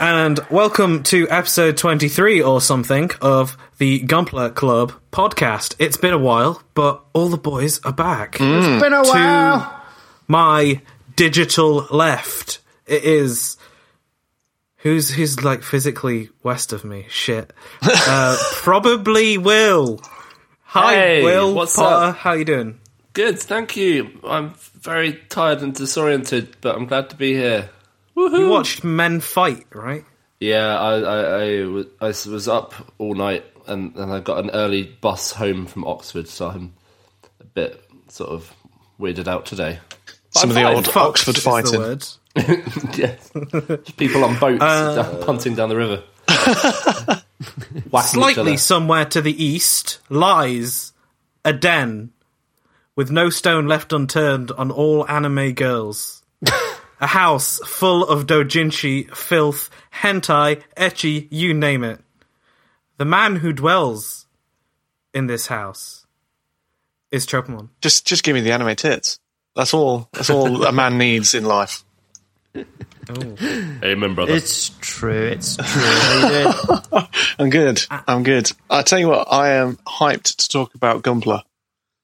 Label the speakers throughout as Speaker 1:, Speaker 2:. Speaker 1: and welcome to episode 23 or something of the Gumpler Club podcast. It's been a while, but all the boys are back.
Speaker 2: Been a
Speaker 1: To my digital left, it is. Who's who's like physically west of me? Shit, uh, probably Will. Hi,
Speaker 3: Hey,
Speaker 1: Will
Speaker 3: what's
Speaker 1: Potter. How you doing?
Speaker 3: Good, thank you. I'm very tired and disoriented, but I'm glad to be here.
Speaker 1: You watched men fight, right?
Speaker 3: Yeah, I, I, I, was, I was up all night and, and I got an early bus home from Oxford, so I'm a bit sort of weirded out today. But I'm
Speaker 4: Some of the
Speaker 3: fine.
Speaker 4: old
Speaker 3: Fuck,
Speaker 4: Oxford
Speaker 1: Is the
Speaker 4: fighting.
Speaker 1: word.
Speaker 3: yeah. Just people on boats
Speaker 4: Uh,
Speaker 3: down- punting down the river. Whacking each
Speaker 1: Slightly
Speaker 3: other.
Speaker 1: somewhere to the east lies a den with no stone left unturned on all anime girls. a house full of dojinshi, filth, hentai, ecchi, you name it. The man who dwells in this house is Chopamon.
Speaker 4: Just, just give me the anime tits. That's all. That's all a man needs in life.
Speaker 3: Amen, brother.
Speaker 2: It's true. It's true. How you doing?
Speaker 4: I'm good. I'm good. I tell you what, I am hyped to talk about Gumpler.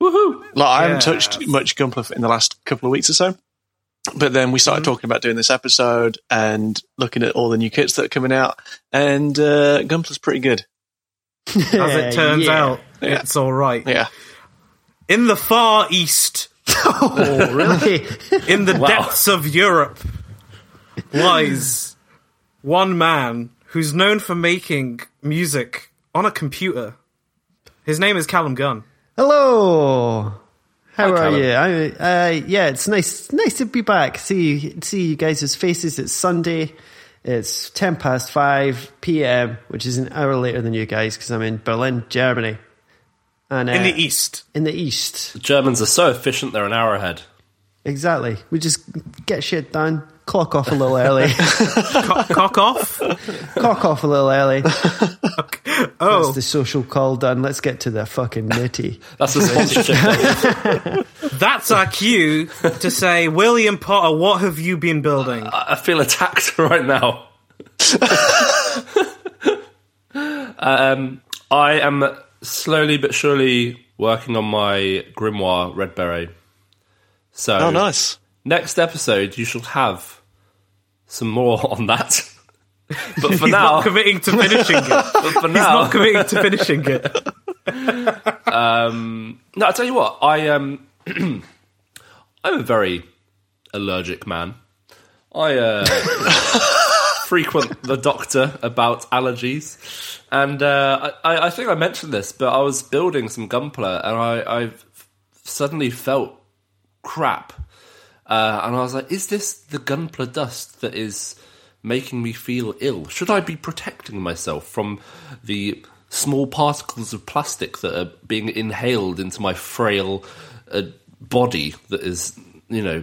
Speaker 4: Woohoo! Like I haven't
Speaker 1: Yes.
Speaker 4: touched much Gumpler in the last couple of weeks or so, but then we started talking about doing this episode and looking at all the new kits that are coming out, and uh, Gumpler's pretty good.
Speaker 1: As it turns
Speaker 2: Yeah.
Speaker 1: out, it's alright.
Speaker 4: Yeah,
Speaker 1: In the far east,
Speaker 2: really?
Speaker 1: in the depths of Europe lies one man who's known for making music on a computer. His name is Callum Gunn.
Speaker 2: Hello. How are
Speaker 3: Callum.
Speaker 2: you? I, uh, yeah, it's nice. Nice to be back. See, see you guys' faces. It's Sunday. It's ten past five p.m., which is an hour later than you guys because I'm in Berlin, Germany, and uh,
Speaker 1: In the east.
Speaker 2: In the east,
Speaker 3: Germans are so efficient, they're an hour ahead.
Speaker 2: exactly. We just get shit done. Clock off a little early.
Speaker 1: Co- cock off?
Speaker 2: Cock off a little early. That's
Speaker 1: Oh,
Speaker 2: the social call done. Let's get to the fucking nitty.
Speaker 3: That's a sponsorship.
Speaker 1: that's our cue to say, William Potter, what have you been building?
Speaker 3: I feel attacked right now. um, I am slowly but surely working on my grimoire, Red Beret. So
Speaker 4: oh nice.
Speaker 3: next episode, you shall have some more on that. But for now,
Speaker 1: Not committing to finishing it.
Speaker 3: but for
Speaker 1: Not
Speaker 3: now,
Speaker 1: committing to finishing it.
Speaker 3: no. I tell you what, I um, I'm a very allergic man. I uh, frequent the doctor about allergies, and uh, I, I- I think I mentioned this, but I was building some gunpla, and I, I suddenly felt crap, uh, and I was like, "Is this the gunpla dust that is making me feel ill? Should I be protecting myself from the small particles of plastic that are being inhaled into my frail uh, body that is, you know?"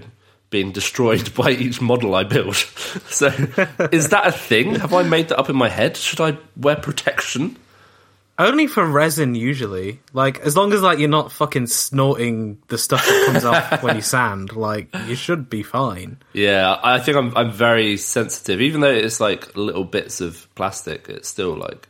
Speaker 3: Being destroyed by each model I build. So, is that a thing? Have I made that up in my head? Should I wear protection?
Speaker 1: Only for resin, usually. Like, as long as like you're not fucking snorting the stuff that comes off when you sand, like you should be fine.
Speaker 3: Yeah, I think I'm I'm very sensitive. Even though it's like little bits of plastic, it's still like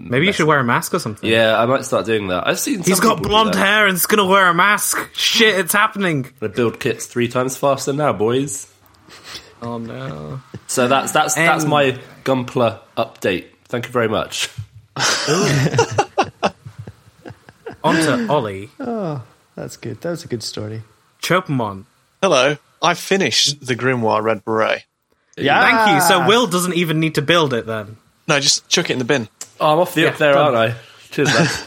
Speaker 1: Maybe you should wear a mask or something.
Speaker 3: yeah. I might start doing that. I've seen
Speaker 1: He's
Speaker 3: some
Speaker 1: got
Speaker 3: people do
Speaker 1: blonde
Speaker 3: that.
Speaker 1: hair and he's gonna wear a mask. Shit, it's happening.
Speaker 3: They build kits three times faster now, boys.
Speaker 1: Oh no.
Speaker 3: So that's that's that's
Speaker 1: And-
Speaker 3: my Gumpler update. Thank you very much.
Speaker 1: On to Ollie.
Speaker 2: That's good. That was a good story.
Speaker 1: Chopamon.
Speaker 4: Hello. I finished the Grimoire Red Beret.
Speaker 2: Yeah.
Speaker 1: Thank you. So Will doesn't even need to build it then.
Speaker 4: No, just chuck it in the bin.
Speaker 3: Oh, I'm off the
Speaker 1: Yeah,
Speaker 3: up there,
Speaker 1: done.
Speaker 3: aren't I? Cheers, lads.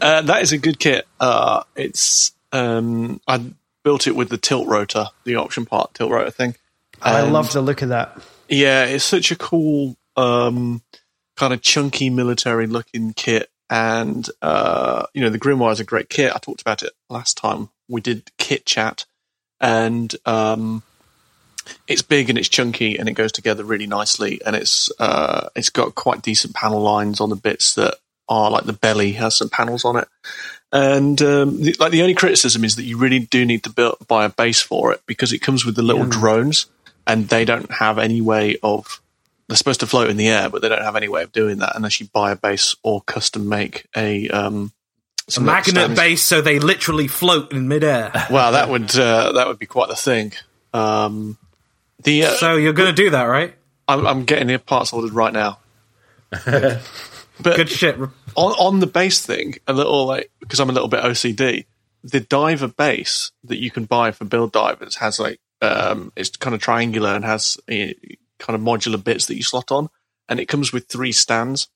Speaker 4: Uh, that is a good kit. Uh, it's um, I built it with the tilt rotor, the option part tilt rotor thing.
Speaker 2: I
Speaker 4: And,
Speaker 2: love the look of that.
Speaker 4: Yeah, it's such a cool um, kind of chunky military looking kit, and uh, you know the Grimoire is a great kit. I talked about it last time we did kit chat, and um, it's big and it's chunky and it goes together really nicely, and it's uh, it's got quite decent panel lines on the bits that are like the belly has some panels on it. And um, the, like the only criticism is that you really do need to build, buy a base for it because it comes with the little drones, and they don't have any way of they're supposed to float in the air, but they don't have any way of doing that unless you buy a base or custom make a um,
Speaker 1: A
Speaker 4: some
Speaker 1: magnet
Speaker 4: stands-
Speaker 1: base, so they literally float in midair.
Speaker 4: Wow, that would uh, that would be quite the thing. Um, the uh,
Speaker 1: so you're going to do that, right?
Speaker 4: I'm, I'm getting the parts ordered right now. but
Speaker 1: Good shit.
Speaker 4: on, on the base thing, a little like because I'm a little bit OCD. The diver base that you can buy for build divers has like um, it's kind of triangular and has uh, kind of modular bits that you slot on, and it comes with three stands,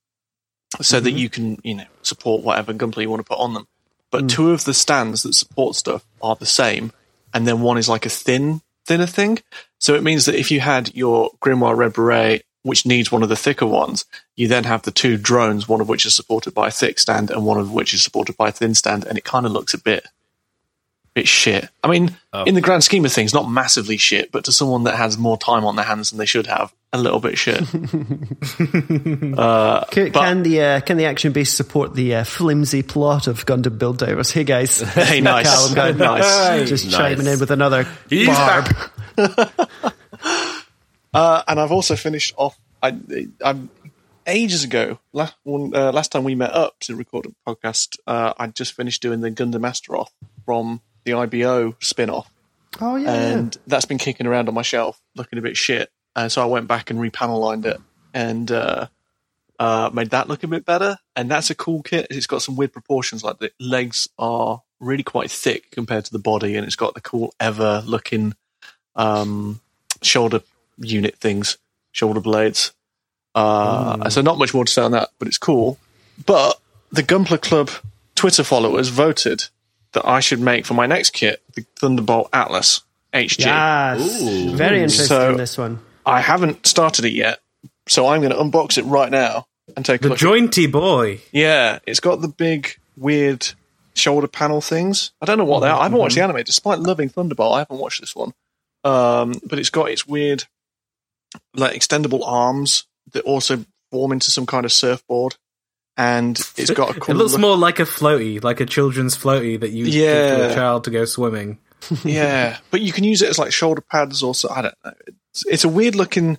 Speaker 4: so that you can you know support whatever gunpla you want to put on them. But two of the stands that support stuff are the same, and then one is like a thin thinner thing. So it means that if you had your Grimoire Red Beret, which needs one of the thicker ones, you then have the two drones, one of which is supported by a thick stand and one of which is supported by a thin stand, and it kind of looks a bit bit shit. I mean, in the grand scheme of things, not massively shit, but to someone that has more time on their hands than they should have, a little bit shit.
Speaker 2: Can, can the uh, can the action base support the uh, flimsy plot of Gundam Build Divers? Hey guys,
Speaker 4: hey, nice,
Speaker 2: Callum guy,
Speaker 4: nice.
Speaker 2: just
Speaker 3: Nice.
Speaker 2: chiming in with another
Speaker 3: He's
Speaker 2: barb.
Speaker 3: back.
Speaker 4: Uh, and I've also finished off. I, I'm ages ago. Last one, uh, last time we met up to record a podcast, uh, I just finished doing the Gundam Masteroth from the IBO spin-off,
Speaker 2: Oh yeah,
Speaker 4: and that's been kicking around on my shelf, looking a bit shit. Uh, so I went back and repanel lined it and uh, uh, made that look a bit better. And that's a cool kit. It's got some weird proportions, like the legs are really quite thick compared to the body, and it's got the cool ever looking um, shoulder unit things, shoulder blades. Uh, So not much more to say on that, but it's cool. But the Gunpla Club Twitter followers voted that I should make for my next kit the Thunderbolt Atlas HG.
Speaker 2: yeah. Yes.
Speaker 3: Ooh.
Speaker 2: very interesting.
Speaker 4: So-
Speaker 2: this one.
Speaker 4: I haven't started it yet, so I'm going to unbox it right now and take a
Speaker 1: The
Speaker 4: look.
Speaker 1: jointy boy.
Speaker 4: yeah, it's got the big weird shoulder panel things. I don't know what they are. I haven't watched
Speaker 1: Mm-hmm.
Speaker 4: the anime, despite loving Thunderbolt. I haven't watched this one, um, but it's got its weird like extendable arms that also form into some kind of surfboard, and it's got a cool.
Speaker 1: it looks
Speaker 4: look-
Speaker 1: more like a floaty, like a children's floaty that you give to
Speaker 4: Yeah.
Speaker 1: a child to go swimming.
Speaker 4: yeah, but you can use it as like shoulder pads or so. I don't know. It's, it's a weird looking.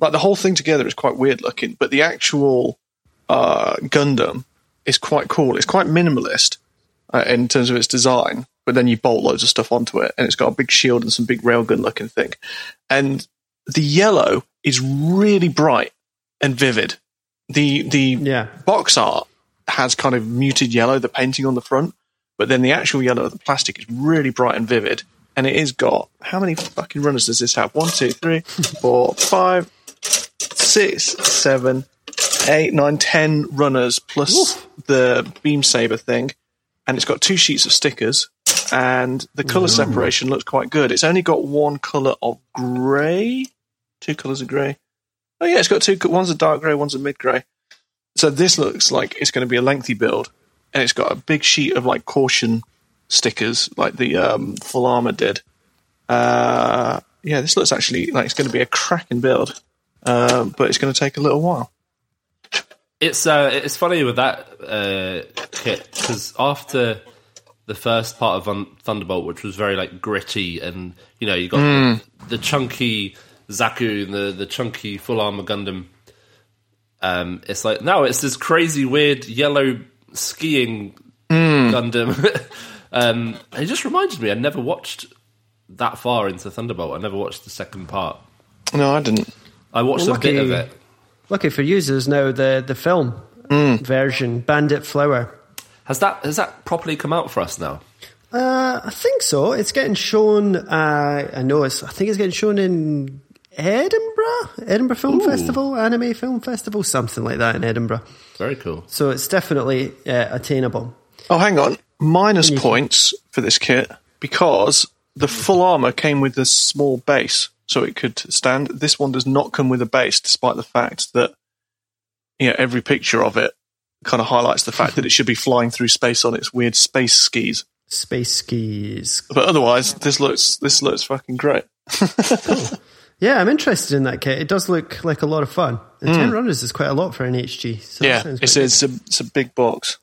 Speaker 4: Like the whole thing together is quite weird looking, but the actual uh, Gundam is quite cool. It's quite minimalist uh, in terms of its design, but then you bolt loads of stuff onto it, and it's got a big shield and some big railgun looking thing. And the yellow is really bright and vivid. The the
Speaker 2: Yeah.
Speaker 4: box art has kind of muted yellow, the painting on the front, but then the actual yellow of the plastic is really bright and vivid. And it is got how many fucking runners does this have? One, two, three, four, five, six, seven, eight, nine, ten runners plus the beam saber thing. And it's got two sheets of stickers. And the colour separation looks quite good. It's only got one colour of grey. Two colours of grey. Oh yeah, it's got two. co- One's a dark grey, one's a mid grey. So this looks like it's going to be a lengthy build, and it's got a big sheet of like caution stickers, like the um, full armor did. Uh, yeah, this looks actually like it's going to be a cracking build, uh, but it's going to take a little while.
Speaker 3: It's uh, it's funny with that uh, kit because after the first part of Un- Thunderbolt, which was very like gritty, and you know you got
Speaker 2: Hmm.
Speaker 3: the, the chunky Zaku and the the chunky full armor Gundam. Um, it's like now it's this crazy weird yellow skiing
Speaker 2: Hmm.
Speaker 3: Gundam. um, it just reminded me. I never watched that far into Thunderbolt. I never watched the second part.
Speaker 4: No, I didn't.
Speaker 3: I watched
Speaker 2: Well,
Speaker 3: a bit
Speaker 2: lucky-
Speaker 3: of it.
Speaker 2: Lucky for users now, the the film version, Bandit Flower.
Speaker 3: Has that has that properly come out for us now?
Speaker 2: Uh, I think so. It's getting shown. Uh, I know it's. I think it's getting shown in Edinburgh, Edinburgh Film Festival, Anime Film Festival, something like that in Edinburgh.
Speaker 3: Very cool.
Speaker 2: So it's definitely uh, attainable.
Speaker 4: Oh, hang on. Minus points for this kit because the full armor came with a small base, so it could stand. This one does not come with a base, despite the fact that you know every picture of it kind of highlights the fact that it should be flying through space on its weird space skis.
Speaker 2: Space skis.
Speaker 4: But otherwise, this looks this looks fucking great.
Speaker 2: Yeah, I'm interested in that kit. It does look like a lot of fun. And ten runners is quite a lot for an HG. So
Speaker 4: Hmm.
Speaker 2: that
Speaker 4: Yeah,
Speaker 2: sounds
Speaker 4: it's
Speaker 2: quite
Speaker 4: it's a, it's a big box.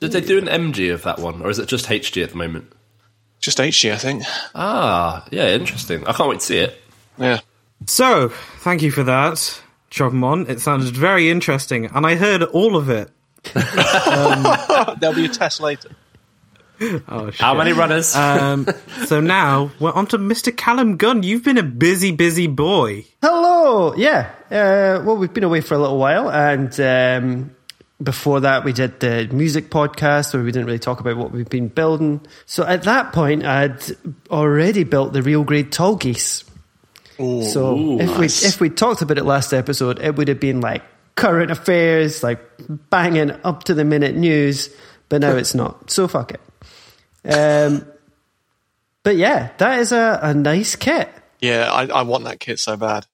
Speaker 3: Did they do an MG of that one, or is it just HG at the moment?
Speaker 4: Just HG, I think.
Speaker 3: Ah, yeah, interesting. I can't wait to see it.
Speaker 4: Yeah.
Speaker 1: So, thank you for that. Chop 'em on. It sounded very interesting, and I heard all of it.
Speaker 4: There'll be a test later.
Speaker 1: Oh, shit.
Speaker 3: How many runners?
Speaker 2: Uh,
Speaker 1: Um, so now we're on to Mr. Callum Gunn. You've been a busy, busy boy.
Speaker 2: Hello. Yeah. Uh, well, we've been away for a little while, and um, before that, we did the music podcast where we didn't really talk about what we've been building. So at that point, I'd already built the real grade tall geese. so if we if we talked about it last episode, it would have been like current affairs, like banging up to the minute news. But now it's not. So fuck it. Um, but yeah, that is a, a nice kit
Speaker 4: Yeah, I, I want that kit so bad.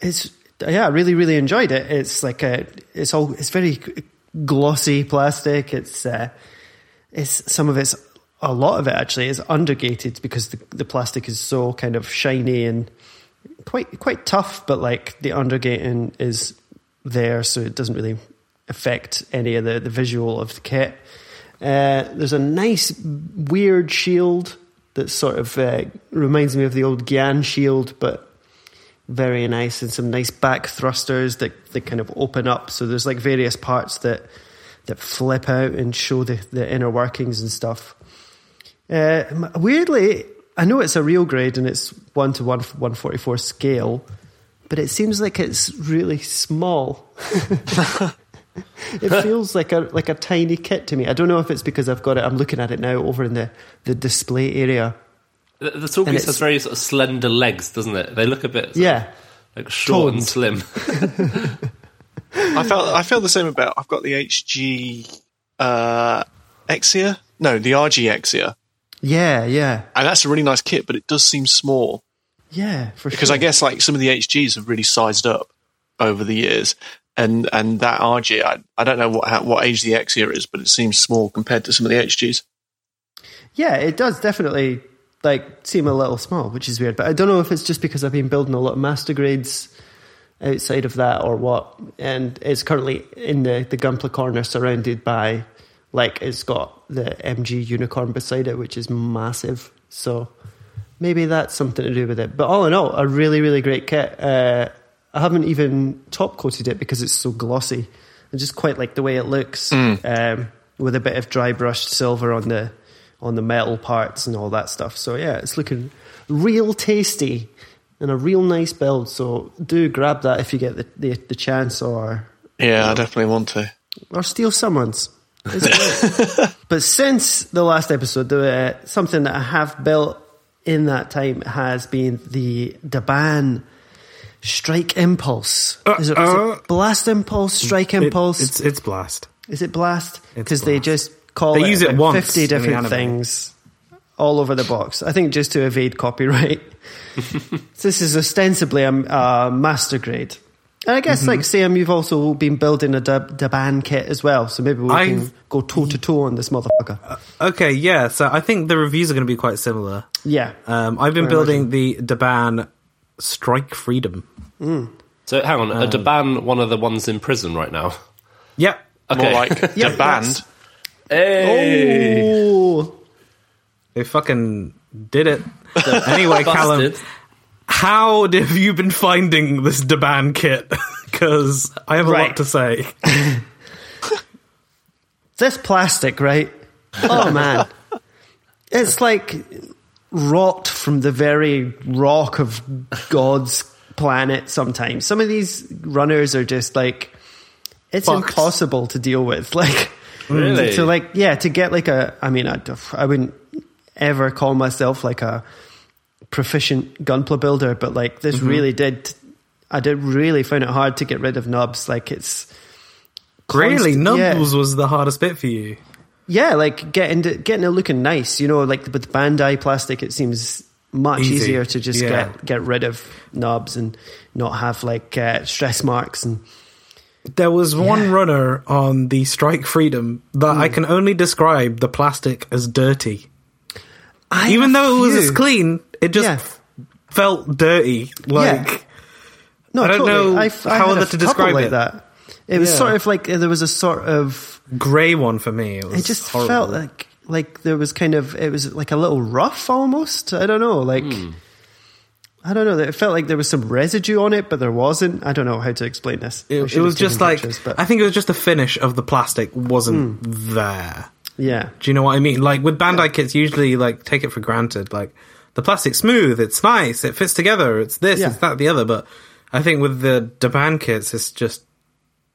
Speaker 2: it's yeah, I really really enjoyed it. It's like a it's all it's very glossy plastic. It's uh, it's some of it's a lot of it actually is undergated because the the plastic is so kind of shiny and quite quite tough, but like the undergating is there, so it doesn't really affect any of the the visual of the kit. Uh, there's a nice weird shield that sort of uh, reminds me of the old Gyan shield, but very nice and some nice back thrusters that, that kind of open up. So there's like various parts that that flip out and show the, the inner workings and stuff. Uh, m- weirdly, I know it's a real grade and it's one to one one forty four scale, but it seems like it's really small. it feels like a like a tiny kit to me. I don't know if it's because I've got it. I'm looking at it now over in the, the display area.
Speaker 3: the the tall
Speaker 2: and
Speaker 3: geese
Speaker 2: it's-
Speaker 3: has very sort of slender legs, doesn't it? They look a bit sort of,
Speaker 2: Yeah,
Speaker 3: like short and slim.
Speaker 2: Toned.
Speaker 4: I felt I feel the same about. I've got the HG uh, Exia. No, the RG Exia,
Speaker 2: yeah, yeah,
Speaker 4: and that's a really nice kit, but it does seem small
Speaker 2: yeah. For
Speaker 4: because
Speaker 2: sure.
Speaker 4: I guess like some of the HGs have really sized up over the years, and and that RG, I, I don't know what how, what age the Exia is, but it seems small compared to some of the HGs.
Speaker 2: Yeah, it does definitely like seem a little small, which is weird. But I don't know if it's just because I've been building a lot of master grades outside of that or what. And it's currently in the the Gunpla corner, surrounded by like it's got the MG unicorn beside it, which is massive. So maybe that's something to do with it. But all in all, a really really great kit. Uh, I haven't even top coated it because it's so glossy. I just quite like the way it looks um, with a bit of dry brushed silver on the on the metal parts and all that stuff. So yeah, it's looking real tasty and a real nice build. So do grab that if you get the, the, the chance or
Speaker 4: Yeah, I definitely want to.
Speaker 2: or steal someone's. It's great. but since the last episode, the, uh, something that I have built in that time has been the Daban Strike Impulse. Is it, is
Speaker 1: Uh-oh.
Speaker 2: it Blast Impulse, Strike
Speaker 1: It-
Speaker 2: Impulse?
Speaker 1: it's it's blast.
Speaker 2: Is it blast?
Speaker 1: It's
Speaker 2: Because they
Speaker 1: Blast.
Speaker 2: just call
Speaker 1: They
Speaker 2: it,
Speaker 1: use it
Speaker 2: about
Speaker 1: once in
Speaker 2: fifty
Speaker 1: the
Speaker 2: different
Speaker 1: anime.
Speaker 2: things all over the box. I think just to evade copyright. this is ostensibly a, a master grade, and I guess
Speaker 1: Mm-hmm.
Speaker 2: like Sam, you've also been building a Dab- Daban kit as well, so maybe we
Speaker 1: I've-
Speaker 2: can go toe to toe on this motherfucker.
Speaker 1: Okay, yeah. So I think the reviews are going to be quite similar.
Speaker 2: yeah,
Speaker 1: Um, I've been
Speaker 2: I
Speaker 1: building the Daban Strike Freedom.
Speaker 3: so hang
Speaker 2: Um,
Speaker 3: on, a Daban, one of the ones in prison right now.
Speaker 1: Yep.
Speaker 3: Okay.
Speaker 4: More like
Speaker 2: Yeah,
Speaker 4: the band.
Speaker 2: that's-
Speaker 3: Hey!
Speaker 2: Oh,
Speaker 1: They fucking did it. anyway, Callum,
Speaker 3: Busted.
Speaker 1: how have you been finding this Daban kit? Because I have a lot
Speaker 2: Right.
Speaker 1: to say.
Speaker 2: this plastic, right? Oh man, it's like wrought from the very rock of God's planet. Sometimes some of these runners are just like it's
Speaker 1: Fucked.
Speaker 2: impossible to deal with. Like
Speaker 3: Really?
Speaker 2: to, to like yeah to get like a. I mean, I, I wouldn't ever call myself like a proficient gunpla builder, but like this really did. I did really find it hard to get rid of nubs. Like it's
Speaker 1: really,
Speaker 2: Const- yeah.
Speaker 1: Nubbles was the hardest bit for you.
Speaker 2: yeah, like getting to, getting it looking nice, you know, like with Bandai plastic, it seems much
Speaker 1: Easy.
Speaker 2: easier to just
Speaker 1: Yeah.
Speaker 2: get get rid of knobs and not have like uh, stress marks and
Speaker 1: There was one runner on the Strike Freedom that
Speaker 2: Hmm.
Speaker 1: I can only describe the plastic as dirty.
Speaker 2: I
Speaker 1: Even
Speaker 2: have
Speaker 1: though it was as
Speaker 2: few.
Speaker 1: clean, it just
Speaker 2: Yeah.
Speaker 1: f- felt dirty. Like.
Speaker 2: No,
Speaker 1: I don't
Speaker 2: totally.
Speaker 1: know
Speaker 2: I've- I
Speaker 1: how
Speaker 2: had
Speaker 1: other
Speaker 2: a
Speaker 1: to
Speaker 2: couple
Speaker 1: describe
Speaker 2: like
Speaker 1: it.
Speaker 2: that. It was
Speaker 1: Yeah.
Speaker 2: sort of like uh, there was a sort of
Speaker 1: grey one for me. It, was
Speaker 2: it just
Speaker 1: horrible.
Speaker 2: felt like
Speaker 1: Hmm.
Speaker 2: like there was kind of it was like a little rough almost. I don't know, like I don't know. It felt like there was some residue on it, but there wasn't. I don't know how to explain this. I
Speaker 1: It,
Speaker 2: should
Speaker 1: it
Speaker 2: have
Speaker 1: was
Speaker 2: taken
Speaker 1: just like
Speaker 2: pictures, but Hmm.
Speaker 1: I think it was just the finish of the plastic wasn't there.
Speaker 2: yeah,
Speaker 1: Do you know what I mean? Like with Bandai kits, usually like take it for granted. Like the plastic's smooth, it's nice, it fits together, it's this,
Speaker 2: Yeah.
Speaker 1: it's that, the other. But I think with the Deban kits, it's just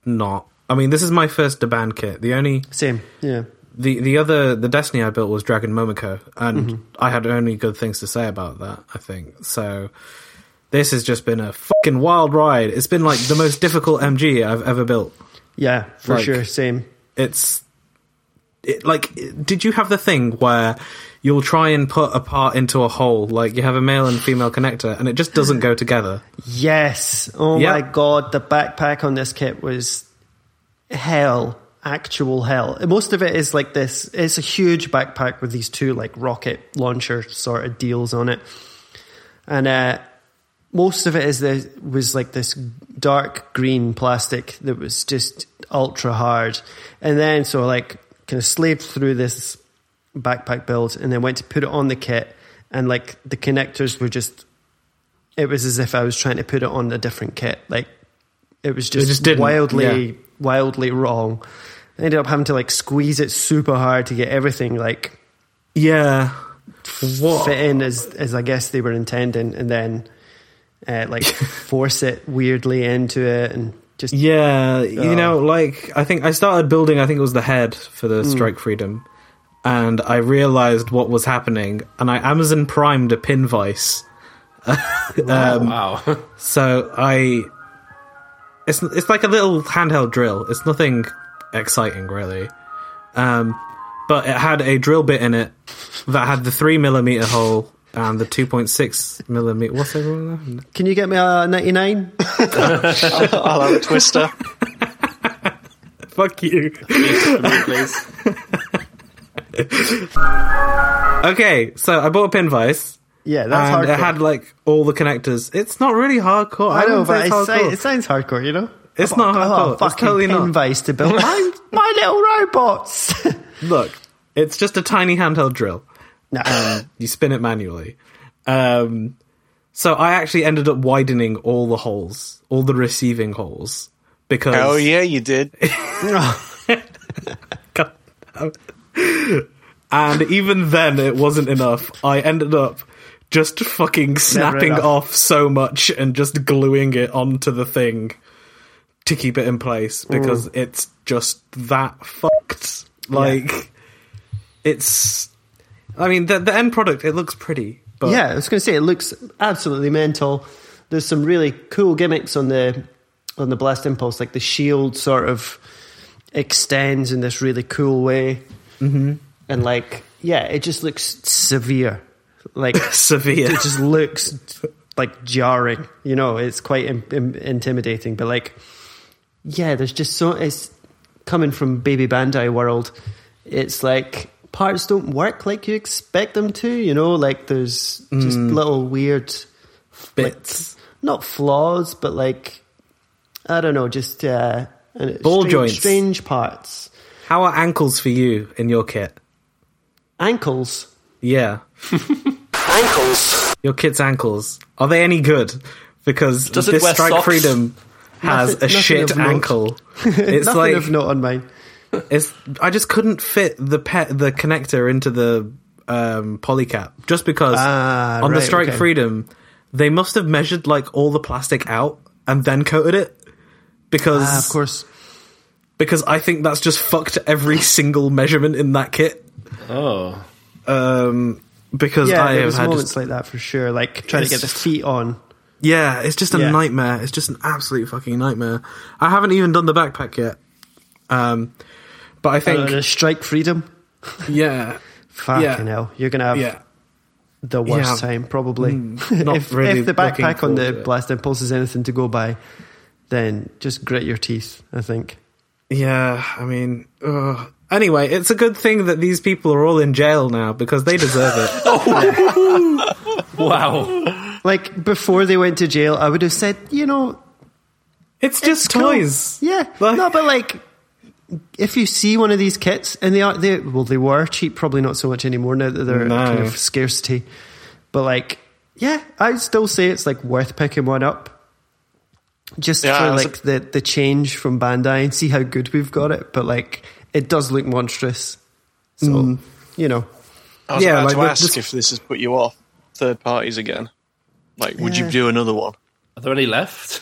Speaker 1: not. I mean, this is my first Deban kit. The only
Speaker 2: same. Yeah,
Speaker 1: the the other the Destiny I built was Dragon Momoko, and I had only good things to say about that. I think so. This has just been a fucking wild ride. It's been like the most difficult MG I've ever built.
Speaker 2: yeah, for
Speaker 1: Like-
Speaker 2: sure. Same.
Speaker 1: It's it, like, did you have the thing where you'll try and put a part into a hole, like you have a male and female connector, and it just doesn't go together?
Speaker 2: Yes. Oh
Speaker 1: Yeah.
Speaker 2: my god, the backpack on this kit was hell, actual hell. Most of it is like this. It's a huge backpack with these two like rocket launcher sort of deals on it, and uh, most of it is the was like this dark green plastic that was just ultra hard, and then so like kind of slaved through this backpack build, and then went to put it on the kit, and like the connectors were just it was as if I was trying to put it on a different kit. Like it was just,
Speaker 1: just didn't,
Speaker 2: wildly,
Speaker 1: yeah.
Speaker 2: wildly wrong. I ended up having to like squeeze it super hard to get everything like
Speaker 1: Yeah. What?
Speaker 2: fit in as as I guess they were intending, and then uh, like force it weirdly into it, and just
Speaker 1: Yeah, you know, like I think I started building. I think it was the head for the Strike Freedom, and I realized what was happening, and I Amazon primed a pin vice. Um,
Speaker 3: wow.
Speaker 1: So I, it's it's like a little handheld drill. It's nothing exciting really, um, but it had a drill bit in it that had the three millimeter hole and the two point six millimeter. What's the other one?
Speaker 2: can you get me a ninety nine?
Speaker 4: I'll have a twister.
Speaker 1: Fuck you.
Speaker 3: please.
Speaker 1: Okay, so I bought a pin vice.
Speaker 2: Yeah, that's
Speaker 1: and
Speaker 2: hardcore.
Speaker 1: it had like all the connectors. It's not really hardcore. I,
Speaker 2: I know,
Speaker 1: wouldn't
Speaker 2: but
Speaker 1: say it's
Speaker 2: it,
Speaker 1: hardcore. Oh,
Speaker 2: si- it sounds hardcore, you know.
Speaker 1: It's
Speaker 2: I
Speaker 1: not
Speaker 2: bought- I bought a
Speaker 1: hardcore. It's
Speaker 2: oh, fucking
Speaker 1: totally
Speaker 2: pin
Speaker 1: not.
Speaker 2: vice to build my, my little robots.
Speaker 1: Look, it's just a tiny handheld drill. Um,
Speaker 2: no.
Speaker 1: You spin it manually. Um, so I actually ended up widening all the holes, all the receiving holes, because
Speaker 4: Oh yeah, you did.
Speaker 1: God. and even then it wasn't enough. I ended up just fucking snapping
Speaker 2: enough.
Speaker 1: off so much and just gluing it onto the thing to keep it in place because it's just that fucked. Like it's I mean the the end product it looks pretty, but
Speaker 2: yeah, I was going to say it looks absolutely mental. There's some really cool gimmicks on the on the Blast Impulse, like the shield sort of extends in this really cool way, mm-hmm. and like yeah, it just looks severe. Like
Speaker 1: severe.
Speaker 2: it just looks like jarring. You know, it's quite in, in- intimidating. But like, yeah, there's just so it's coming from Baby Bandai world. It's like parts don't work like you expect them to. You know, like there's just
Speaker 1: Mm.
Speaker 2: little weird
Speaker 1: Bits.
Speaker 2: like, not flaws, but like I don't know, just uh, and
Speaker 1: Ball
Speaker 2: strange,
Speaker 1: joints.
Speaker 2: strange parts,
Speaker 1: How are ankles for you in your kit?
Speaker 2: ankles.
Speaker 1: Yeah.
Speaker 5: Ankles.
Speaker 1: Your kit's ankles. Are they any good? Because
Speaker 3: Does it
Speaker 1: this
Speaker 3: wear
Speaker 1: Strike
Speaker 3: socks?
Speaker 1: Freedom has
Speaker 2: Nothing-
Speaker 1: a
Speaker 2: nothing
Speaker 1: shit
Speaker 2: of note.
Speaker 1: ankle. It's
Speaker 2: Nothing
Speaker 1: like
Speaker 2: of note on mine.
Speaker 1: it's. I just couldn't fit the pet the connector into the um, polycap just because
Speaker 2: Ah,
Speaker 1: on the
Speaker 2: right,
Speaker 1: Strike
Speaker 2: okay.
Speaker 1: Freedom they must have measured like all the plastic out and then coated it because
Speaker 2: Ah, of course.
Speaker 1: because I think that's just fucked every single measurement in that kit.
Speaker 3: Oh.
Speaker 1: Um, because
Speaker 2: Yeah,
Speaker 1: I
Speaker 2: there
Speaker 1: have
Speaker 2: was
Speaker 1: had
Speaker 2: moments
Speaker 1: just-
Speaker 2: like that for sure. Like trying to get the
Speaker 1: It's-
Speaker 2: feet on.
Speaker 1: Yeah, it's just a
Speaker 2: Yeah.
Speaker 1: nightmare. It's just an absolute fucking nightmare. I haven't even done the backpack yet. Um, but I
Speaker 2: Uh,
Speaker 1: think
Speaker 2: the strike freedom.
Speaker 1: yeah,
Speaker 2: Fucking
Speaker 1: Yeah.
Speaker 2: hell, you're gonna have
Speaker 1: yeah,
Speaker 2: the worst
Speaker 1: Yeah. Mm.
Speaker 2: time probably.
Speaker 1: not
Speaker 2: if,
Speaker 1: really
Speaker 2: if the backpack
Speaker 1: looking
Speaker 2: on
Speaker 1: forward to
Speaker 2: the
Speaker 1: it.
Speaker 2: blast impulse is anything to go by, then just grit your teeth. I think.
Speaker 1: yeah. I mean, ugh. anyway, it's a good thing that these people are all in jail now because they deserve it.
Speaker 3: Wow.
Speaker 2: Like before they went to jail, I would have said, you know,
Speaker 1: It's just
Speaker 2: cool.
Speaker 1: toys.
Speaker 2: Yeah,
Speaker 1: Like-
Speaker 2: no, but like. If you see one of these kits, and they are they well, they were cheap, probably not so much anymore now that they're
Speaker 1: No.
Speaker 2: kind of scarcity. But like, yeah, I would still say it's like worth picking one up. Just
Speaker 4: Yeah,
Speaker 2: for
Speaker 4: that's
Speaker 2: like the the change from Bandai and see how good we've got it, but like it does look monstrous. So
Speaker 1: Mm.
Speaker 2: you know,
Speaker 4: I was
Speaker 1: Yeah,
Speaker 4: about
Speaker 1: like,
Speaker 4: to
Speaker 1: the-
Speaker 4: ask
Speaker 1: this-
Speaker 4: if this has put you off third parties again. Like, would
Speaker 2: Yeah.
Speaker 4: you do another one?
Speaker 3: Are there any left?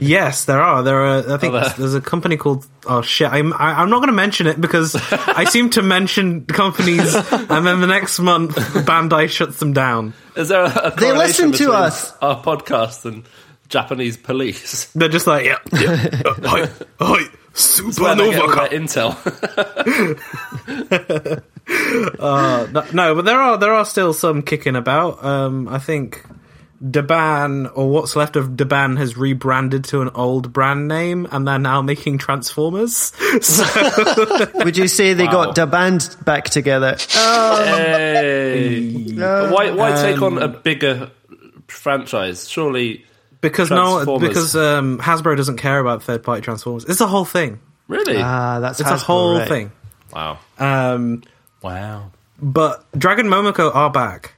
Speaker 1: Yes, there are. There are. I think
Speaker 3: there?
Speaker 1: there's a company called. Oh shit! I'm. I, I'm not going to mention it because I seem to mention companies, and then the next month Bandai shuts them down.
Speaker 3: Is there a, a
Speaker 2: They
Speaker 3: correlation
Speaker 2: listen to
Speaker 3: between
Speaker 2: us.
Speaker 3: our podcast and Japanese police?
Speaker 1: They're just like, yeah, yeah, uh, hi, hi,
Speaker 3: Where they
Speaker 1: supernova.
Speaker 3: get all
Speaker 1: Cup.
Speaker 3: their intel.
Speaker 1: No, no, but there are there are still some kicking about. Um, I think Deban or what's left of Deban has rebranded to an old brand name, and they're now making Transformers. So
Speaker 2: would you say they
Speaker 3: Wow.
Speaker 2: got the band back together?
Speaker 3: hey.
Speaker 2: Uh,
Speaker 3: why why take on
Speaker 2: Um,
Speaker 3: a bigger franchise? Surely,
Speaker 1: because no,
Speaker 3: Transformers.
Speaker 1: because um, Hasbro doesn't care about third party Transformers. It's a whole thing.
Speaker 3: really?
Speaker 2: Ah, that's
Speaker 1: It's
Speaker 2: Hasbro,
Speaker 1: a whole
Speaker 2: right.
Speaker 1: thing.
Speaker 3: wow,
Speaker 1: Um,
Speaker 3: wow.
Speaker 1: but Dragon Momoko are back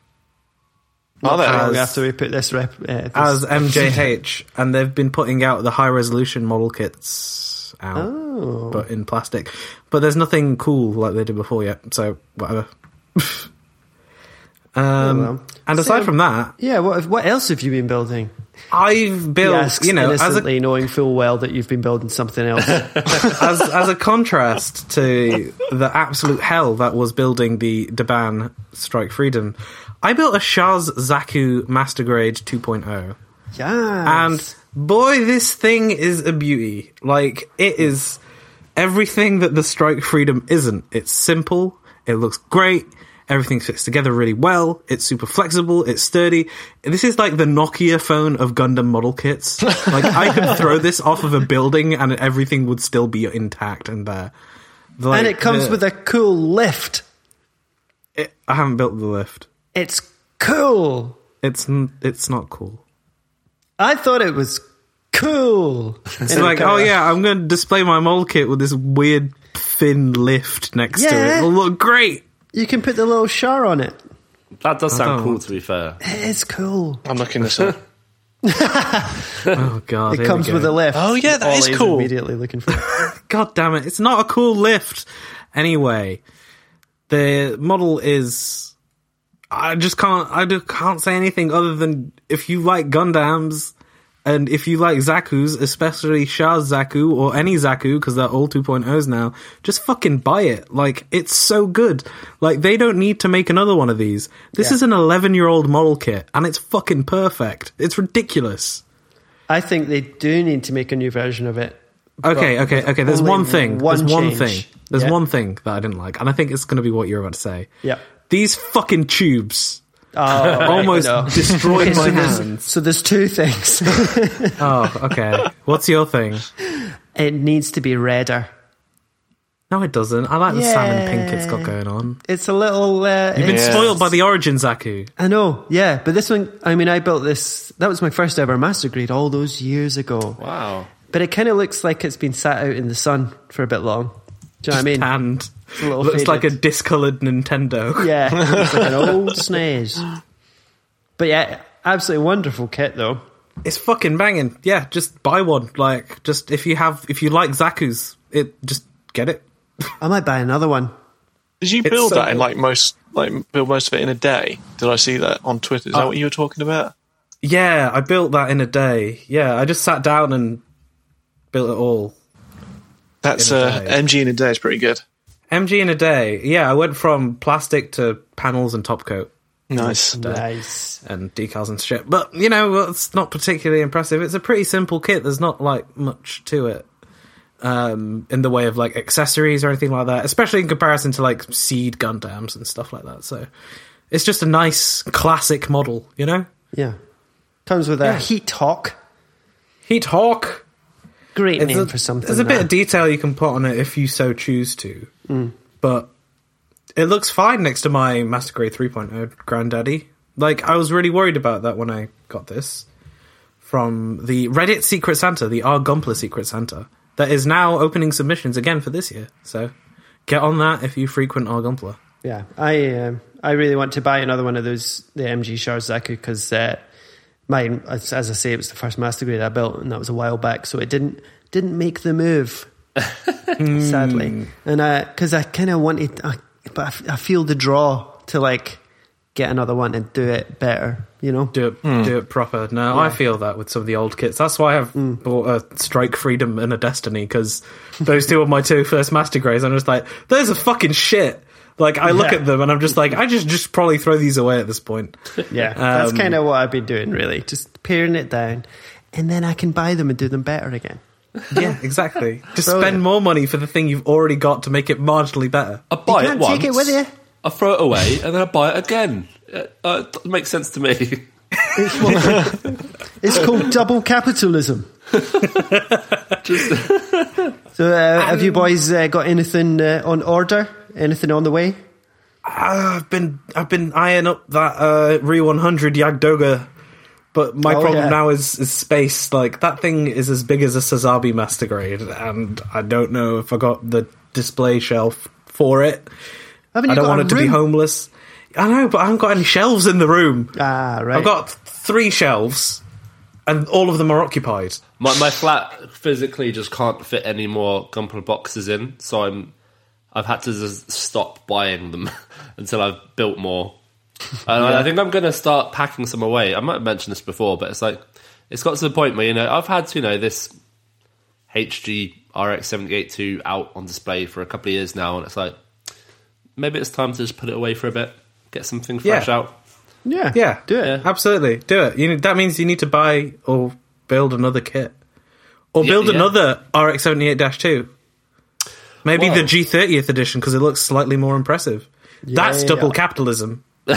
Speaker 4: Are there?
Speaker 2: Oh,
Speaker 1: as-
Speaker 2: after we put this rep, uh, this-
Speaker 1: as MJH, and they've been putting out the high resolution model kits out,
Speaker 2: Oh.
Speaker 1: but in plastic. But there's nothing cool like they did before yet, so whatever. um,
Speaker 2: Oh, well.
Speaker 1: and aside from that,
Speaker 2: yeah, what what else have you been building?
Speaker 1: I've
Speaker 2: He
Speaker 1: built,
Speaker 2: asks
Speaker 1: you know, as a
Speaker 2: innocently, knowing full well that you've been building something else.
Speaker 1: as as a contrast to the absolute hell that was building the Deban Strike Freedom, I built a Shaz Zaku Master Grade oh. 2.0.
Speaker 2: yeah,
Speaker 1: And boy, this thing is a beauty. Like, it is everything that the Strike Freedom isn't. It's simple, it looks great, everything fits together really well, it's super flexible, it's sturdy. This is like the Nokia phone of Gundam model kits. Like, I could throw this off of a building and everything would still be intact and there. Like,
Speaker 2: and it comes
Speaker 1: the-
Speaker 2: with a cool lift.
Speaker 1: it- I haven't built the lift.
Speaker 2: It's cool.
Speaker 1: It's n- it's not cool.
Speaker 2: I thought it was cool.
Speaker 1: It's like, oh yeah, I'm going to display my model kit with this weird thin lift next to it.
Speaker 2: Yeah.
Speaker 1: It'll look great.
Speaker 2: you can put the little char on it.
Speaker 3: That does sound
Speaker 1: don't
Speaker 3: cool.
Speaker 1: want-
Speaker 3: To be fair,
Speaker 2: It's cool.
Speaker 4: I'm looking this up.
Speaker 1: Oh god,
Speaker 2: It comes with a lift.
Speaker 4: Oh, yeah, that
Speaker 2: All
Speaker 4: is
Speaker 2: he's
Speaker 4: cool.
Speaker 2: Immediately looking for.
Speaker 1: God damn it! It's not a cool lift. Anyway, the model is. I just can't. I just can't say anything other than if you like Gundams. And if you like Zaku's, especially Shah's Zaku or any Zaku, because they're all 2.0s now, just fucking buy it. Like, it's so good. Like, they don't need to make another one of these. This is an 11 year old model kit, and it's fucking perfect. It's ridiculous.
Speaker 2: I think they do need to make a new version of it.
Speaker 1: Okay,
Speaker 2: But
Speaker 1: okay, okay. There's
Speaker 2: only
Speaker 1: one thing.
Speaker 2: one
Speaker 1: There's one
Speaker 2: change.
Speaker 1: thing. There's
Speaker 2: Yeah.
Speaker 1: one thing that I didn't like, and I think it's going to be what you're about to say.
Speaker 2: Yeah.
Speaker 1: These fucking tubes
Speaker 2: Oh,
Speaker 1: almost
Speaker 2: no.
Speaker 1: destroyed my
Speaker 2: so,
Speaker 1: hands.
Speaker 2: there's, so there's two things.
Speaker 1: Oh, okay. What's your thing?
Speaker 2: it needs to be redder.
Speaker 1: No, it doesn't. I like the salmon pink it's got
Speaker 2: Yay.
Speaker 1: going on.
Speaker 2: It's a little. Uh,
Speaker 1: You've been
Speaker 2: it's-
Speaker 1: spoiled by the origin, Zaku.
Speaker 2: I know, yeah. But this one, I mean, I built this. That was my first ever master grade all those years ago.
Speaker 3: wow.
Speaker 2: But it kind of looks like it's been sat out in the sun for a bit long. Do you know what I mean?
Speaker 1: And
Speaker 2: a little
Speaker 1: looks like a
Speaker 2: faded.
Speaker 1: discolored Nintendo.
Speaker 2: Yeah, it's like an old snaze. But yeah, absolutely wonderful kit though.
Speaker 1: It's fucking banging. Yeah, just buy one. Like, just if you have, if you like Zaku's, it just get it.
Speaker 2: I might buy another one.
Speaker 4: Did you build
Speaker 1: so
Speaker 4: that in
Speaker 1: good.
Speaker 4: like most, like build most of it in a day? Did I see that on Twitter? Is that what you were talking about?
Speaker 1: Yeah, I built that in a day. Yeah, I just sat down and built it all.
Speaker 4: That's
Speaker 1: in a
Speaker 4: uh,
Speaker 1: day.
Speaker 4: MG in a day is pretty good.
Speaker 1: MG in a day. Yeah, I went from plastic to panels and top coat
Speaker 4: Nice.
Speaker 1: Mm.
Speaker 2: Nice.
Speaker 1: and decals and shit. But you know, it's not particularly impressive. It's a pretty simple kit. There's not like much to it um, in the way of like accessories or anything like that, especially in comparison to like seed Gundams and stuff like that. So it's just a nice classic model, you know.
Speaker 2: Yeah. Comes with a heat hawk.
Speaker 1: Heat Hawk.
Speaker 2: Great
Speaker 1: It's
Speaker 2: name
Speaker 1: a-
Speaker 2: for something.
Speaker 1: There's a bit
Speaker 2: that- Mm.
Speaker 1: of detail you can put on it if you so choose to, but it looks fine next to my Master Grade 3.0 Granddaddy. Like I was really worried about that when I got this from the Reddit Secret Santa, the R Gumpler Secret Santa, that is now opening submissions again for this year. So get on that if you frequent R Gumpler.
Speaker 2: yeah, I um, I really want to buy another one of those the MG Sharzaku because uh, mine, as, as I say, it was the first master grade I built, and that was a while back, so it didn't didn't make the move, sadly. And because I kind of wanted, I, but I, f- I feel the draw to like get another one and do it better, you know.
Speaker 1: Do it, do it proper. No, I feel that with some of the old kits. That's why I've bought a Strike Freedom and a Destiny because those two are my two first Master Grays. I'm just like, those are fucking shit. Like I look
Speaker 2: Yeah.
Speaker 1: at them and I'm just like, I just just probably throw these away at this point.
Speaker 2: Yeah, that's
Speaker 1: Um,
Speaker 2: kind of what I've been doing, really, just paring it down, and then I can buy them and do them better again.
Speaker 1: yeah, exactly. Just
Speaker 2: Brilliant.
Speaker 1: spend more money for the thing you've already got to make it marginally better.
Speaker 3: I buy
Speaker 2: you can't
Speaker 3: it once.
Speaker 2: take it with you.
Speaker 3: I throw it away and then I buy it again. Uh, uh, it makes sense to me.
Speaker 2: It's called double capitalism. so, uh, have you boys uh, got anything uh, on order? Anything on the way?
Speaker 1: I've been I've been eyeing up that uh, Re 100 Yagdoga, but my
Speaker 2: Oh,
Speaker 1: problem
Speaker 2: yeah.
Speaker 1: now is, is space. Like that thing is as big as a Sazabi Master Grade, and I don't know if I got the display shelf for it.
Speaker 2: Haven't
Speaker 1: I
Speaker 2: you
Speaker 1: don't
Speaker 2: got
Speaker 1: want
Speaker 2: a
Speaker 1: it to be
Speaker 2: room?
Speaker 1: homeless. I know, but I haven't got any shelves in the room.
Speaker 2: Ah, right.
Speaker 1: I've got three shelves, and all of them are occupied.
Speaker 3: My, my flat physically just can't fit any more Gunpla boxes in, so I'm I've had to just stop buying them until I've built more. And I I think I'm going to start packing some away. I might have mentioned this before, but it's like it's got to the point where you know I've had you know this HG RX 782 out on display for a couple of years now, and it's like maybe it's time to just put it away for a bit, get something fresh
Speaker 1: Yeah.
Speaker 3: out.
Speaker 2: Yeah,
Speaker 1: Yeah,
Speaker 2: Do it.
Speaker 1: Absolutely, do it. You know, that means you need to buy or build another kit, or
Speaker 3: Yeah,
Speaker 1: build
Speaker 3: yeah.
Speaker 1: another RX seventy eight two. Maybe the
Speaker 3: Whoa.
Speaker 1: G thirtieth edition because it looks slightly more impressive. That's
Speaker 2: yeah,
Speaker 1: double
Speaker 2: yeah.
Speaker 1: capitalism.
Speaker 3: Uh,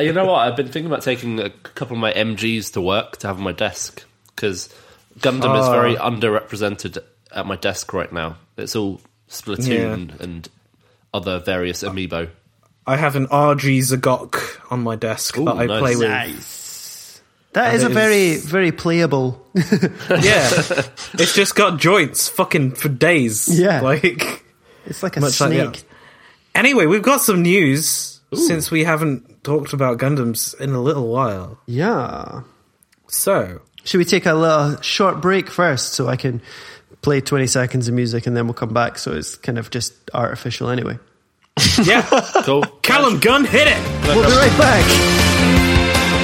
Speaker 3: you know what? I've been thinking about taking a couple of my MGs to work to have on my desk because Gundam is
Speaker 1: Oh.
Speaker 3: very underrepresented at my desk right now. It's all Splatoon and other various amiibo.
Speaker 1: I have an RG Zagok on my desk that I
Speaker 3: nice.
Speaker 1: play with.
Speaker 2: Nice. That is a
Speaker 1: it
Speaker 2: very,
Speaker 1: is-
Speaker 2: very playable.
Speaker 1: Yeah, it's just got joints, fucking for days.
Speaker 2: Yeah.
Speaker 1: like
Speaker 2: It's like a
Speaker 1: Much like the
Speaker 2: snake.
Speaker 1: others. anyway, we've got some news since we haven't talked about Gundams in a little while.
Speaker 2: yeah.
Speaker 1: So
Speaker 2: Should we take a little short break first so I can play 20 seconds of music and then we'll come back? So it's kind of just artificial anyway.
Speaker 1: yeah,
Speaker 3: Cool.
Speaker 1: Callum Gunn hit it.
Speaker 2: We'll be right back.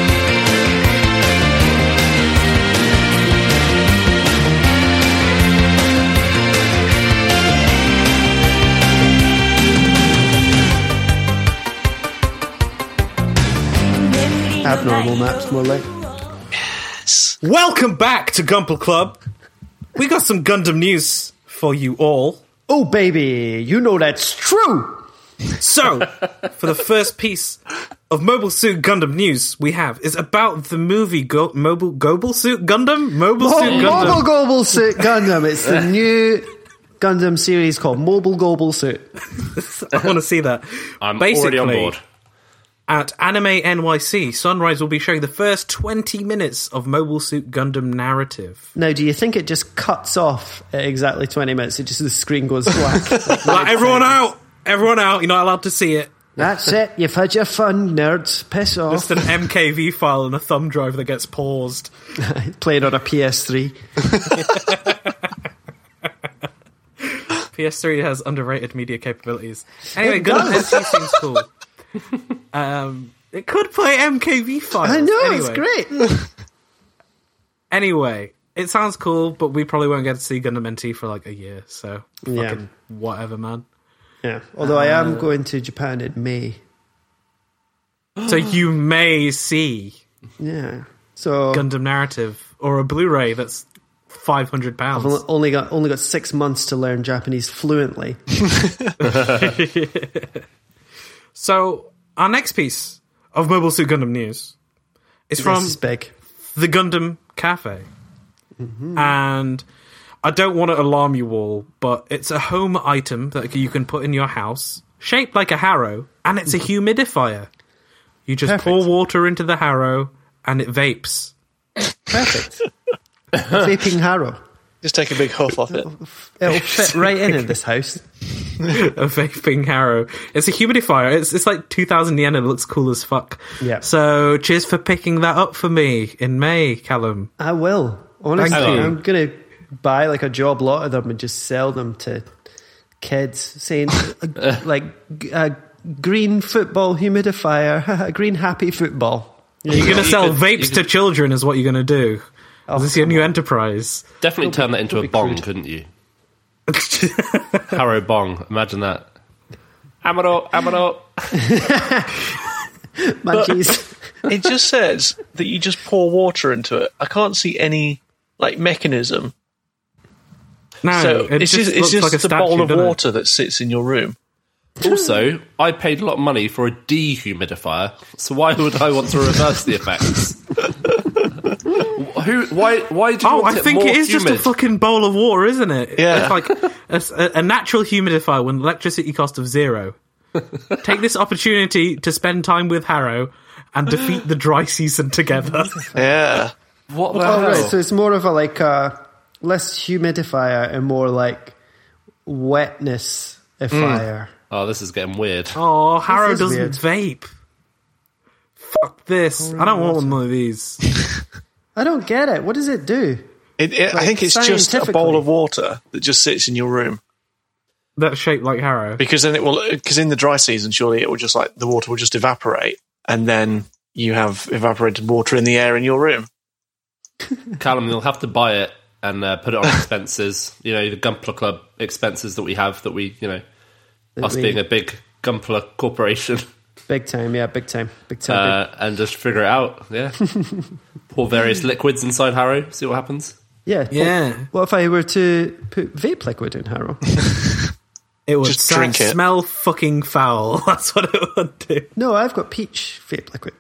Speaker 2: Abnormal maps, more like.
Speaker 1: Welcome back to Gumple Club. We got some Gundam news for you all.
Speaker 2: Oh, baby, you know that's true.
Speaker 1: So, for the first piece of Mobile Suit Gundam news we have is about the movie Go- Mobile Gobble Suit Gundam. Mobile Suit
Speaker 2: Oh,
Speaker 1: Gundam.
Speaker 2: Mobile Gobble Suit Gundam. It's the new Gundam series called Mobile Gobble Suit.
Speaker 1: I want to see that.
Speaker 3: I'm already on board.
Speaker 1: At Anime NYC, Sunrise will be showing the first 20 minutes of Mobile Suit Gundam narrative.
Speaker 2: Now, do you think it just cuts off at exactly 20 minutes? It just the screen goes black.
Speaker 1: Like, everyone out! Everyone out! You're not allowed to see it.
Speaker 2: That's it. You've had your fun, nerds. Piss off.
Speaker 1: Just an MKV file and a thumb drive that gets paused.
Speaker 2: Played on a PS3.
Speaker 1: PS3 has underrated media capabilities. Anyway, Gundam NC seems cool. Um, it could play MKV files.
Speaker 2: I know,
Speaker 1: anyway,
Speaker 2: it's great.
Speaker 1: Anyway, it sounds cool, but we probably won't get to see Gundam NT for like a year. So fucking
Speaker 2: Yeah.
Speaker 1: whatever, man.
Speaker 2: Yeah. Although I am going to Japan in May.
Speaker 1: So you may see
Speaker 2: Yeah. So
Speaker 1: Gundam narrative or a Blu-ray that's five hundred
Speaker 2: I've
Speaker 1: pounds.
Speaker 2: only got only got six months to learn Japanese fluently.
Speaker 1: So our next piece of Mobile Suit Gundam news is from
Speaker 2: this is big.
Speaker 1: the Gundam Cafe. And I don't want to alarm you all, but it's a home item that you can put in your house, shaped like a harrow, and it's a
Speaker 3: Mm-hmm.
Speaker 1: humidifier. You just pour
Speaker 2: Perfect.
Speaker 1: water into the harrow and it vapes.
Speaker 2: Perfect. Vaping Harrow.
Speaker 4: Just take a big huff off it.
Speaker 2: It'll fit right in in this house.
Speaker 1: a vaping harrow. It's a humidifier. It's it's like two thousand yen and it looks cool as fuck.
Speaker 2: Yeah.
Speaker 1: So cheers for picking that up for me in May, Callum.
Speaker 2: I will. Honestly,
Speaker 1: Thank you.
Speaker 2: I'm going to buy like a job lot of them and just sell them to kids saying, like, g- a green football humidifier, a green happy football.
Speaker 1: You're gonna sell
Speaker 3: could- Oh,
Speaker 1: vapes
Speaker 3: you
Speaker 1: to children, is what you're gonna do. is this your new enterprise?
Speaker 3: Definitely turn that into a
Speaker 2: be
Speaker 3: bong,
Speaker 2: crude.
Speaker 3: couldn't you? Harrow bong. Imagine that. Amaro, Amaro.
Speaker 2: Munchies.
Speaker 4: it just says that you just pour water into it. I can't see any like mechanism.
Speaker 1: No,
Speaker 4: so
Speaker 1: it
Speaker 4: it's
Speaker 1: just,
Speaker 4: just, it's
Speaker 1: looks
Speaker 4: just
Speaker 1: like a
Speaker 4: the
Speaker 1: statue,
Speaker 4: bowl of
Speaker 1: doesn't it?
Speaker 4: water that sits in your room.
Speaker 3: Also, I paid a lot of money for a dehumidifier, so why would I want to reverse the effects? Who? Why? Why do you
Speaker 1: Oh,
Speaker 3: want
Speaker 1: I
Speaker 3: it
Speaker 1: think
Speaker 3: more
Speaker 1: it is just
Speaker 3: humid?
Speaker 1: a fucking bowl of water, isn't it?
Speaker 4: Yeah.
Speaker 1: It's like it's a, a natural humidifier with an electricity cost of zero. Take this opportunity to spend time with Harrow and defeat the dry season together.
Speaker 4: Yeah.
Speaker 3: What the
Speaker 2: All
Speaker 1: Oh,
Speaker 3: hell?
Speaker 2: Oh, right, so it's more of a like a less humidifier and more like
Speaker 1: Mm.
Speaker 2: wetnessifier.
Speaker 3: Oh, this is getting weird.
Speaker 1: Oh, Harrow
Speaker 2: is
Speaker 1: doesn't
Speaker 2: weird.
Speaker 1: vape. Fuck this. I don't want one of these.
Speaker 2: I don't get it. What does it do?
Speaker 4: It, it, I think it's just a bowl
Speaker 2: scientifically.
Speaker 4: of water that just sits in your room
Speaker 1: That's shaped like Harrow.
Speaker 4: because then it will because in the dry season surely it will just like the water will just evaporate and then you have evaporated water in the air in your room.
Speaker 3: Callum, you'll have to buy it and uh, put it on expenses. you know, the Gunpla Club expenses that we have that we, you know, us
Speaker 2: we-
Speaker 3: being a big Gunpla corporation,
Speaker 2: Big time, yeah, big time, big time.
Speaker 3: uh, and just figure it out. Yeah. Pour various liquids inside Harrow, see what happens.
Speaker 2: big, yeah,
Speaker 1: Yeah.
Speaker 2: What if I were to put vape liquid in Harrow?
Speaker 1: It would
Speaker 4: Just
Speaker 1: sa-
Speaker 4: drink it.
Speaker 1: smell fucking foul. That's what it would do.
Speaker 2: No, I've got peach vape liquid.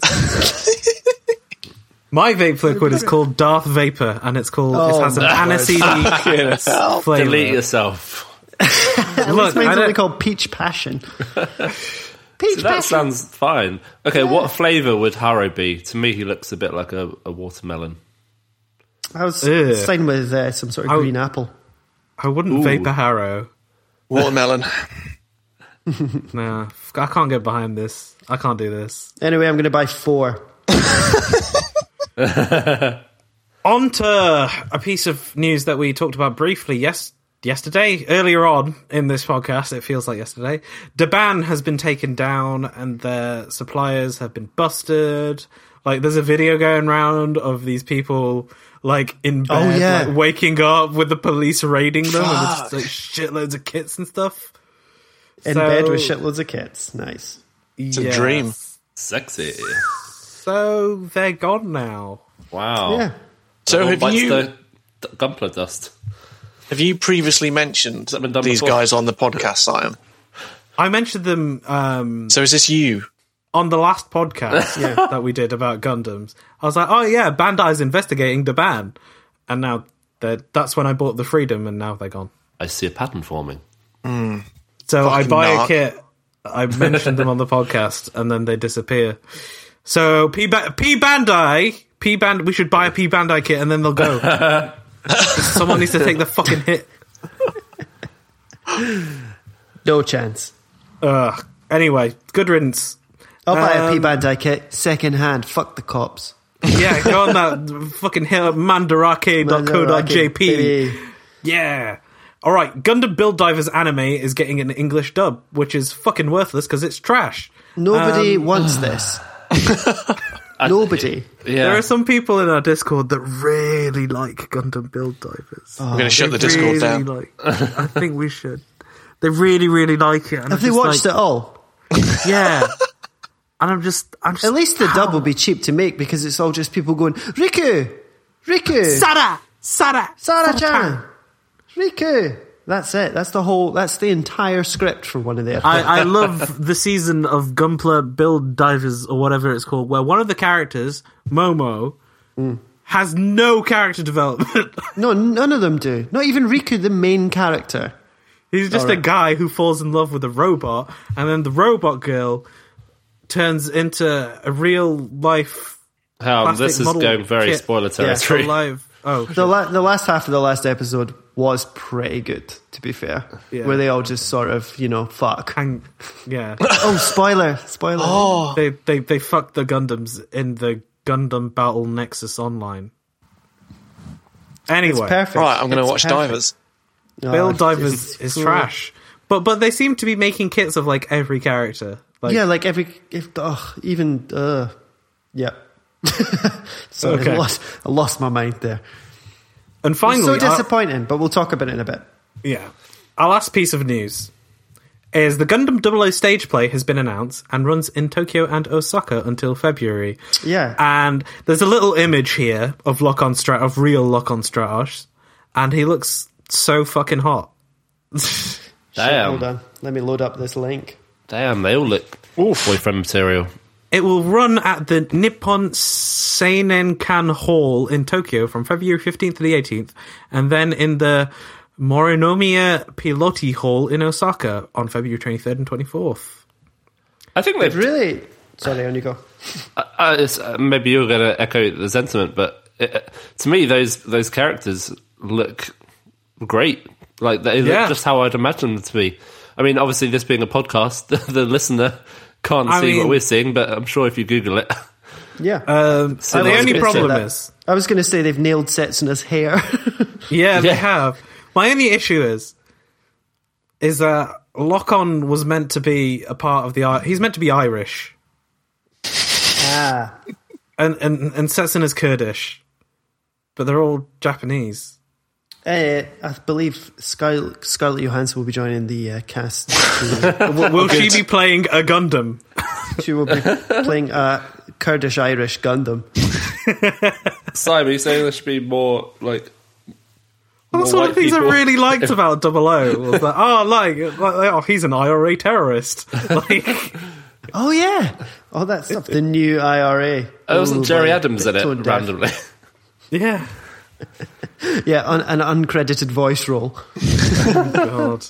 Speaker 1: My vape liquid is called Darth Vapor, and it's called.
Speaker 2: Oh,
Speaker 1: it has an
Speaker 2: my
Speaker 1: aniseed flavor.
Speaker 3: Delete yourself.
Speaker 1: Look, I
Speaker 2: Mine's
Speaker 1: don't,
Speaker 2: only called peach passion. peach
Speaker 3: That
Speaker 2: passion.
Speaker 3: sounds fine. Okay, what flavour would Harrow be? To me, he looks a bit like a, a watermelon.
Speaker 2: I was
Speaker 1: Ugh.
Speaker 2: signed with uh, some sort of
Speaker 1: I'll-
Speaker 2: green apple.
Speaker 1: I wouldn't
Speaker 3: Ooh.
Speaker 1: vape a Harrow.
Speaker 4: Watermelon.
Speaker 1: Nah, f- I can't get behind this. I can't do this.
Speaker 2: Anyway, I'm going to buy four.
Speaker 1: On to a piece of news that we talked about briefly yes yesterday, earlier on in this podcast. It feels like yesterday. Deban has been taken down, and their suppliers have been busted. Like, there's a video going round of these people like in bed,
Speaker 2: Oh, yeah.
Speaker 1: like, waking up with the police raiding them, and there's just like shitloads of kits and stuff.
Speaker 2: In
Speaker 1: So-
Speaker 2: bed with shitloads of kids. Nice.
Speaker 1: It's
Speaker 4: a dream.
Speaker 3: Sexy.
Speaker 1: So they're gone now.
Speaker 3: Wow.
Speaker 2: Yeah.
Speaker 4: So have
Speaker 3: bites
Speaker 4: you
Speaker 3: the d- Gunpla dust?
Speaker 4: have you previously mentioned
Speaker 3: been done
Speaker 4: these
Speaker 3: before?
Speaker 4: guys on the podcast, Simon?
Speaker 1: I mentioned them um,
Speaker 3: Hmm.
Speaker 4: So is this you?
Speaker 1: on the last podcast that we did about Gundams. I was like, oh yeah, Bandai's investigating the ban, and now they're, that's when I bought the freedom, and now they're gone.
Speaker 3: I see a pattern forming.
Speaker 1: So I
Speaker 4: Fucking
Speaker 1: buy
Speaker 4: narc.
Speaker 1: a kit. I mentioned them on the podcast, and then they disappear. So P ba- P Bandai, P Band, we should buy a P Bandai kit, and then they'll go. Someone needs to take the fucking hit.
Speaker 2: No chance.
Speaker 1: Ugh. Anyway, good riddance.
Speaker 2: I'll buy a
Speaker 1: Um,
Speaker 2: P Bandai kit second hand. Fuck the cops.
Speaker 1: Yeah, go on that fucking hit up mandarake.co.jp.
Speaker 2: Baby.
Speaker 1: Yeah. All right, Gundam Build Divers anime is getting an English dub, which is fucking worthless because it's trash.
Speaker 2: Nobody
Speaker 1: um,
Speaker 2: wants this. Nobody.
Speaker 3: Yeah.
Speaker 1: There are some people in our Discord that really like Gundam Build Divers.
Speaker 2: Oh,
Speaker 4: I'm going to shut the Discord
Speaker 1: Oh, really
Speaker 4: down.
Speaker 1: Like, I think we should. They really, really like it. And
Speaker 2: Have they watched it all?
Speaker 1: it? Yeah. And I'm just, I'm just
Speaker 2: At least the dub will be cheap to make because it's all just people going, Riku! Riku!
Speaker 1: Sara, Sara,
Speaker 2: Sarah Chan! Riku! That's it. That's the whole, that's the entire script for one of their.
Speaker 1: I, I love the season of Gunpla Build Divers or whatever it's called, where one of the characters, Momo, has no character development.
Speaker 2: no, none of them do. Not even Riku, the main character.
Speaker 1: He's just a
Speaker 2: Alright.
Speaker 1: guy who falls in love with a robot, and then the robot girl turns into a real life
Speaker 3: Hell,
Speaker 1: plastic
Speaker 3: Oh, this is
Speaker 1: model
Speaker 3: going very
Speaker 1: kit.
Speaker 3: spoiler territory.
Speaker 1: alive. Oh,
Speaker 2: The, la- the last half of the last episode was pretty good, to be fair. Where they all just sort of, you know, fuck.
Speaker 1: Hang, yeah.
Speaker 2: Oh, spoiler, spoiler.
Speaker 1: they they they fucked the Gundams in the Gundam Battle Nexus Online. Anyway,
Speaker 2: perfect.
Speaker 4: Right, I'm going to
Speaker 2: It's
Speaker 4: watch
Speaker 2: perfect.
Speaker 4: Divers.
Speaker 2: Oh,
Speaker 1: Bill
Speaker 2: it's-
Speaker 1: Divers
Speaker 2: it's
Speaker 1: is
Speaker 2: cool.
Speaker 1: trash, but but they seem to be making kits of like every character. Like,
Speaker 2: yeah, like every if oh, even uh, yeah. so
Speaker 1: Okay.
Speaker 2: I lost I lost my mind there.
Speaker 1: and finally,
Speaker 2: so
Speaker 1: I-
Speaker 2: disappointing, but we'll talk about it in a bit.
Speaker 1: Yeah. Our last piece of news is the Gundam 00 stage play has been announced and runs in Tokyo and Osaka until February.
Speaker 2: Yeah.
Speaker 1: And there's a little image here of Lokon Strat of real Lokon Stratosh, and he looks so fucking hot.
Speaker 2: Shit,
Speaker 3: Damn.
Speaker 2: hold on. Let me load up this link.
Speaker 3: Damn, they all look boyfriend material.
Speaker 1: It will run at the Nippon Seinen-kan Hall in Tokyo from February 15th to the 18th, and then in the Morinomiya Piloti Hall in Osaka on February 23rd and 24th.
Speaker 3: I think they've
Speaker 2: Really? Sorry, on you go.
Speaker 3: Uh, it's, uh, maybe you're going to echo the sentiment, but it, uh, to me, those those characters look great. Like they
Speaker 1: Yeah.
Speaker 3: look just how I'd imagine them to be. I mean, obviously, this being a podcast, the, listener can't
Speaker 1: I
Speaker 3: see
Speaker 1: mean-
Speaker 3: what we're seeing, but I'm sure if you Google it,
Speaker 2: Yeah.
Speaker 1: Um,
Speaker 3: So
Speaker 1: the
Speaker 3: that's
Speaker 1: only
Speaker 3: good.
Speaker 1: problem
Speaker 2: That-
Speaker 1: is,
Speaker 2: I was going to say they've nailed Setsuna's hair.
Speaker 1: yeah, they
Speaker 3: Yeah.
Speaker 1: have. My only issue is, is that Lock-On was meant to be a part of the. I- He's meant to be Irish,
Speaker 2: ah.
Speaker 1: and and and Setsun is Kurdish, but they're all Japanese.
Speaker 3: Uh,
Speaker 2: Eh, I believe Scar- Scarlett Johansson will be joining the uh, cast.
Speaker 1: Will she be playing a Gundam?
Speaker 2: she will be playing a Kurdish Irish Gundam.
Speaker 3: Simon, you saying there should be more like
Speaker 1: That's
Speaker 3: More
Speaker 1: one of the
Speaker 3: white
Speaker 1: things
Speaker 3: people.
Speaker 1: I really liked about Double O. Was that, oh, like, like, oh, he's an IRA terrorist. Like,
Speaker 2: Oh yeah, all that stuff. The new IRA.
Speaker 3: oh, wasn't
Speaker 2: Ooh,
Speaker 3: Jerry
Speaker 2: man.
Speaker 3: Adams in it
Speaker 2: Tone deaf.
Speaker 3: randomly?
Speaker 1: yeah.
Speaker 2: Yeah, un- an uncredited voice role.
Speaker 1: God.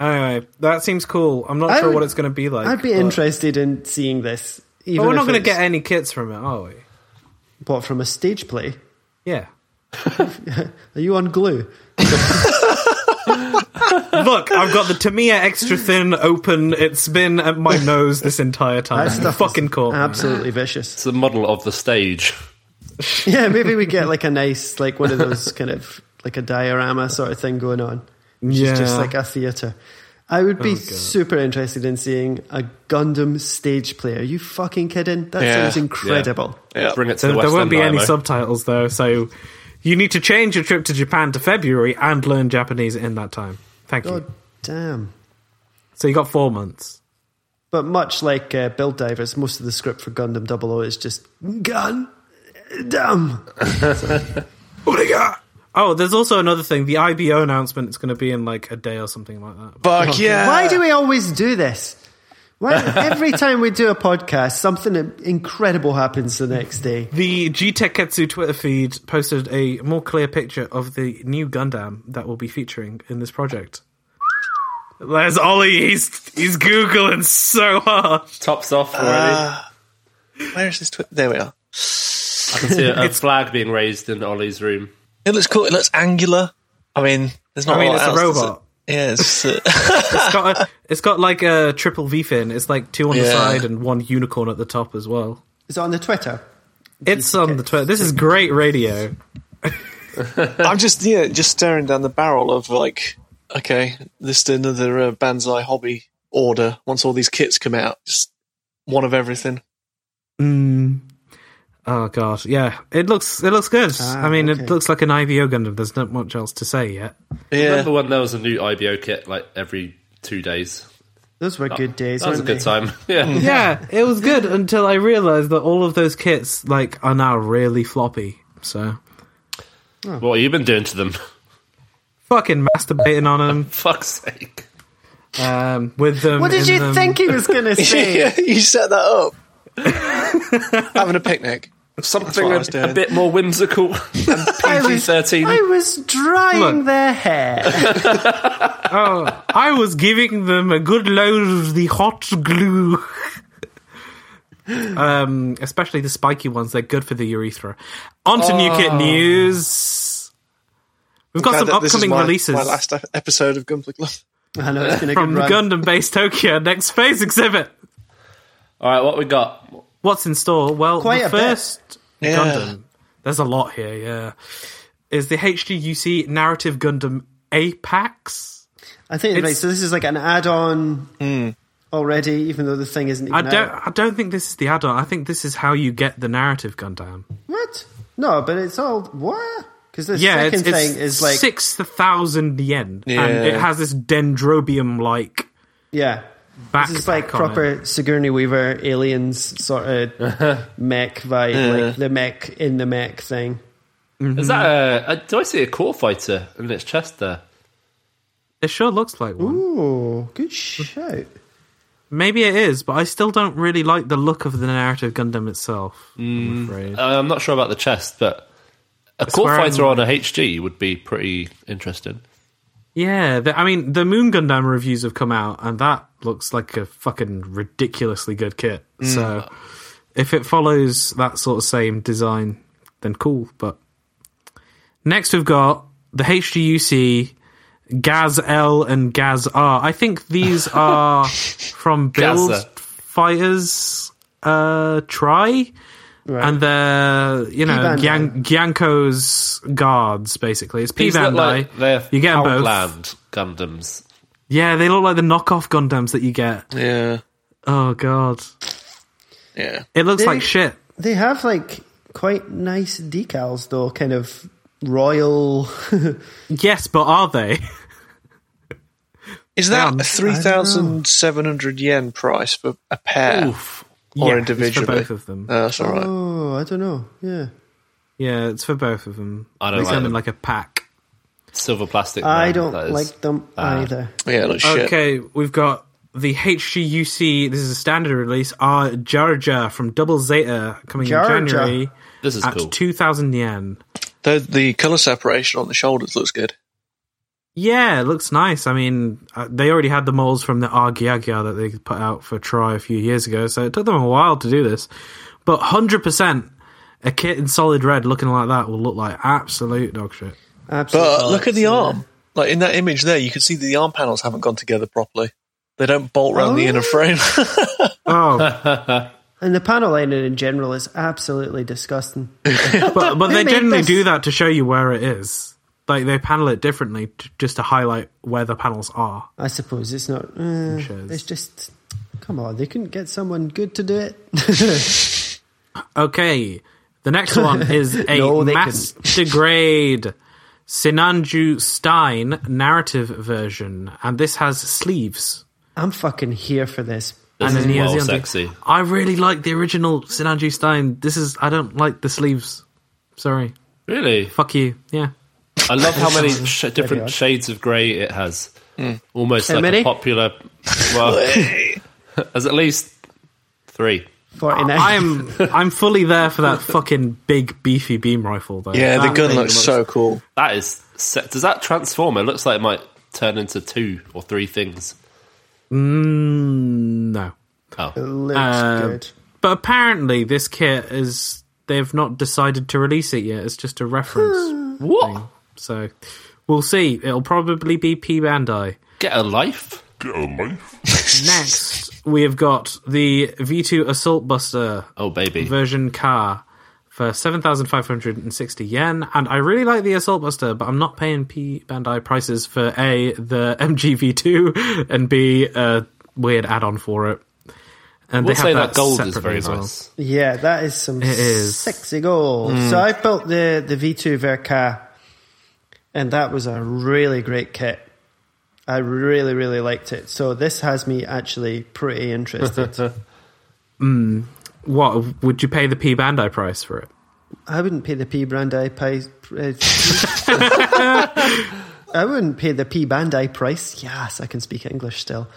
Speaker 1: Anyway, that seems cool. I'm not
Speaker 2: I
Speaker 1: sure what
Speaker 2: would-
Speaker 1: it's going to be like.
Speaker 2: I'd be
Speaker 1: but-
Speaker 2: interested in seeing this. Even
Speaker 1: But we're not
Speaker 2: if
Speaker 1: going to
Speaker 2: it's
Speaker 1: get any kits from it, are we?
Speaker 2: bought from a stage play.
Speaker 1: Yeah.
Speaker 2: Are you on glue?
Speaker 1: Look, I've got the Tamiya extra thin open. It's been at my nose this entire time.
Speaker 2: That stuff
Speaker 1: fucking
Speaker 2: is
Speaker 1: cool.
Speaker 2: Absolutely vicious.
Speaker 3: it's the model of the stage.
Speaker 2: Yeah, maybe we get like a nice, like one of those kind of like a diorama sort of thing going on. Which
Speaker 1: Yeah.
Speaker 2: is just like a theater. I would be super interested in seeing a Gundam stage play. Are you fucking kidding? That
Speaker 4: Yeah.
Speaker 2: sounds incredible.
Speaker 4: Yeah.
Speaker 3: Bring it to
Speaker 1: there,
Speaker 3: the
Speaker 1: there
Speaker 3: West
Speaker 1: won't be
Speaker 3: End,
Speaker 1: any
Speaker 3: IMO.
Speaker 1: subtitles though, so you need to change your trip to Japan to February and learn Japanese in that time. Thank
Speaker 2: God
Speaker 1: you.
Speaker 2: damn.
Speaker 1: So you got four months.
Speaker 2: But much like uh, Build Divers, most of the script for Gundam 00 is just gun. Damn.
Speaker 1: Oh, there's also another thing. The IBO announcement is going to be in like a day or something like that.
Speaker 4: Fuck yeah.
Speaker 2: Why do we always do this? Why every time we do a podcast, something incredible happens the next day?
Speaker 1: The G Teketsu Twitter feed posted a more clear picture of the new Gundam that will be featuring in this project. There's Ollie. He's he's googling so hard.
Speaker 3: Tops off already.
Speaker 4: Where is this? Twi- there we are.
Speaker 3: I can see a, a flag being raised in Ollie's room.
Speaker 4: It looks cool. It looks angular. I mean, there's not.
Speaker 1: I mean,
Speaker 4: lot
Speaker 1: it's a
Speaker 4: else, is
Speaker 1: robot.
Speaker 4: it? Yeah, it's, uh,
Speaker 1: It's got a, it's got like a triple V fin. It's like two on the
Speaker 4: Yeah.
Speaker 1: side and one unicorn at the top as well.
Speaker 2: Is it on the Twitter?
Speaker 1: It's on the Twitter. This is great radio.
Speaker 4: I'm just yeah, just staring down the barrel of like, okay, this is another uh, Banzai hobby order. Once all these kits come out, just one of everything.
Speaker 1: Oh god, yeah. It looks it looks good. I mean,
Speaker 2: Ah, okay.
Speaker 1: it looks like an IVO Gundam. There's not much else to say yet.
Speaker 4: Yeah,
Speaker 3: Remember when there was a new IBO kit like every two days?
Speaker 2: Those were good days.
Speaker 3: That was a
Speaker 2: weren't
Speaker 3: good
Speaker 2: they?
Speaker 3: time. Yeah.
Speaker 1: yeah, it was good until I realized that all of those kits like are now really floppy. So
Speaker 3: What have you been doing to them?
Speaker 1: fucking masturbating on them
Speaker 3: Fuck's sake.
Speaker 1: um, with them.
Speaker 2: What did
Speaker 1: in
Speaker 2: you
Speaker 1: them.
Speaker 2: think he was going to say?
Speaker 4: yeah, you set that up. Having a picnic.
Speaker 3: Something
Speaker 4: what I was
Speaker 3: a,
Speaker 4: doing.
Speaker 3: a bit more whimsical.
Speaker 2: I was, I
Speaker 3: PG-13.
Speaker 2: was drying
Speaker 1: Look.
Speaker 2: their hair.
Speaker 1: Oh, I was giving them a good load of the hot glue. um, especially the spiky ones. They're good for the urethra. On to new kit news. We've got
Speaker 4: Oh. Glad
Speaker 1: some
Speaker 4: that this is
Speaker 1: upcoming
Speaker 4: my-
Speaker 1: releases
Speaker 4: My last e- episode of Gunpla Club.
Speaker 2: I know it's been a good
Speaker 1: from
Speaker 2: run.
Speaker 1: Gundam Base Tokyo Next Phase exhibit.
Speaker 3: All right, what we got?
Speaker 1: What's in store? Well,
Speaker 2: Quite
Speaker 1: the
Speaker 2: a bit.
Speaker 1: first
Speaker 4: Yeah.
Speaker 1: Gundam. There's a lot here. Yeah, is the HGUC narrative Gundam Apex?
Speaker 2: I think right,
Speaker 1: It's- Hmm.
Speaker 2: so. This is like an add-on already, even though the thing isn't. Even
Speaker 1: I don't.
Speaker 2: Out.
Speaker 1: I don't think this is the add-on. I think this is how you get the narrative Gundam.
Speaker 2: What? No, but it's all what? Because the
Speaker 1: Yeah,
Speaker 2: second
Speaker 1: it's, it's
Speaker 2: thing is like
Speaker 1: six thousand yen, and it
Speaker 4: Yeah.
Speaker 1: has this dendrobium-like
Speaker 2: yeah.
Speaker 1: back.
Speaker 2: This is like proper Sigourney Weaver aliens sort of mech vibe, like the mech in the mech thing.
Speaker 3: Is that a, a? Do I see a core fighter in its chest there?
Speaker 1: It sure looks like one.
Speaker 2: Ooh, good shout.
Speaker 1: Maybe it is, but I still don't really like the look of the narrative Gundam itself. I'm afraid.
Speaker 3: Uh, I'm not sure about the chest, but a core
Speaker 1: wearing-
Speaker 3: fighter on a HG would be pretty interesting.
Speaker 1: Yeah, the, I mean, the Moon Gundam reviews have come out, and that looks like a fucking ridiculously good kit. So, if it follows that sort of same design, then cool. But next, we've got the HGUC Gaz L and Gaz R. I think these are from Build
Speaker 3: Gaza.
Speaker 1: Fighters uh, Try,
Speaker 2: Right.
Speaker 1: and they're you know
Speaker 2: P-Bandai.
Speaker 1: Gyan- Gyanko's guards basically. It's P
Speaker 3: These
Speaker 1: Bandai.
Speaker 3: look like they're
Speaker 1: you get 'em both.
Speaker 3: Poundland Gundams.
Speaker 1: Yeah, they look like the knockoff Gundams that you get.
Speaker 4: Yeah,
Speaker 1: Oh god,
Speaker 4: yeah.
Speaker 1: it looks
Speaker 2: They-
Speaker 1: like shit.
Speaker 2: They have like quite nice decals though, kind of royal.
Speaker 1: Yes, but are they?
Speaker 4: Is that a three thousand seven hundred yen price for a pair or
Speaker 1: yeah,
Speaker 4: individually?
Speaker 1: it's for both of them.
Speaker 4: Uh, that's all right.
Speaker 2: oh, I don't know. Yeah,
Speaker 1: yeah, it's for both of them.
Speaker 3: I don't
Speaker 1: they
Speaker 3: like
Speaker 1: send them
Speaker 3: them.
Speaker 1: like a pack.
Speaker 3: Silver plastic.
Speaker 2: I
Speaker 3: man,
Speaker 2: don't
Speaker 3: that is-
Speaker 2: like them either.
Speaker 4: yeah, that's shit.
Speaker 1: Okay, we've got the HGUC. This is a standard release. Are Jarja from Double Zeta coming in
Speaker 2: Jarja.
Speaker 1: January
Speaker 3: This is
Speaker 1: at
Speaker 3: cool.
Speaker 1: two thousand yen.
Speaker 4: The the color separation on the shoulders looks good.
Speaker 1: Yeah, it looks nice. I mean, uh, they already had the molds from the Argyagia that they put out for Try a few years ago, so it took them a while to do this. But 100%, a kit in solid red looking like that will look like absolute dog shit.
Speaker 2: Absolutely.
Speaker 4: But look at the arm. Like in that image there, you can see that the arm panels haven't gone together properly. They don't bolt round the inner frame.
Speaker 1: Oh,
Speaker 2: And the panel liner in general is absolutely disgusting.
Speaker 1: but, but they
Speaker 2: made
Speaker 1: generally
Speaker 2: this?
Speaker 1: do that to show you where it is. Like, they panel it differently t- just to highlight where the panels are.
Speaker 2: I suppose it's not. Uh,
Speaker 1: shows.
Speaker 2: it's just. Come on, they couldn't get someone good to do it.
Speaker 1: Okay, the next one is a
Speaker 2: No, they
Speaker 1: master grade Sinanju Stein narrative version, and this has sleeves.
Speaker 2: I'm fucking here for this.
Speaker 3: This
Speaker 1: and
Speaker 3: is
Speaker 1: then he has
Speaker 3: well
Speaker 1: the under-
Speaker 3: sexy.
Speaker 1: I really like the original Sinanju Stein. This is I don't like the sleeves. Sorry,
Speaker 3: Really,
Speaker 1: fuck you. Yeah,
Speaker 3: I love how many sh- different
Speaker 2: odd.
Speaker 3: shades of grey it has. Almost
Speaker 2: How
Speaker 3: like
Speaker 2: many?
Speaker 3: a popular. Well, there's at least three.
Speaker 2: 49.
Speaker 1: I'm I'm fully there for that fucking big beefy beam rifle though.
Speaker 4: yeah, the
Speaker 1: That
Speaker 4: gun
Speaker 1: thing
Speaker 4: looks so cool.
Speaker 3: That is. se- Does that transform? It looks like it might turn into two or three things.
Speaker 1: Mm, No,
Speaker 3: Oh,
Speaker 2: Looks
Speaker 1: uh,
Speaker 2: good.
Speaker 1: but apparently this kit is they've not decided to release it yet. It's just a reference.
Speaker 3: what?
Speaker 1: so we'll see. It'll probably be P Bandai.
Speaker 3: Get a life.
Speaker 1: Next, we have got the V2 Assault Buster
Speaker 3: Oh baby.
Speaker 1: version car for 7,560 yen. And I really like the Assault Buster, but I'm not paying P Bandai prices for A, the MGV2, and B, a weird add on for it. And
Speaker 3: We'll
Speaker 1: they
Speaker 3: say
Speaker 1: have
Speaker 3: that gold is
Speaker 1: separately
Speaker 3: very
Speaker 1: as well.
Speaker 3: nice.
Speaker 2: Yeah, that is some
Speaker 1: is.
Speaker 2: sexy gold. So I built the, the V2 Verca, and that was a really great kit. I really, really liked it. So this has me actually pretty interested.
Speaker 1: What, would you pay the P Bandai price for it?
Speaker 2: I wouldn't pay the P Bandai price. I wouldn't pay the P Bandai price. Yes, I can speak English still.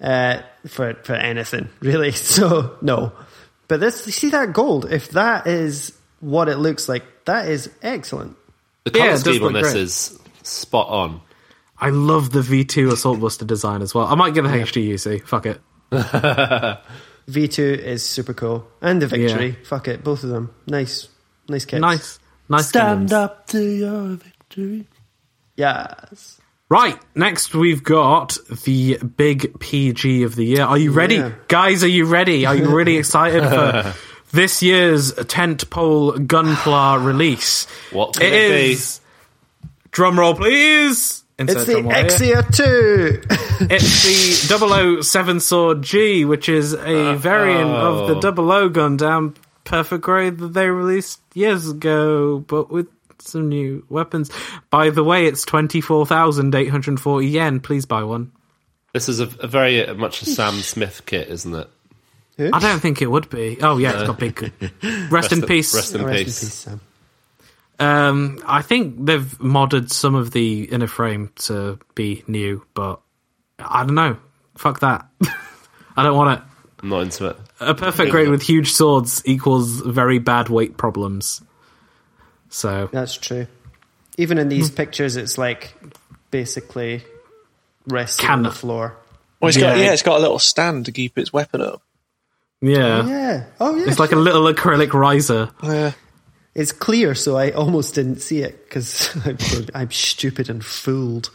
Speaker 2: Uh, for for anything really. So no, but this you see that gold. If that is what it looks like, that is excellent.
Speaker 3: The
Speaker 1: Yeah,
Speaker 3: colour
Speaker 1: it does
Speaker 3: scheme on
Speaker 1: look
Speaker 3: this
Speaker 1: great.
Speaker 3: is spot on.
Speaker 1: I love the V2 Assault Buster design as well. I might get the HDUC. Fuck it.
Speaker 2: V two is super cool, and the victory. Fuck it, both of them. Nice, nice kits.
Speaker 1: Nice. Nice. Stand
Speaker 3: up to your victory.
Speaker 2: Yes.
Speaker 1: Right, next we've got the big PG of the year. Are you ready?
Speaker 2: Yeah.
Speaker 1: Guys, are you ready? Are you really excited for this year's tentpole Gunpla release?
Speaker 3: What could
Speaker 1: It
Speaker 3: it be?
Speaker 1: is. Drum roll, please. Insert
Speaker 2: It's the
Speaker 1: drum roll here.
Speaker 2: Exia 2.
Speaker 1: It's the 007 Sword G, which is a variant of the 00 Gundam Perfect Grade that they released years ago, but with some new weapons. By the way, it's 24,840 yen. Please buy one.
Speaker 3: This is a, a very uh, much a Sam Smith kit, isn't it?
Speaker 1: I don't think it would be. Oh, yeah, it's got big. Rest in peace.
Speaker 3: Rest in
Speaker 2: Rest in
Speaker 3: peace.
Speaker 2: peace, Sam.
Speaker 1: Um, I think they've modded some of the inner frame to be new, but I don't know. Fuck that. I don't want it.
Speaker 3: I'm not into it.
Speaker 1: A perfect grade with huge swords equals very bad weight problems. So
Speaker 2: That's true. Even in
Speaker 1: Hmm.
Speaker 2: these pictures, it's like basically resting on the
Speaker 1: Cannot.
Speaker 2: floor.
Speaker 4: Well, it's got
Speaker 1: Yeah.
Speaker 4: yeah, it's got a little stand to keep its weapon up.
Speaker 1: yeah.
Speaker 2: Yeah. Oh, yeah.
Speaker 1: It's like a little acrylic riser.
Speaker 4: Yeah.
Speaker 2: It's clear, so I almost didn't see it because I'm, I'm stupid and fooled.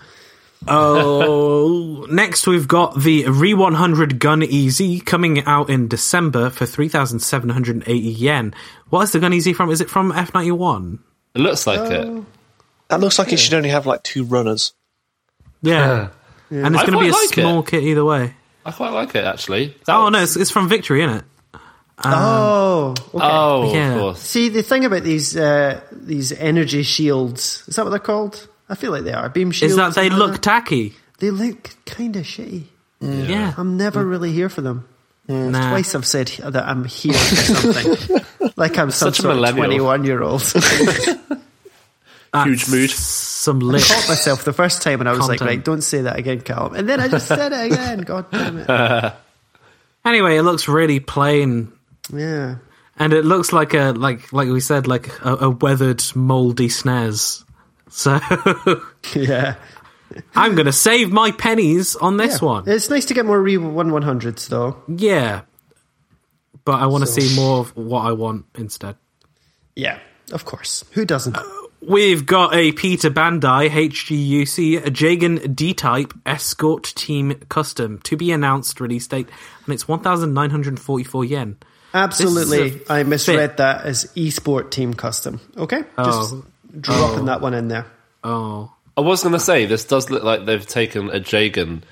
Speaker 1: Oh, next we've got the Re 100 Gun EZ coming out in December for 3,780 yen. What is the Gun EZ from? Is it from F91?
Speaker 3: It looks like
Speaker 1: Uh,
Speaker 3: it.
Speaker 4: That looks like it should only have like two runners.
Speaker 1: Yeah. And it's
Speaker 3: I
Speaker 1: going to be a
Speaker 3: quite like
Speaker 1: small kit either way.
Speaker 3: I quite like it actually.
Speaker 1: Oh, no, it's, it's from Victory, isn't it? Um,
Speaker 2: oh, okay.
Speaker 3: Oh,
Speaker 1: Yeah.
Speaker 3: of course.
Speaker 2: See the thing about these uh, these energy shields is that what they're called? I feel like they are beam shields.
Speaker 1: Is that they
Speaker 2: something
Speaker 1: look
Speaker 2: like
Speaker 1: tacky?
Speaker 2: that. they look kind of shitty.
Speaker 1: Yeah.
Speaker 2: I'm never really here for them.
Speaker 1: Nah.
Speaker 2: Twice I've said h- that I'm here for something, like I'm some
Speaker 3: Such a
Speaker 2: sort of
Speaker 3: millennial.
Speaker 2: twenty-one year old.
Speaker 3: Huge mood.
Speaker 1: Some lit.
Speaker 2: Caught myself the first time, and I was like,
Speaker 1: Content.
Speaker 2: "Right, don't say that again, Callum." And then I just said it again. God damn it!
Speaker 1: Anyway, it looks really plain
Speaker 2: Yeah.
Speaker 1: and it looks like a like like we said like a, a weathered moldy snares so
Speaker 2: Yeah,
Speaker 1: i'm gonna save my pennies on this
Speaker 2: Yeah.
Speaker 1: one
Speaker 2: It's nice to get more re one one hundreds though.
Speaker 1: yeah but i want to see more of what i want instead
Speaker 2: Yeah, of course. Who doesn't?
Speaker 1: We've got a Peter Bandai HGUC a Jagan D Type Escort Team Custom to be announced release date, and it's 1,944 yen.
Speaker 2: Uh, Absolutely.
Speaker 1: This is a
Speaker 2: I misread
Speaker 1: fit.
Speaker 2: that as esport team custom. Okay.
Speaker 1: Oh.
Speaker 2: Just dropping that one in there.
Speaker 1: Oh,
Speaker 3: I was going to say this does look like they've taken a Jagan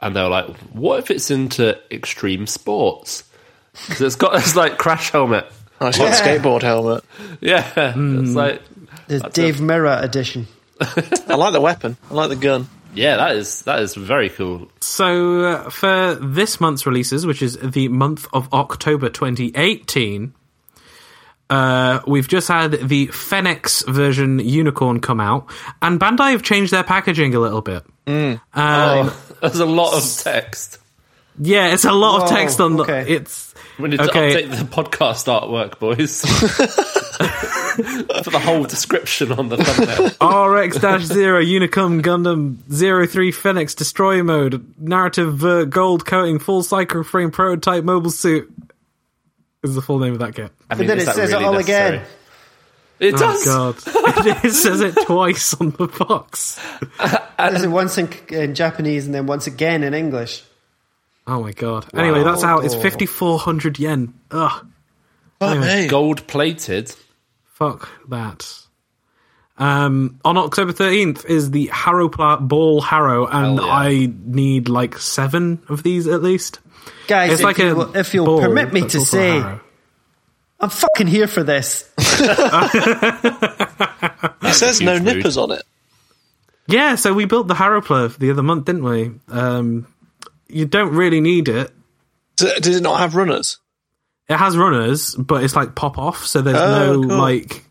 Speaker 3: and they're like, what if it's into extreme sports? 'Cause it's got this like crash helmet.
Speaker 4: Oh, it's got
Speaker 2: Yeah.
Speaker 4: a skateboard helmet.
Speaker 3: Yeah,
Speaker 1: Hmm.
Speaker 3: it's like
Speaker 2: The Dave Mirra edition.
Speaker 4: I like the weapon. I like the gun.
Speaker 3: yeah, that is that is very cool.
Speaker 1: So, uh, for this month's releases, which is the month of October 2018, uh, we've just had the Fenix version Unicorn come out, and Bandai have changed their packaging a little bit.
Speaker 3: Oh, there's a lot of text.
Speaker 1: Yeah, it's a lot of
Speaker 2: Whoa,
Speaker 1: text on the.
Speaker 2: okay.
Speaker 1: It's
Speaker 3: We need to
Speaker 1: Okay.
Speaker 3: update the podcast artwork, boys, for the whole description on the thumbnail.
Speaker 2: Oh,
Speaker 1: RX 0 Unicum Gundam 03 Fenix Destroy Mode Narrative Vert Gold Coating Full Cycle Frame Prototype Mobile Suit is the full name of that kit.
Speaker 3: I mean,
Speaker 2: then
Speaker 3: is
Speaker 2: it
Speaker 3: that
Speaker 2: says it
Speaker 3: really
Speaker 2: all
Speaker 3: necessary?
Speaker 2: again.
Speaker 3: It
Speaker 1: Oh
Speaker 3: does.
Speaker 1: god. it says it twice on the box.
Speaker 2: As in once in, in Japanese and then once again in English.
Speaker 1: Oh my god. Anyway, that's out. It's 5400 yen. Ugh.
Speaker 4: Fuck me.
Speaker 3: Gold plated.
Speaker 1: Fuck that. Um, on October 13th is the Harrow Pla- Ball Harrow, and
Speaker 3: Hell yeah.
Speaker 1: I need like seven of these at least.
Speaker 2: Guys,
Speaker 1: It's
Speaker 2: if,
Speaker 1: like
Speaker 2: you
Speaker 1: a
Speaker 2: will, if you'll
Speaker 1: ball,
Speaker 2: permit me
Speaker 1: but
Speaker 2: to
Speaker 1: also a
Speaker 2: say,
Speaker 1: harrow.
Speaker 2: I'm fucking here for this.
Speaker 4: It says no
Speaker 3: huge mood.
Speaker 4: nippers on it.
Speaker 1: Yeah, so we built the Harrowpler the other month, didn't we? Um, you don't really need it.
Speaker 4: Does it- does it not have runners?
Speaker 1: It has runners, but it's like pop off, so there's
Speaker 4: Oh,
Speaker 1: no
Speaker 4: cool.
Speaker 1: like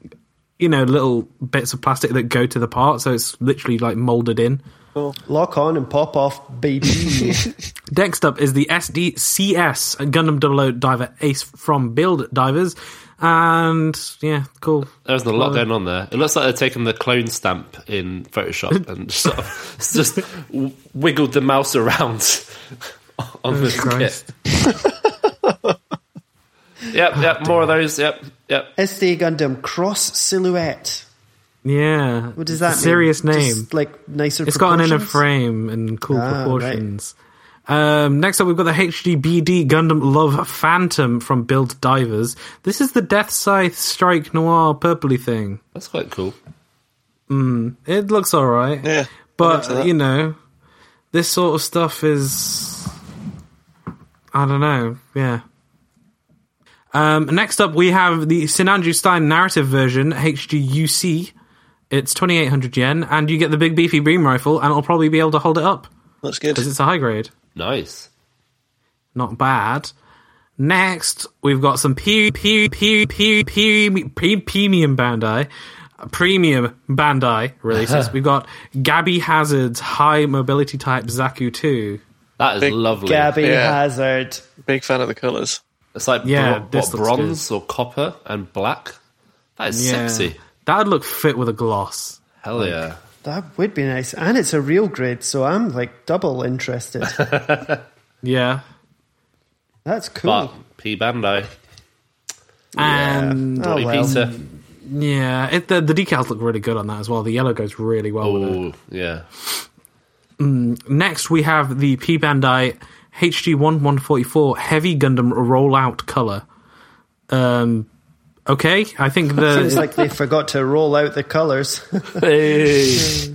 Speaker 1: you know little bits of plastic that go to the part, so it's literally like molded in.
Speaker 2: Lock on and pop off, baby.
Speaker 1: Next up is the SDCS Gundam 00 Diver Ace from Build Divers, and yeah, cool.
Speaker 3: There's a lot going on there. It looks like they're taking the clone stamp in Photoshop and just sort of just w- wiggled the mouse around on this
Speaker 1: Oh, Christ.
Speaker 3: kit. Yep, yep, more of those. Yep, yep.
Speaker 2: SD Gundam Cross Silhouette.
Speaker 1: Yeah.
Speaker 2: What does that mean?
Speaker 1: Serious name.
Speaker 2: Just, like nicer.
Speaker 1: It's got an inner
Speaker 2: proportions?
Speaker 1: frame and cool
Speaker 2: Ah, right.
Speaker 1: proportions. Um, next up, we've got the HDBD Gundam Love Phantom from Build Divers. This is the Death Scythe Strike Noir purpley thing.
Speaker 3: That's quite cool.
Speaker 1: It looks alright.
Speaker 4: Yeah.
Speaker 1: But,
Speaker 4: into that.
Speaker 1: you know, this sort of stuff is. I don't know. Yeah. Um, next up, we have the Sinanju Stein narrative version, HGUC. It's 2800 yen, and you get the big beefy beam rifle, and it'll probably be able to hold it up
Speaker 4: That's good.
Speaker 1: because it's a high grade.
Speaker 3: Nice.
Speaker 1: Not bad. Next, we've got some pe- pe- pe- pe- pe- pe- premium Bandai. Premium Bandai releases. We've got Gabby Hazard's high mobility type Zaku 2.
Speaker 3: That is
Speaker 4: Big
Speaker 3: lovely.
Speaker 2: Gabby
Speaker 4: Yeah.
Speaker 2: Hazard.
Speaker 4: Big fan of the colours.
Speaker 3: It's like
Speaker 1: Yeah,
Speaker 3: bro- what,
Speaker 1: this looks
Speaker 3: bronze or copper and black. That is sexy.
Speaker 1: That would look fit with a gloss.
Speaker 3: Hell yeah.
Speaker 2: That would be nice, and it's a real grade, so I'm like double interested.
Speaker 1: Yeah.
Speaker 2: That's cool.
Speaker 3: But P Bandai.
Speaker 1: And
Speaker 2: Oh,
Speaker 3: Bloody
Speaker 2: well.
Speaker 3: pizza.
Speaker 1: yeah, it, the, the decals look really good on that as well. The yellow goes really well with it.
Speaker 3: Oh yeah.
Speaker 1: Next, we have the P Bandai HG1144 Heavy Gundam Rollout Color. Um, okay, I think
Speaker 2: Seems
Speaker 1: the
Speaker 2: like they forgot to roll out the colours.
Speaker 3: what is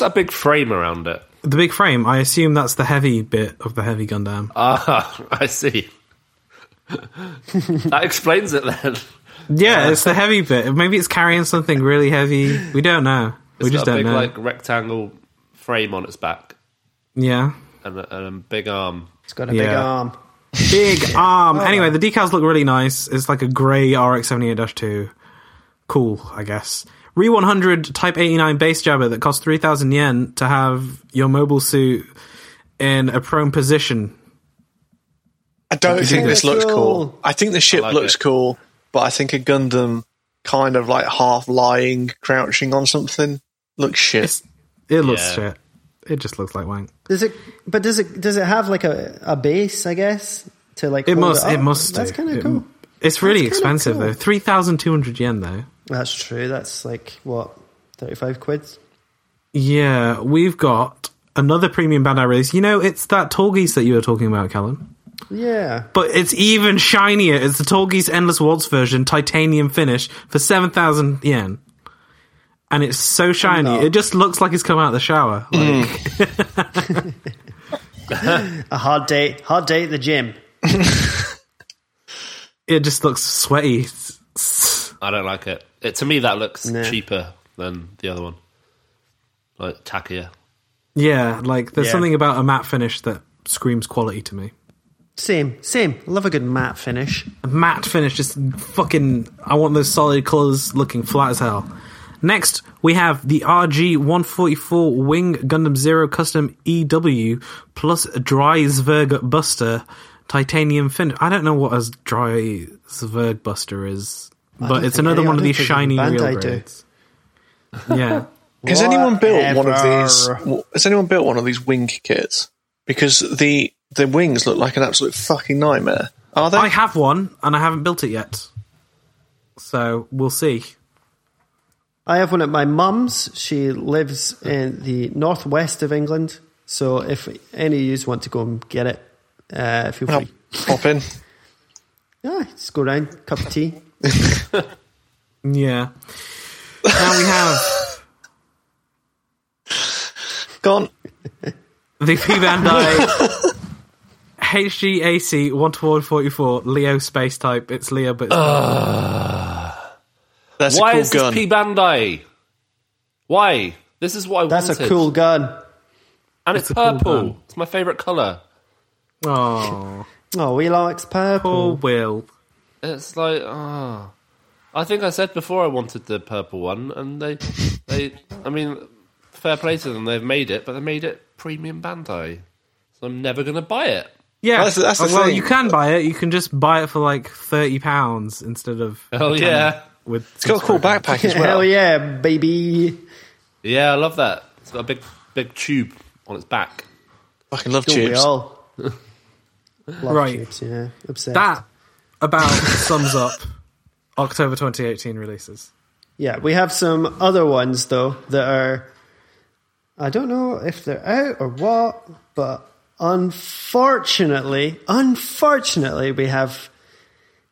Speaker 3: that big frame around it?
Speaker 1: the big frame. I assume that's the heavy bit of the Heavy Gundam.
Speaker 3: Ah, I see. that explains it then.
Speaker 1: yeah,
Speaker 3: uh,
Speaker 1: it's the heavy bit. Maybe it's carrying something really heavy. We don't know. We
Speaker 3: It's
Speaker 1: just
Speaker 3: got a
Speaker 1: don't
Speaker 3: big
Speaker 1: know.
Speaker 3: like rectangle frame on its back
Speaker 1: yeah,
Speaker 3: and a, and a big arm.
Speaker 2: it's got a big
Speaker 1: Yeah.
Speaker 2: arm.
Speaker 1: big arm.
Speaker 3: Oh.
Speaker 1: Anyway, the decals look really nice. It's like a grey RX seventy eight two. Cool, I guess. Re one hundred Type eighty nine base jabber that costs three thousand yen to have your mobile suit in a prone position.
Speaker 4: I don't think this looks
Speaker 2: cool.
Speaker 4: cool. I think the ship
Speaker 3: like
Speaker 4: looks
Speaker 3: it.
Speaker 4: cool, but I think a Gundam kind of like half lying, crouching on something looks shit.
Speaker 1: It's, it looks
Speaker 3: Yeah.
Speaker 1: shit. It just looks like wank.
Speaker 2: Does it? But does it? Does it have like a, a base? I guess to like.
Speaker 1: It
Speaker 2: hold
Speaker 1: must.
Speaker 2: It,
Speaker 1: It,
Speaker 2: up?
Speaker 1: must.
Speaker 2: That's
Speaker 1: do.
Speaker 2: kind of
Speaker 1: It-
Speaker 2: cool.
Speaker 1: It's really
Speaker 2: That's kinda
Speaker 1: expensive
Speaker 2: cool.
Speaker 1: though. Three thousand two hundred yen though.
Speaker 2: That's true. That's like what thirty five quid.
Speaker 1: Yeah, we've got another premium Bandai release. You know, it's that tall geese that you were talking about, Callum.
Speaker 2: Yeah.
Speaker 1: but it's even shinier. It's the Torgi's Endless Waltz version, titanium finish, for 7,000 yen. And it's so shiny.
Speaker 2: No.
Speaker 1: It just looks like it's come out of the shower. Like,
Speaker 2: A hard day. Hard day at the gym.
Speaker 1: It just looks sweaty. It's- it's-
Speaker 3: I don't like it. it to me, that looks
Speaker 2: Nah.
Speaker 3: cheaper than the other one. Like tackier.
Speaker 1: Yeah, like there's
Speaker 2: Yeah.
Speaker 1: something about a matte finish that screams quality to me.
Speaker 2: Same. Same. Love a good matte finish.
Speaker 1: A matte finish, just fucking. I want those solid colors looking flat as hell. Next, we have the RG144 Wing Gundam Zero Custom EW plus Dry Zverg Buster titanium fin. I don't know what a Dry Zverg Buster is, but
Speaker 2: don't
Speaker 1: it's
Speaker 2: think
Speaker 1: another
Speaker 2: any-
Speaker 1: one of
Speaker 2: I don't
Speaker 1: these
Speaker 2: think
Speaker 1: shiny
Speaker 2: Bandai
Speaker 1: real
Speaker 2: do.
Speaker 1: grades. yeah.
Speaker 4: Has anyone built one of these?
Speaker 2: Whatever.
Speaker 4: w- Has anyone built one of these wing kits? Because the the wings look like an absolute fucking nightmare. Are they?
Speaker 1: I have one, and I haven't built it yet. So, we'll see.
Speaker 2: I have one at my mum's. She lives in the northwest of England. So if any of you want to go and get it, uh, feel
Speaker 4: Oh,
Speaker 2: free.
Speaker 4: pop in.
Speaker 2: Yeah, just go round, cup of tea.
Speaker 1: Yeah. Now we have.
Speaker 4: Gone.
Speaker 1: The P Bandai HGAC 12144 Leo space type. It's Leo, but it's
Speaker 4: That's
Speaker 3: Why
Speaker 4: a cool
Speaker 3: is this
Speaker 4: gun.
Speaker 3: P Bandai? Why? This is what I
Speaker 2: That's a
Speaker 3: wanted.
Speaker 2: cool gun.
Speaker 3: And it's,
Speaker 1: It's a cool
Speaker 3: purple.
Speaker 1: gun.
Speaker 3: it's my favorite color.
Speaker 1: oh,
Speaker 2: Oh, we likes
Speaker 1: poor
Speaker 2: purple.
Speaker 1: Will.
Speaker 3: It's like ah. I think I said before I wanted the purple one, and they, they. I mean, fair play to them. They've made it, but they made it premium Bandai, so I'm never gonna buy it.
Speaker 1: Yeah,
Speaker 4: That's- that's the
Speaker 1: well,
Speaker 4: thing.
Speaker 1: you can buy it. You can just buy it for like thirty pounds instead of
Speaker 3: Hell yeah,
Speaker 1: with.
Speaker 4: It's got a cool backpack as well.
Speaker 2: Hell yeah, baby.
Speaker 3: yeah, I love that. It's got a big, big tube on its back.
Speaker 4: Fucking love
Speaker 2: Don't we
Speaker 4: tubes.
Speaker 2: all? Love
Speaker 1: Right.
Speaker 2: tubes, yeah. Obsessed.
Speaker 1: That about sums up October 2018 releases.
Speaker 2: Yeah, we have some other ones though that are I don't know if they're out or what, but unfortunately, unfortunately we have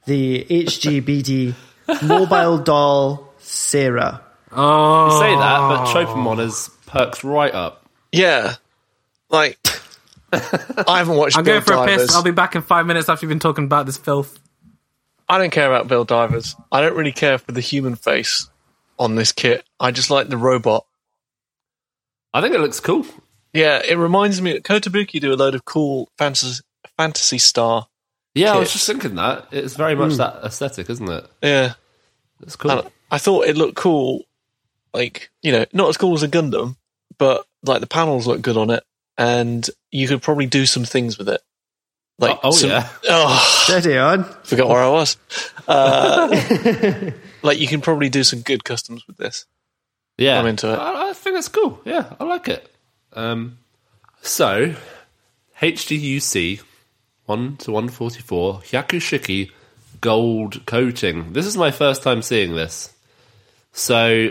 Speaker 2: the HGBD mobile doll Sarah.
Speaker 1: Oh,
Speaker 3: Say that, but Chopamon has perked right up.
Speaker 4: Yeah. Like, I haven't watched
Speaker 1: I'm
Speaker 4: Bill
Speaker 1: going for a
Speaker 4: Divers.
Speaker 1: piss. I'll be back in five minutes after you've been talking about this filth.
Speaker 4: I don't care about Bill Divers. I don't really care for the human face on this kit. I just like the robot.
Speaker 3: I think it looks cool.
Speaker 4: Yeah, it reminds me. Kotobuki do a load of cool fantasy, fantasy star.
Speaker 3: Yeah, I
Speaker 4: Kit.
Speaker 3: was just thinking that. It's very much that aesthetic, isn't it?
Speaker 4: Yeah.
Speaker 3: It's cool.
Speaker 4: And I thought it looked cool. Like, you know, not as cool as a Gundam, but like the panels look good on it. And you could probably do some things with it. Like,
Speaker 3: oh,
Speaker 4: some-
Speaker 3: yeah.
Speaker 4: Oh,
Speaker 2: Steady on.
Speaker 4: forgot where I was. Uh, like you can probably do some good customs with this.
Speaker 3: Yeah,
Speaker 4: I'm into it.
Speaker 3: I, I think it's cool. Yeah, I like it. Um, so, HDUC one to one forty four Hyakushiki gold coating. This is my first time seeing this. So,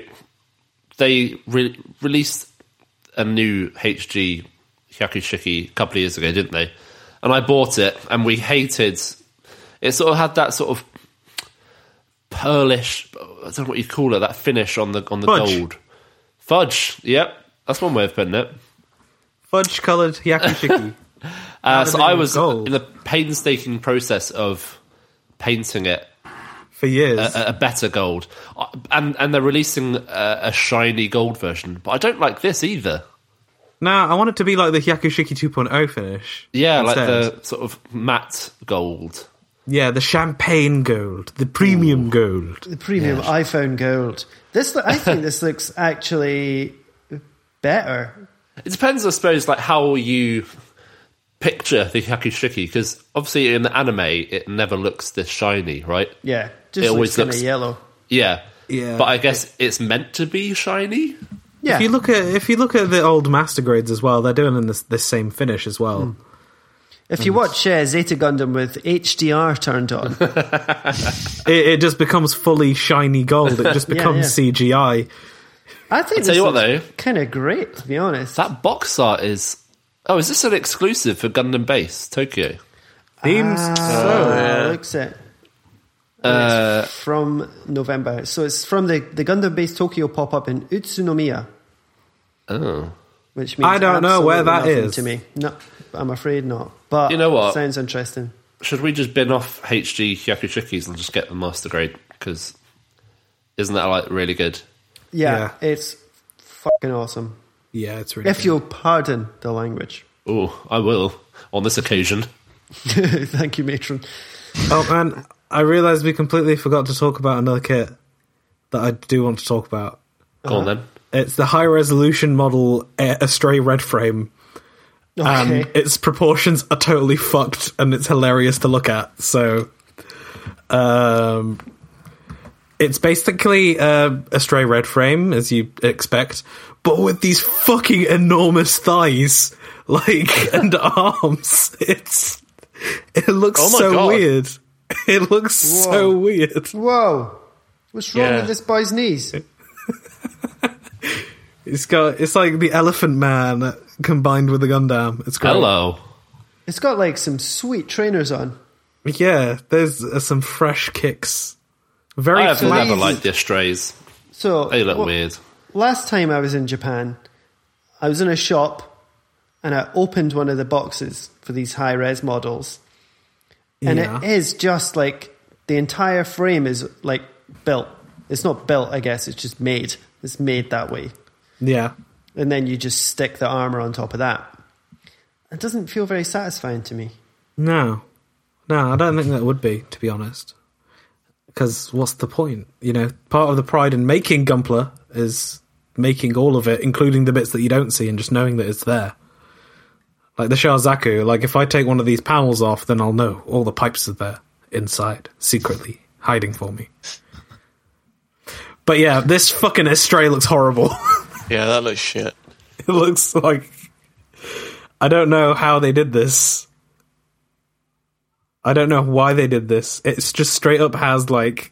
Speaker 3: they re- released a new HG Hyakushiki a couple of years ago, didn't they? And I bought it, and we hated. It sort of had that sort of pearlish. I don't know what you call it. That finish on the on the
Speaker 1: Fudge.
Speaker 3: gold fudge. Yep, that's one way of putting it.
Speaker 1: Fudge coloured yakushiki.
Speaker 3: Uh,
Speaker 1: did
Speaker 3: so
Speaker 1: it
Speaker 3: I
Speaker 1: look
Speaker 3: was
Speaker 1: gold?
Speaker 3: in the painstaking process of painting it
Speaker 1: for years.
Speaker 4: uh.
Speaker 3: a, a better gold, Uh, and and they're releasing a, a shiny gold version. But I don't like this either.
Speaker 1: now I want it to be like the Yakushiki 2.0 finish.
Speaker 3: Yeah,
Speaker 1: instead.
Speaker 3: like the sort of matte gold.
Speaker 1: yeah, the champagne gold, the premium gold.
Speaker 2: The premium iPhone Gold. This lo- I think this looks actually better.
Speaker 3: It depends, I suppose, like how you picture the Hyakushiki, because obviously in the anime it never looks this shiny, right?
Speaker 2: Yeah, just
Speaker 3: It
Speaker 2: looks
Speaker 3: always
Speaker 2: kind of
Speaker 3: looks-
Speaker 2: yellow.
Speaker 3: Yeah.
Speaker 1: Yeah.
Speaker 3: But I guess it's meant to be shiny.
Speaker 2: Yeah,
Speaker 1: If you look at if you look at the old master grades as well, they're doing in this this same finish as well.
Speaker 2: Hmm. If you watch uh, Zeta Gundam with HDR turned on,
Speaker 1: It, it just becomes fully shiny gold. It just becomes
Speaker 2: yeah.
Speaker 1: CGI.
Speaker 2: I think
Speaker 3: tell you what, though.
Speaker 2: kind of great to be honest.
Speaker 3: That box art is. Oh, is this an exclusive for Gundam Base Tokyo?
Speaker 1: Seems
Speaker 2: Oh,
Speaker 1: so.
Speaker 3: uh,
Speaker 2: looks it. And it's from November, so it's from the, the Gundam-based Tokyo pop-up in Utsunomiya,
Speaker 3: Oh,
Speaker 2: which means
Speaker 1: I don't know where
Speaker 2: absolutely
Speaker 1: that
Speaker 2: nothing
Speaker 1: is.
Speaker 2: to me. No, I'm afraid not. But
Speaker 3: You know what?
Speaker 2: Sounds interesting.
Speaker 3: should we just bin off HG Hyakushikis and just get the master grade? Because isn't that like really good?
Speaker 2: Yeah, it's fucking awesome.
Speaker 1: Yeah, it's really.
Speaker 2: If you'll pardon the language,
Speaker 3: Oh, I will on this occasion.
Speaker 2: thank you, matron.
Speaker 1: Oh man, I realised we completely forgot to talk about another kit that I do want to talk about.
Speaker 3: Go on then.
Speaker 1: It's the high resolution model A- Astray Red Frame, and
Speaker 2: Okay,
Speaker 1: its proportions are totally fucked, and it's hilarious to look at. So, um, it's basically uh, Astray Red Frame as you expect, but with these fucking enormous thighs, like and arms. It's it looks
Speaker 4: Oh my
Speaker 1: so
Speaker 4: God.
Speaker 1: weird. It looks so weird.
Speaker 2: whoa, what's wrong
Speaker 4: Yeah.
Speaker 2: with this boy's knees?
Speaker 1: It's got it's like the Elephant Man combined with the Gundam. It's great.
Speaker 3: Hello.
Speaker 2: It's got like some sweet trainers on.
Speaker 1: Yeah, there's uh, some fresh kicks. Very
Speaker 3: I have
Speaker 1: flat.
Speaker 3: never liked the Astrays.
Speaker 2: So
Speaker 3: They look
Speaker 2: wha-
Speaker 3: weird.
Speaker 2: Last time I was in Japan, I was in a shop and I opened one of the boxes for these high res models. And
Speaker 1: Yeah.
Speaker 2: it is just like the entire frame is like built. It's not built, I guess, it's just made. It's made that way.
Speaker 1: Yeah.
Speaker 2: And then you just stick the armor on top of that. It doesn't feel very satisfying to me.
Speaker 1: No. No, I don't think that would be, to be honest. Because what's the point? You know, part of the pride in making Gumpler is making all of it, including the bits that you don't see, and just knowing that it's there. Like the Shazaku, like if I take one of these panels off, then I'll know all the pipes are there inside, secretly, hiding for me. But yeah, this fucking Estray looks horrible.
Speaker 4: Yeah, that looks shit.
Speaker 1: it looks like I don't know how they did this. I don't know why they did this. It's just straight up has like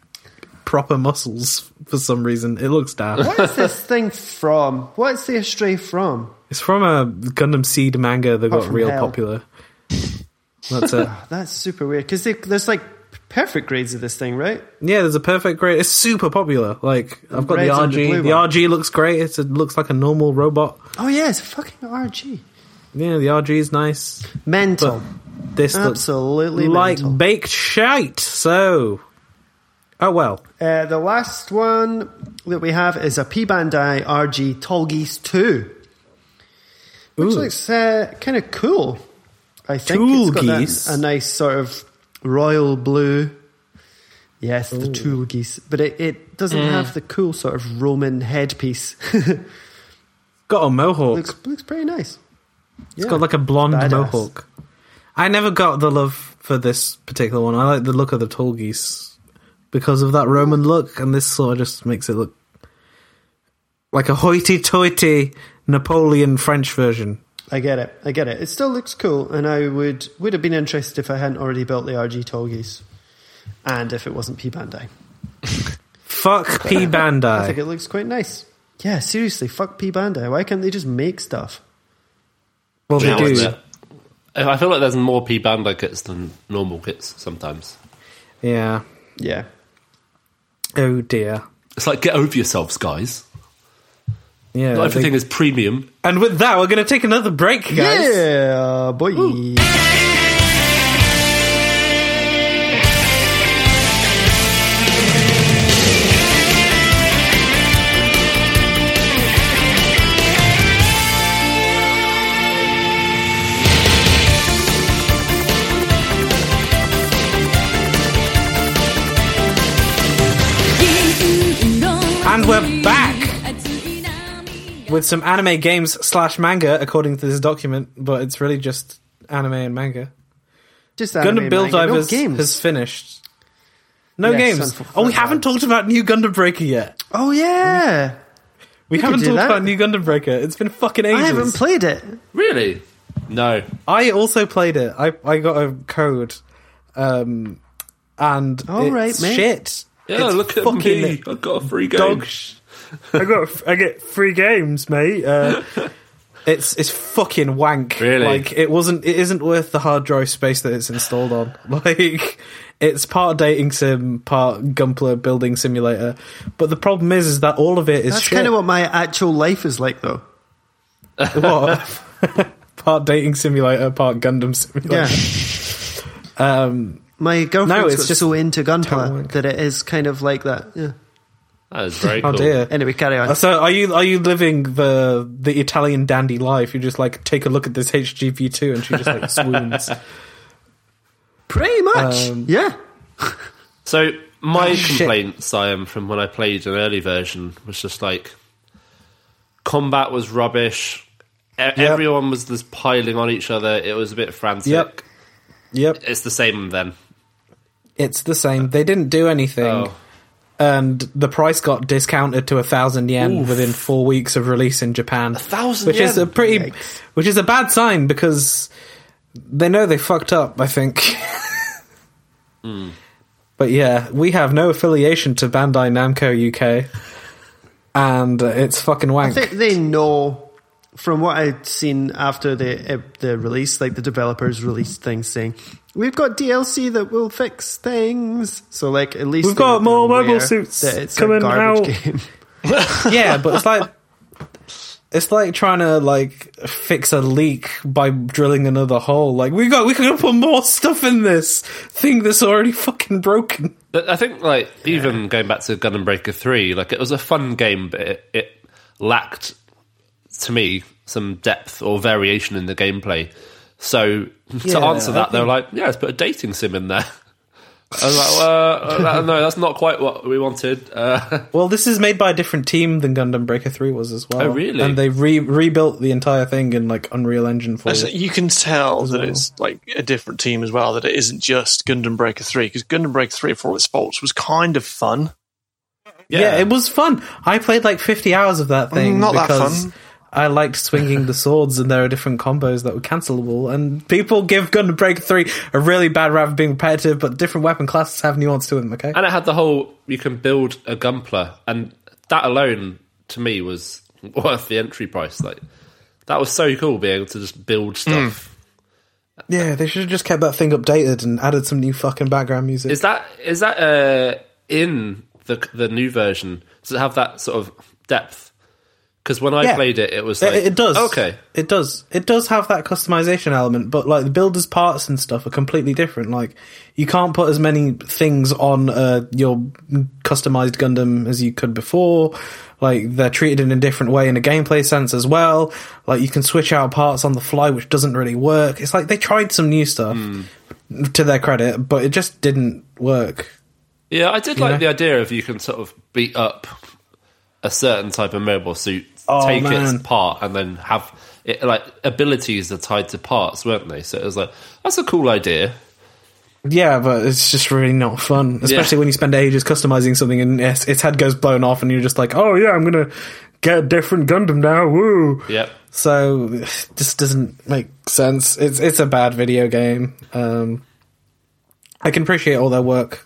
Speaker 1: proper muscles for some reason. It looks daft.
Speaker 2: What is this thing from? What's the astray from?
Speaker 1: it's from a Gundam Seed manga that got
Speaker 2: from
Speaker 1: real
Speaker 2: hell.
Speaker 1: popular. That's it.
Speaker 2: That's super weird because there's like perfect grades of this thing, right?
Speaker 1: Yeah, there's a perfect grade. It's super popular. Like I've got the
Speaker 2: red's and the
Speaker 1: RG.
Speaker 2: blue
Speaker 1: The,
Speaker 2: one.
Speaker 1: RG looks great. It's, it looks like a normal robot.
Speaker 2: Oh yeah, it's fucking RG.
Speaker 1: Yeah, the RG is nice.
Speaker 2: Mental,
Speaker 1: This
Speaker 2: absolutely
Speaker 1: looks like
Speaker 2: mental.
Speaker 1: baked shite. So, oh well.
Speaker 2: Uh, the last one that we have is a P Bandai RG Tall Geese 2, which
Speaker 1: Ooh.
Speaker 2: looks uh, kind of cool. I think
Speaker 1: Tool
Speaker 2: it's got that-
Speaker 1: geese.
Speaker 2: a nice sort of royal blue. Yes, the tool geese, but it, it doesn't have the cool sort of Roman headpiece.
Speaker 1: Got a mohawk.
Speaker 2: looks looks pretty nice.
Speaker 1: It's got like a blonde
Speaker 2: Badass.
Speaker 1: mohawk. I never got the love for this particular one. I like the look of the tall geese because of that Roman look, and this sort of just makes it look like a hoity-toity Napoleon French version.
Speaker 2: I get it. I get it. It still looks cool, and I would would have been interested if I hadn't already built the RG Tolgies, and if it wasn't P Bandai.
Speaker 1: Fuck P
Speaker 2: I think
Speaker 1: Bandai.
Speaker 2: it looks quite nice. Yeah, seriously, fuck P Bandai. Why can't they just make stuff?
Speaker 1: Well, they
Speaker 3: Now it's
Speaker 1: do.
Speaker 3: a- I feel like there's more P Bandai kits than normal kits sometimes.
Speaker 1: Yeah.
Speaker 2: Yeah,
Speaker 1: Oh dear.
Speaker 3: It's like get over yourselves, guys.
Speaker 1: Yeah.
Speaker 3: Not
Speaker 1: they-
Speaker 3: everything is premium.
Speaker 1: And with that, we're going to take another break, guys.
Speaker 2: yeah, boy.
Speaker 6: And we're back with
Speaker 1: With some anime games slash manga, according to this document, but it's really just anime and manga.
Speaker 2: Just
Speaker 1: Gundam
Speaker 2: anime
Speaker 1: Build
Speaker 2: manga. No
Speaker 1: Divers
Speaker 2: games.
Speaker 1: has finished. No
Speaker 2: Yes,
Speaker 1: games.
Speaker 2: unfulfilled
Speaker 1: Oh, we haven't talked about New Gundam Breaker yet.
Speaker 2: oh yeah,
Speaker 1: We,
Speaker 2: could
Speaker 1: haven't
Speaker 2: do
Speaker 1: talked
Speaker 2: that.
Speaker 1: about New Gundam Breaker. It's been fucking ages.
Speaker 2: I haven't played it.
Speaker 3: Really? No.
Speaker 1: I also played it. I I got a code, um, and
Speaker 2: All
Speaker 1: it's
Speaker 2: right, mate.
Speaker 1: shit.
Speaker 3: Yeah,
Speaker 1: It's
Speaker 3: look at
Speaker 1: fucking
Speaker 3: me. I've got a free game.
Speaker 1: Dog. Sh- I got I get free games, mate. Uh, it's it's fucking wank.
Speaker 3: Really?
Speaker 1: Like it wasn't. It isn't worth the hard drive space that it's installed on. Like it's part dating sim, part Gunpla building simulator. But the problem is, is that all of it is
Speaker 2: That's
Speaker 1: shit.
Speaker 2: kind of what my actual life is like, though.
Speaker 1: What? part dating simulator, part Gundam
Speaker 2: Yeah.
Speaker 1: simulator. Um,
Speaker 2: My girlfriend's
Speaker 1: No, it's
Speaker 2: got
Speaker 1: just
Speaker 2: so into gunpla
Speaker 1: wank.
Speaker 2: that it is kind of like that. Yeah.
Speaker 3: That is very
Speaker 1: oh
Speaker 3: cool.
Speaker 1: dear. Uh,
Speaker 2: Anyway, carry on.
Speaker 1: So are you are you living the the Italian dandy life? You just like take a look at this HGV two, and she just like swoons.
Speaker 2: Pretty much.
Speaker 1: Um,
Speaker 2: yeah.
Speaker 3: So my
Speaker 1: Oh, shit.
Speaker 3: complaints, I am from when I played an early version was just like combat was rubbish. E- Everyone was just piling on each other. It was a bit frantic.
Speaker 1: Yep. Yep,
Speaker 3: It's the same then.
Speaker 1: it's the same. They didn't do anything,
Speaker 3: Oh.
Speaker 1: and the price got discounted to a thousand yen within four weeks of release in Japan. A
Speaker 3: 1,000
Speaker 1: which is
Speaker 3: yen?
Speaker 1: a pretty,
Speaker 2: Yikes.
Speaker 1: which is a bad sign because they know they fucked up. I think. But yeah, we have no affiliation to Bandai Namco UK, and uh, it's fucking wank.
Speaker 2: They, they know from what I'd seen after the uh, the release, like the developers released things saying, "We've got DLC that will fix things." So, like at least
Speaker 1: We've
Speaker 2: they-
Speaker 1: got
Speaker 2: they're
Speaker 1: more mobile
Speaker 2: aware
Speaker 1: suits
Speaker 2: that it's
Speaker 1: coming
Speaker 2: a garbage
Speaker 1: out.
Speaker 2: game.
Speaker 1: yeah, but it's like it's like trying to like fix a leak by drilling another hole. Like we got we can put more stuff in this thing that's already fucking broken.
Speaker 3: But I think like even going back to Gun and Breaker Three, like it was a fun game, but it, it lacked to me some depth or variation in the gameplay. So
Speaker 1: Yeah,
Speaker 3: to answer that, they were like, "Yeah, let's put a dating sim in there." I was like, well, uh, "No, that's not quite what we wanted." Uh,
Speaker 1: Well, this is made by a different team than Gundam Breaker 3 was as well.
Speaker 3: Oh, really?
Speaker 1: And they re- rebuilt the entire thing in like Unreal Engine 4.
Speaker 4: So you can tell that
Speaker 1: well.
Speaker 4: it's like a different team as well. That it isn't just Gundam Breaker Three because Gundam Breaker Three, for all its faults, was kind of fun.
Speaker 1: yeah. it was fun. I played like 50 hours of that thing
Speaker 4: Mm, not that
Speaker 1: because
Speaker 4: fun.
Speaker 1: I liked swinging the swords, and there are different combos that were cancelable. And people give Gunbreaker Three a really bad rap for being repetitive, but different weapon classes have nuance to them. Okay,
Speaker 3: And it had the whole you can build a gunpla, and that alone to me was worth the entry price. Like that was so cool being able to just build stuff.
Speaker 1: yeah, they should have just kept that thing updated and added some new fucking background music.
Speaker 3: Is that is that uh, in the the new version? Does it have that sort of depth? Because when I
Speaker 1: Yeah.
Speaker 3: played it, it was
Speaker 1: It,
Speaker 3: like,
Speaker 1: it does.
Speaker 3: Okay,
Speaker 1: It does. It does have that customization element, but like the builder's parts and stuff are completely different. Like you can't put as many things on uh, your customized Gundam as you could before. Like they're treated in a different way in a gameplay sense as well. Like you can switch out parts on the fly, which doesn't really work. It's like they tried some new stuff
Speaker 3: Hmm.
Speaker 1: to their credit, but it just didn't work.
Speaker 3: yeah, I did like
Speaker 1: know?
Speaker 3: the idea of you can sort of beat up a certain type of mobile suit,
Speaker 1: Oh,
Speaker 3: take
Speaker 1: man.
Speaker 3: its part, and then have it like abilities are tied to parts, weren't they? So it was like that's a cool idea.
Speaker 1: Yeah, but it's just really not fun, especially when you spend ages customizing something and its, its head goes blown off, and you're just like, "Oh yeah, I'm gonna get a different Gundam now." Woo!
Speaker 3: Yep.
Speaker 1: So just doesn't make sense. It's it's a bad video game. Um, I can appreciate all their work,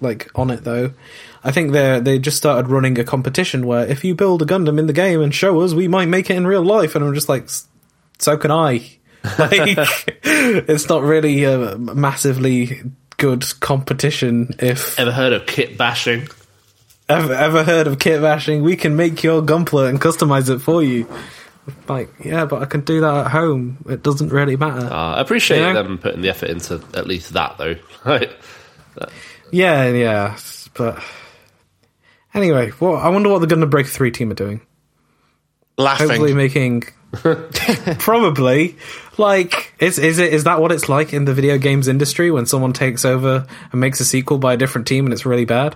Speaker 1: like on it though. I think they they just started running a competition where if you build a Gundam in the game and show us, we might make it in real life. And I'm just like, "S- so can I. Like, it's not really a massively good competition. If
Speaker 3: Ever heard of kit bashing?
Speaker 1: ever, ever heard of kit bashing, we can make your Gunpla and customize it for you. Like, yeah, but I can do that at home. It doesn't really matter.
Speaker 2: Ah.
Speaker 3: Uh, I appreciate
Speaker 1: Yeah.
Speaker 3: them putting the effort into at least that though. Right.
Speaker 1: Yeah, yeah, but anyway, well, I wonder what the Gundam Break Three team are doing. Hopefully,
Speaker 4: Laughing.
Speaker 1: making probably like is is it is that what it's like in the video games industry when someone takes over and makes a sequel by a different team and it's really bad?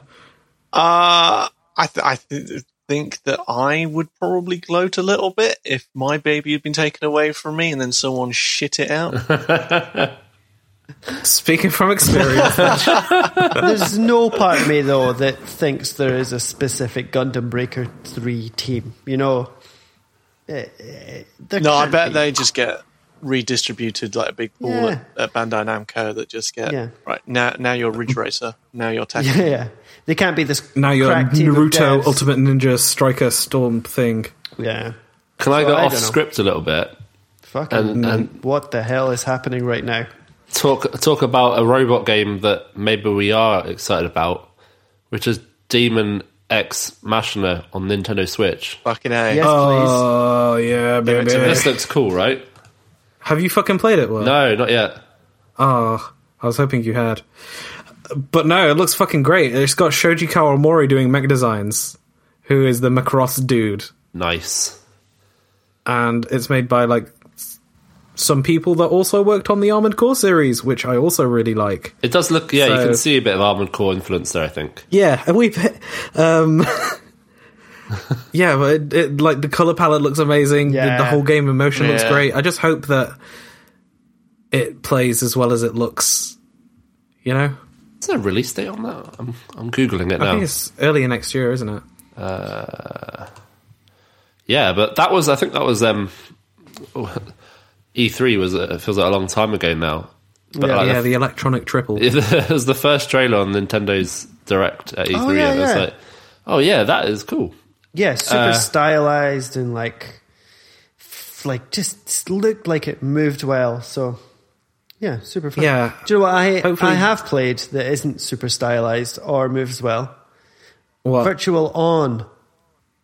Speaker 4: Uh, I, th- I th- think that I would probably gloat a little bit if my baby had been taken away from me and then someone shit it out.
Speaker 1: Speaking from experience,
Speaker 2: There's no part of me though that thinks there is a specific Gundam Breaker three team. You know, Eh, eh, there
Speaker 4: No, I
Speaker 2: can't
Speaker 4: bet
Speaker 2: be.
Speaker 4: they just get redistributed like a big ball
Speaker 2: Yeah.
Speaker 4: at, at Bandai Namco that just get
Speaker 2: Yeah.
Speaker 4: right now. Now you're Ridge Racer. Now you're Tekken.
Speaker 2: Yeah, yeah. they can't be this.
Speaker 1: now you're
Speaker 2: crack team of
Speaker 1: Naruto
Speaker 2: devs.
Speaker 1: Ultimate Ninja Striker Storm thing.
Speaker 2: Yeah,
Speaker 3: Can I
Speaker 2: So
Speaker 3: go
Speaker 2: I
Speaker 3: off
Speaker 2: dunno.
Speaker 3: script a little bit
Speaker 2: fucking.
Speaker 3: and,
Speaker 1: Mm.
Speaker 3: and
Speaker 2: what the hell is happening right now?
Speaker 3: talk talk about a robot game that maybe we are excited about, which is Demon X Machina on Nintendo Switch.
Speaker 4: Fucking a.
Speaker 2: Yes, please.
Speaker 1: Oh yeah,
Speaker 4: it to
Speaker 1: baby.
Speaker 4: me.
Speaker 3: This looks cool, right?
Speaker 1: Have you fucking played it? Will?
Speaker 3: No, not yet.
Speaker 1: Oh, I was hoping you had. But no, it looks fucking great. It's got Shoji Kawamori doing mech designs, who is the Macross dude.
Speaker 3: Nice.
Speaker 1: And it's made by, like, s- some people that also worked on the Armored Core series, which I also really like.
Speaker 3: It does look. Yeah, you
Speaker 1: So-
Speaker 3: can see a bit of Armored Core influence there. I think.
Speaker 1: Yeah, a wee bit. Um, yeah, but it, it, like, the color palette looks amazing. The- The,
Speaker 2: Yeah.
Speaker 1: whole game emotion looks
Speaker 4: Yeah.
Speaker 1: great. I just hope that it plays as well as it looks, you know?
Speaker 3: Is there a release date on that? I'm I'm googling it
Speaker 1: I think
Speaker 3: now.
Speaker 1: it's earlier next year, isn't it?
Speaker 3: Yeah, but that was I think that was um E3 was uh, it feels like a long time ago now. But
Speaker 2: Yeah,
Speaker 3: like
Speaker 1: yeah,
Speaker 3: the,
Speaker 1: the electronic triple.
Speaker 3: it was the first trailer on Nintendo's Direct at E3
Speaker 2: yeah,
Speaker 3: and it was
Speaker 2: yeah.
Speaker 3: like oh yeah, that is cool.
Speaker 2: Yeah, super
Speaker 1: Uh,
Speaker 2: stylized and like, f- like just looked like it moved well. So, yeah, super fun.
Speaker 1: Yeah.
Speaker 2: Do you know what I
Speaker 1: Hopefully-
Speaker 2: I have played that isn't super stylized or moves well?
Speaker 1: What?
Speaker 2: Virtual on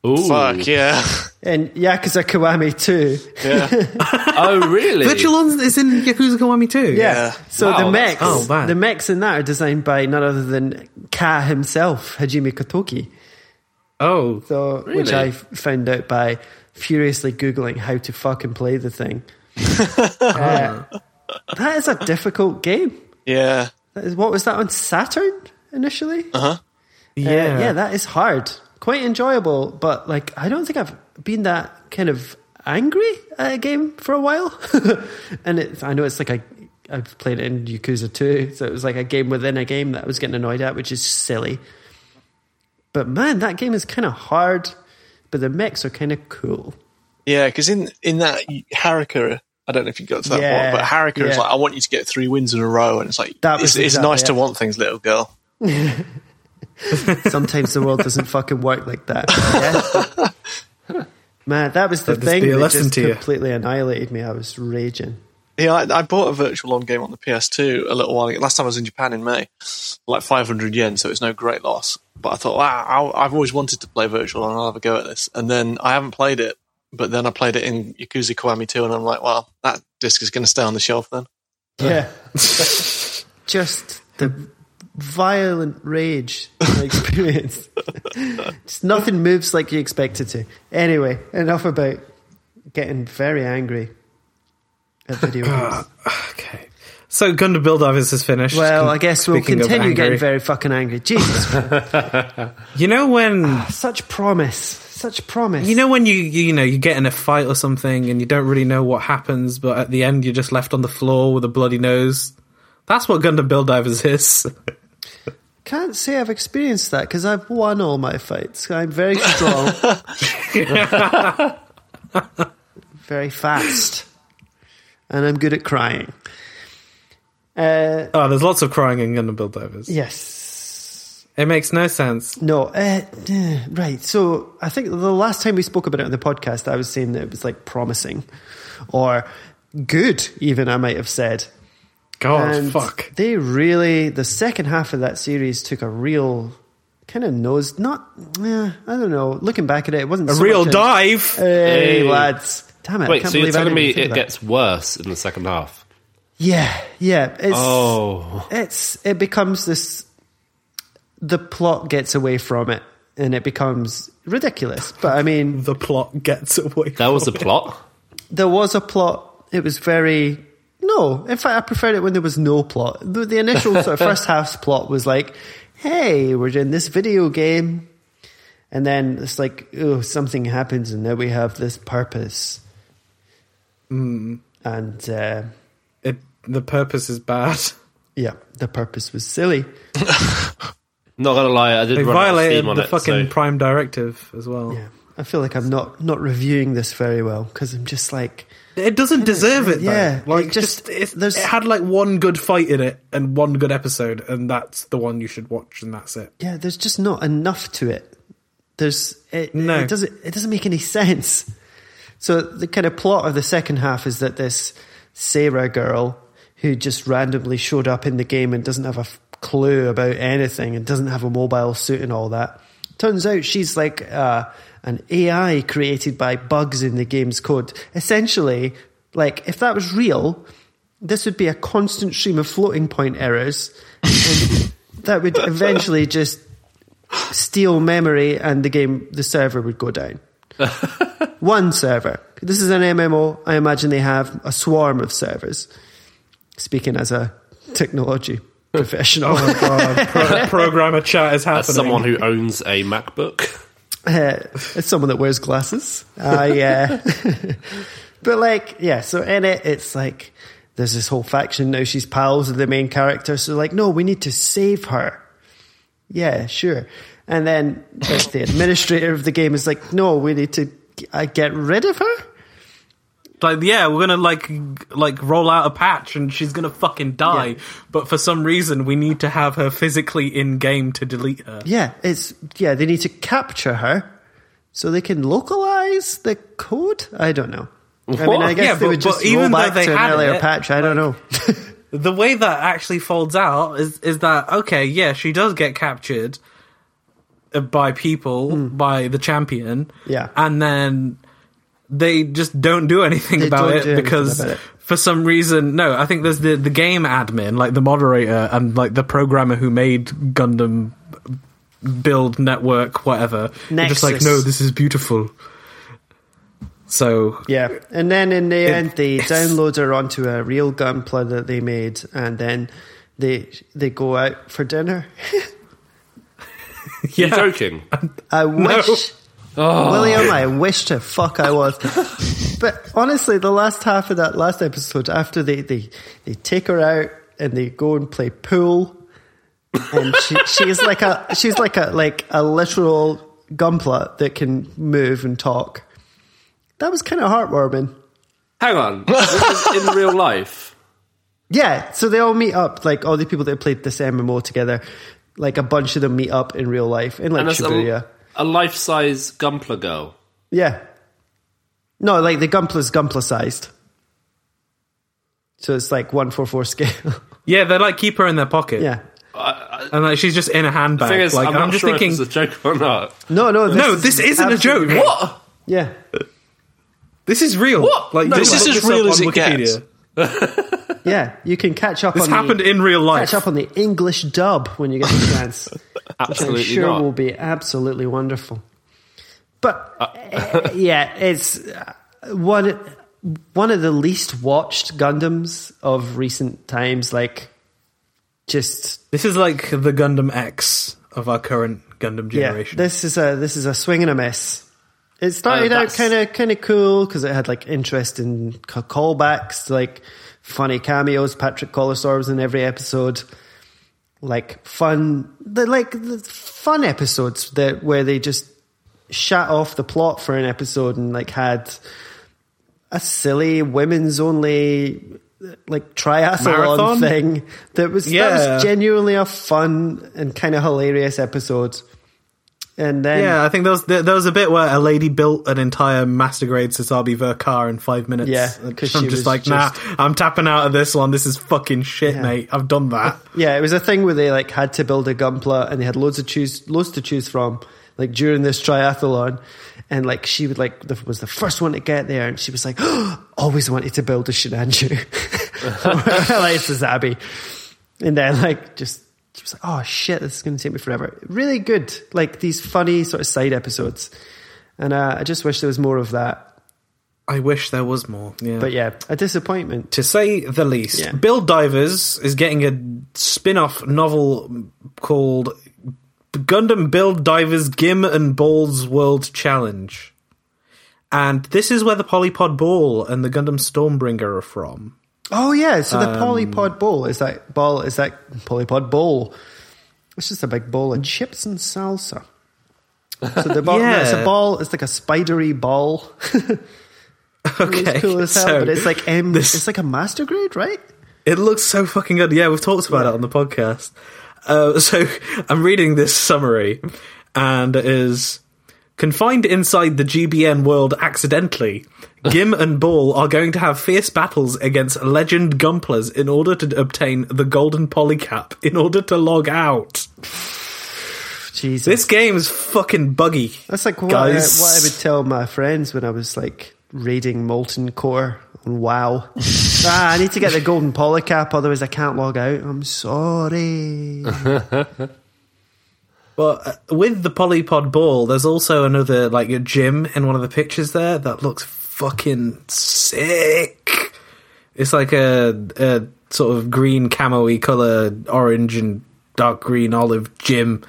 Speaker 3: Ooh.
Speaker 4: Fuck yeah.
Speaker 2: and Yakuza Kiwami too.
Speaker 3: Oh really?
Speaker 1: Virtual On is in Yakuza Kiwami too.
Speaker 2: Yeah. So
Speaker 3: Wow,
Speaker 2: the
Speaker 3: that's
Speaker 2: mechs,
Speaker 1: cool. Oh, man.
Speaker 2: the mechs in that are designed by none other than Ka himself, Hajime Kotoki.
Speaker 1: Oh,
Speaker 2: So, which
Speaker 3: Really?
Speaker 2: I f- found out by furiously googling how to fucking play the thing. Uh, that is a difficult game.
Speaker 4: Yeah.
Speaker 2: That is, what was that on Saturn initially? Uh,
Speaker 1: yeah.
Speaker 2: yeah, that is hard. Quite enjoyable, but like I don't think I've been that kind of angry at a game for a while. and it, I know it's like I I've played it in Yakuza 2, so it was like a game within a game that I was getting annoyed at, which is silly. But man, that game is kind of hard, but the mechs are kind of cool.
Speaker 4: Yeah, because in in that Harriker, I don't know if you got to that
Speaker 2: Yeah,
Speaker 4: point, but Harriker is
Speaker 2: yeah.
Speaker 4: like, I want you to get three wins in a row, and it's like,
Speaker 2: That was
Speaker 4: it's, it's
Speaker 2: exactly
Speaker 4: nice to
Speaker 2: it.
Speaker 4: want things, little girl.
Speaker 2: Sometimes the world doesn't fucking work like that. yeah? Man, that was the
Speaker 1: Let this
Speaker 2: thing
Speaker 1: be a
Speaker 2: that
Speaker 1: lesson
Speaker 2: just
Speaker 1: to you.
Speaker 2: completely annihilated me. I was raging.
Speaker 4: Yeah, I, I bought a virtual on game on the PS2 a little while ago. Last time I was in Japan in May, like 500 yen, so it's no great loss. But I thought, wow, I, I've always wanted to play virtual and I'll have a go at this. And then I haven't played it, but then I played it in Yakuza Kiwami 2, and I'm like, well, that disc is going to stay on the shelf then.
Speaker 2: Yeah. Just the violent rage I experienced. Just nothing moves like you expect it to. Anyway, enough about getting very angry at video games.
Speaker 1: Ah, Okay. So Gundam Build Divers is finished.
Speaker 2: Well,
Speaker 1: Con-
Speaker 2: I guess we'll
Speaker 1: speaking of
Speaker 2: continue
Speaker 1: angry.
Speaker 2: getting very fucking angry. Jesus,
Speaker 1: You know when
Speaker 2: such promise, such promise.
Speaker 1: you know when you you know you get in a fight or something and you don't really know what happens, but at the end you're just left on the floor with a bloody nose. That's what Gundam Build Divers is.
Speaker 2: can't say I've experienced that because I've won all my fights. I'm very strong, very fast, and I'm good at crying. Uh,
Speaker 1: oh, there's lots of crying in Gundam Build Divers.
Speaker 2: yes.
Speaker 1: It makes no sense.
Speaker 2: No. Uh, eh, right. So I think the last time we spoke about it on the podcast, I was saying that it was like promising or good, even I might have said.
Speaker 1: God,
Speaker 2: And
Speaker 1: Oh, fuck.
Speaker 2: They really the second half of that series took a real kind of nose. Not, yeah, I don't know. Looking back at it, it wasn't
Speaker 1: A
Speaker 2: so
Speaker 1: real
Speaker 2: much
Speaker 1: dive.
Speaker 3: Uh,
Speaker 2: Hey,
Speaker 3: Hey.
Speaker 2: lads! Damn it! I
Speaker 3: Wait,
Speaker 2: can't
Speaker 3: so you're
Speaker 2: believe I
Speaker 3: telling
Speaker 2: didn't
Speaker 3: me
Speaker 2: even think
Speaker 3: it
Speaker 2: of that.
Speaker 3: gets worse in the second half?
Speaker 2: Yeah, yeah. It's
Speaker 3: Oh.
Speaker 2: it's it becomes this. The plot gets away from it, and it becomes ridiculous. But I mean,
Speaker 1: the plot gets away.
Speaker 3: That was the
Speaker 1: from it.
Speaker 3: plot?
Speaker 2: there was a plot. It was very no. In fact, I preferred it when there was no plot. The, the initial sort of first half's plot was like, "Hey, we're doing this video game," and then it's like, "Oh, something happens, and now we have this purpose." And uh,
Speaker 1: It, the purpose is bad.
Speaker 2: yeah, the purpose was silly.
Speaker 3: Not gonna lie, I did
Speaker 1: They
Speaker 3: run out of
Speaker 1: violated
Speaker 3: steam on
Speaker 1: the
Speaker 3: it.
Speaker 1: fucking
Speaker 3: so-
Speaker 1: prime directive as well.
Speaker 2: Yeah, I feel like I'm not not reviewing this very well because I'm just like,
Speaker 1: It doesn't deserve it. Though.
Speaker 2: Yeah,
Speaker 1: like
Speaker 2: it just-
Speaker 1: just, it's,
Speaker 2: there's-
Speaker 1: it had like one good fight in it and one good episode, and that's the one you should watch, and that's it.
Speaker 2: yeah, there's just not enough to it. There's it,
Speaker 1: No.
Speaker 2: it doesn't it doesn't make any sense. So the kind of plot of the second half is that this Sarah girl who just randomly showed up in the game and doesn't have a f- clue about anything and doesn't have a mobile suit and all that. Turns out she's like uh, an AI created by bugs in the game's code. Essentially, like if that was real, this would be a constant stream of floating point errors. And that would eventually just steal memory and the game the server would go down one server. This is an MMO. I imagine they have a swarm of servers. Speaking as a technology professional,
Speaker 1: God, Uh, pro- programmer chat is happening.
Speaker 3: As someone who owns a MacBook.
Speaker 2: uh, it's someone that wears glasses. I, yeah. but like, yeah, so in it, it's like there's this whole faction now. She's pals with the main character. So, like, no, we need to save her. Yeah, sure. And then like, the administrator of the game is like, no, we need to uh, get rid of her.
Speaker 1: like, yeah, we're gonna like g- like roll out a patch, and she's gonna fucking die.
Speaker 2: Yeah.
Speaker 1: But for some reason, we need to have her physically in game to delete her.
Speaker 2: Yeah, it's yeah, they need to capture her so they can localize the code. I don't know. I mean, I
Speaker 1: What?
Speaker 2: guess
Speaker 1: Yeah,
Speaker 2: they would
Speaker 1: but-
Speaker 2: just
Speaker 1: but even
Speaker 2: roll
Speaker 1: though
Speaker 2: back
Speaker 1: they
Speaker 2: to an
Speaker 1: had
Speaker 2: earlier
Speaker 1: it,
Speaker 2: patch. I don't know.
Speaker 1: the way that actually folds out is is that okay yeah she does get captured uh, by people by the champion
Speaker 2: Hmm. Yeah.
Speaker 1: and then they just don't do anything
Speaker 2: They
Speaker 1: about
Speaker 2: don't
Speaker 1: it
Speaker 2: do anything
Speaker 1: because
Speaker 2: about it.
Speaker 1: for some reason no i think there's the the game admin like the moderator and like the programmer who made gundam build network whatever they're just like
Speaker 2: Nexus.
Speaker 1: no this is beautiful so
Speaker 2: yeah, and then in the end, they download her onto a real gunpla that they made, and then they they go out for dinner.
Speaker 1: yeah
Speaker 3: You're joking.
Speaker 2: I wish, William, I wish to fuck I was. but honestly, the last half of that last episode, after they, they, they take her out and they go and play pool, and she, she's like a she's like a like a literal gumpla that can move and talk. That was kind of heartwarming.
Speaker 3: Hang on, this is in real life.
Speaker 2: Yeah, so they all meet up, like all the people that played this MMO together, like a bunch of them meet up in real life in like
Speaker 3: And that's
Speaker 2: Shibuya.
Speaker 3: a, a life-size Gunpla girl.
Speaker 2: Yeah. No, like the Gunpla's Gunpla sized. So it's like 144 scale.
Speaker 1: Yeah, they like keep her in their pocket.
Speaker 2: yeah.
Speaker 1: And like she's just in a handbag.
Speaker 3: Thing is,
Speaker 1: like
Speaker 3: I'm,
Speaker 1: I'm,
Speaker 3: not
Speaker 1: just
Speaker 3: sure
Speaker 1: thinking
Speaker 3: if it's a joke or not.
Speaker 2: No, no. This
Speaker 1: No,
Speaker 2: is
Speaker 1: this isn't a joke.
Speaker 2: absolutely-
Speaker 1: What?
Speaker 2: Yeah.
Speaker 1: This is real.
Speaker 3: What?
Speaker 1: Like
Speaker 3: No,
Speaker 1: you
Speaker 3: this
Speaker 1: can
Speaker 3: is
Speaker 1: look
Speaker 4: as
Speaker 1: up
Speaker 4: real
Speaker 1: on
Speaker 4: as it
Speaker 1: Wikipedia.
Speaker 4: gets.
Speaker 2: Yeah. You can catch up
Speaker 1: This
Speaker 2: on
Speaker 1: happened
Speaker 2: the,
Speaker 1: in real life.
Speaker 2: catch up on the English dub when you get the chance. which I'm
Speaker 3: Absolutely
Speaker 2: sure
Speaker 3: not.
Speaker 2: will be absolutely wonderful. But
Speaker 3: Uh,
Speaker 2: eh, yeah, it's uh, one one of the least watched Gundams of recent times. Like, just
Speaker 1: This is like the Gundam X of our current Gundam
Speaker 2: yeah,
Speaker 1: generation. Oh,
Speaker 2: this is a this is a swing and a miss. It started out
Speaker 3: that's-
Speaker 2: kind of kind of cool because it had like interesting ca- callbacks, like funny cameos. Patrick Collisor was in every episode. Like fun, the like the fun episodes that where they just shut off the plot for an episode and like had a silly women's only like triathlon
Speaker 1: Marathon?
Speaker 2: thing that was that
Speaker 1: Yeah.
Speaker 2: was genuinely a fun and kind of hilarious episode. And then
Speaker 1: yeah, I think there was, there, there was a bit where a lady built an entire master grade Sasabi Verkar in five minutes.
Speaker 2: Yeah,
Speaker 1: And
Speaker 2: 'cause
Speaker 1: I'm
Speaker 2: she
Speaker 1: just
Speaker 2: was
Speaker 1: like, nah, I'm tapping out of this one. This is fucking shit,
Speaker 2: Yeah.
Speaker 1: mate. I've done that.
Speaker 2: Yeah, it was a thing where they like had to build a gunpla and they had loads of choose loads to choose from, like during this triathlon. And like she would like the, was the first one to get there, and she was like, always wanted to build a Shinanju, like it's a Zabi. And then like just she was like, oh shit, this is going to take me forever. Really good, like these funny sort of side episodes. And uh, I just wish there was more of that.
Speaker 1: I wish there was more. Yeah.
Speaker 2: But yeah, a disappointment.
Speaker 1: to say the least.
Speaker 2: Yeah.
Speaker 1: Bill Divers is getting a spin off novel called Gundam Build Divers Gim and Balls World Challenge. And this is where the Polypod Ball and the Gundam Stormbringer are from.
Speaker 2: Oh yeah, so
Speaker 1: Um,
Speaker 2: the polypod bowl is that ball is that polypod bowl. It's just a big bowl of chips and salsa. So the ball,
Speaker 1: Yeah.
Speaker 2: it's a ball. It's like a spidery ball.
Speaker 1: Okay.
Speaker 2: it's cool as hell,
Speaker 1: so
Speaker 2: but it's like M.
Speaker 1: this-
Speaker 2: it's like a master grade, right?
Speaker 1: It looks so fucking good. Yeah, we've talked about it on the podcast. Uh, so I'm reading this summary, and it is confined inside the GBN world accidentally. Gim and Ball are going to have fierce battles against legend Gumplers in order to obtain the golden polycap. In order to log out,
Speaker 2: Jesus,
Speaker 1: this game's fucking buggy.
Speaker 2: that's like what I,
Speaker 1: guys.
Speaker 2: what I would tell my friends when I was like raiding molten core on WoW. ah, I need to get the golden polycap, otherwise I can't log out. I'm sorry.
Speaker 1: But uh, with the polypod ball, there's also another like a gym in one of the pictures there that looks fucking sick. It's like a, a sort of green camo-y color, orange and dark green olive gym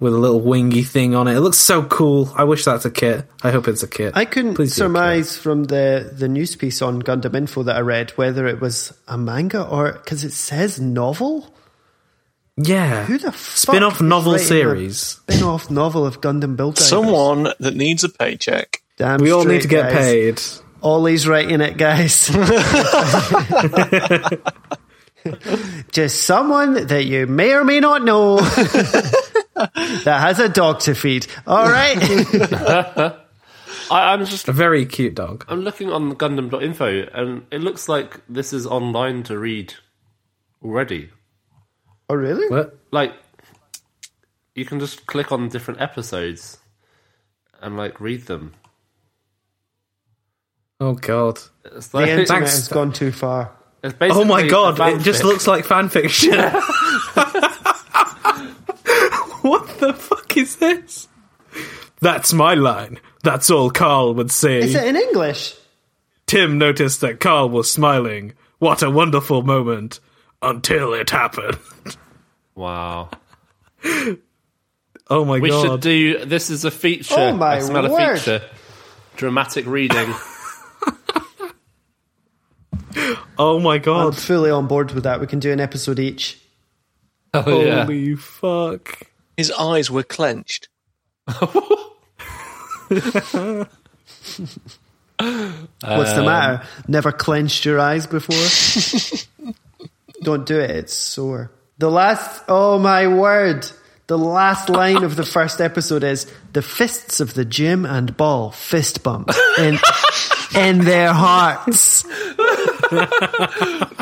Speaker 1: with a little wingy thing on it. It looks so cool. I wish that's a kit. I hope it's a kit.
Speaker 2: I couldn't
Speaker 1: Please be a kit.
Speaker 2: surmise from the, the news piece on Gundam Info that I read whether it was a manga or because it says novel.
Speaker 1: Yeah,
Speaker 2: Who the fuck
Speaker 1: spin-off
Speaker 2: is
Speaker 1: novel
Speaker 2: writing a
Speaker 1: series?
Speaker 2: spin-off novel of Gundam Build. Divers?
Speaker 4: Someone that needs a paycheck.
Speaker 2: Damn
Speaker 1: We all
Speaker 2: straight,
Speaker 1: need to get
Speaker 2: guys.
Speaker 1: paid.
Speaker 2: Ollie's writing it, guys. Just someone that you may or may not know that has a dog to feed. All right.
Speaker 3: I, I'm just
Speaker 1: A very cute dog.
Speaker 3: I'm looking on the Gundam.info, and it looks like this is online to read already.
Speaker 2: oh, really?
Speaker 1: What?
Speaker 3: Like, you can just click on different episodes and like read them.
Speaker 1: Oh god.
Speaker 3: It's
Speaker 2: The
Speaker 3: like
Speaker 2: internet
Speaker 1: Thanks.
Speaker 2: has gone too far.
Speaker 3: it's basically
Speaker 1: Oh my
Speaker 3: a
Speaker 1: god, it
Speaker 3: fanfic.
Speaker 1: just looks like fan fiction. what the fuck is this? That's my line. That's all Carl would
Speaker 2: Is
Speaker 1: say.
Speaker 2: it in English?
Speaker 1: Tim noticed that Carl was smiling. What a wonderful moment. Until it happened.
Speaker 3: wow.
Speaker 1: Oh my
Speaker 3: We should
Speaker 1: god.
Speaker 3: do this is a feature.
Speaker 2: Oh my
Speaker 3: I smell
Speaker 2: word.
Speaker 3: a feature. Dramatic reading.
Speaker 1: oh my
Speaker 2: I'm
Speaker 1: god.
Speaker 2: fully on board with that. We can do an episode each.
Speaker 3: oh yeah.
Speaker 1: Holy fuck.
Speaker 4: His eyes were clenched.
Speaker 2: What's the matter? Never clenched your eyes before? Don't do it, it's sore. The last, oh my word, the last line of the first episode is the fists of the gym and ball fist bump in, in their hearts.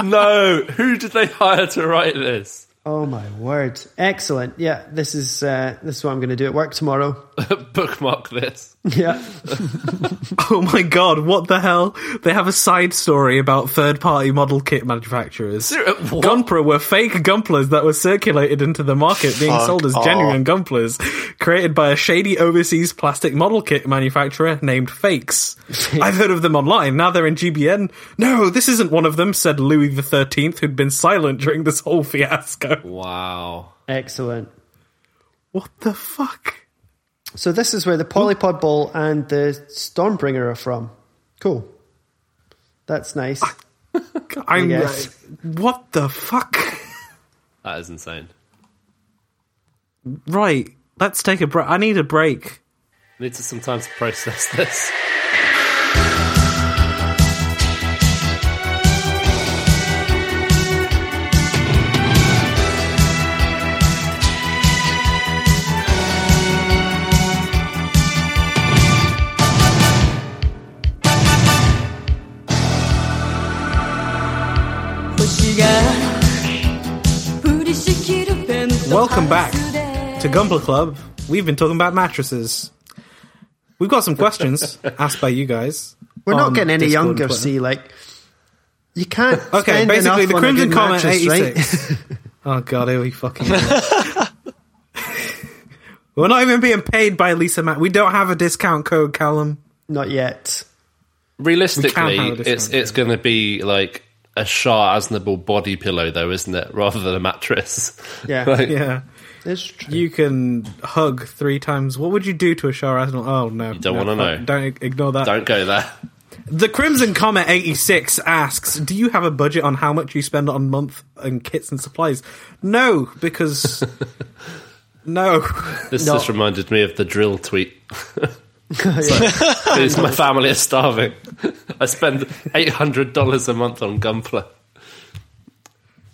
Speaker 3: No, who did they hire to write this?
Speaker 2: Oh my word. Excellent. Yeah, this is, uh, this is what I'm going to do at work tomorrow.
Speaker 3: Bookmark this.
Speaker 2: Yeah.
Speaker 1: Oh my god, what the hell? They have a side story about third party model kit manufacturers.
Speaker 3: what?
Speaker 1: Gunpla were fake Gumplers that were circulated into the market being
Speaker 4: Fuck
Speaker 1: sold as
Speaker 4: off.
Speaker 1: genuine Gumplers, created by a shady overseas plastic model kit manufacturer named Fakes. I've heard of them online, now they're in GBN. No, this isn't one of them, said Louis the 13th, who'd been silent during this whole fiasco.
Speaker 3: Wow.
Speaker 2: Excellent.
Speaker 1: What the fuck?
Speaker 2: So this is where the Polypod Ball and the Stormbringer are from. Cool. That's nice.
Speaker 1: Ah, I'm uh,
Speaker 2: guess.
Speaker 1: what the fuck?
Speaker 3: That is insane.
Speaker 1: Right, let's take a break. I need a break.
Speaker 3: Needs some time to process this.
Speaker 1: Welcome back to Gumbler Club. We've been talking about mattresses. We've got some questions asked by you guys.
Speaker 2: We're not
Speaker 1: on
Speaker 2: getting any
Speaker 1: Discord and
Speaker 2: younger,
Speaker 1: Twitter.
Speaker 2: see, like you can't
Speaker 1: Okay,
Speaker 2: spend
Speaker 1: basically
Speaker 2: enough
Speaker 1: the
Speaker 2: on a
Speaker 1: Crimson
Speaker 2: good
Speaker 1: Comet
Speaker 2: mattress,
Speaker 1: eighty
Speaker 2: right?
Speaker 1: six. oh god, here we fucking. go. We're not even being paid by Lisa Matt. We don't have a discount code, Callum.
Speaker 2: Not yet.
Speaker 1: We
Speaker 3: Realistically,
Speaker 1: can have a
Speaker 3: it's
Speaker 1: discount,
Speaker 3: it's going to be like a Shah Aznable body pillow, though, isn't it? Rather than a mattress.
Speaker 2: Yeah.
Speaker 3: Like,
Speaker 1: Yeah.
Speaker 2: It's true.
Speaker 1: You can hug three times. What would you do to a Shah Arsenal? Oh no! You
Speaker 3: don't wanna know.
Speaker 1: Don't ig- ignore that.
Speaker 3: Don't go there.
Speaker 1: The Crimson Comet 86 asks, "Do you have a budget on how much you spend on month and kits and supplies?" No, because no.
Speaker 3: This
Speaker 2: No.
Speaker 3: just reminded me of the drill tweet. It's my family is starving. I spend eight hundred dollars a month on Gunpla.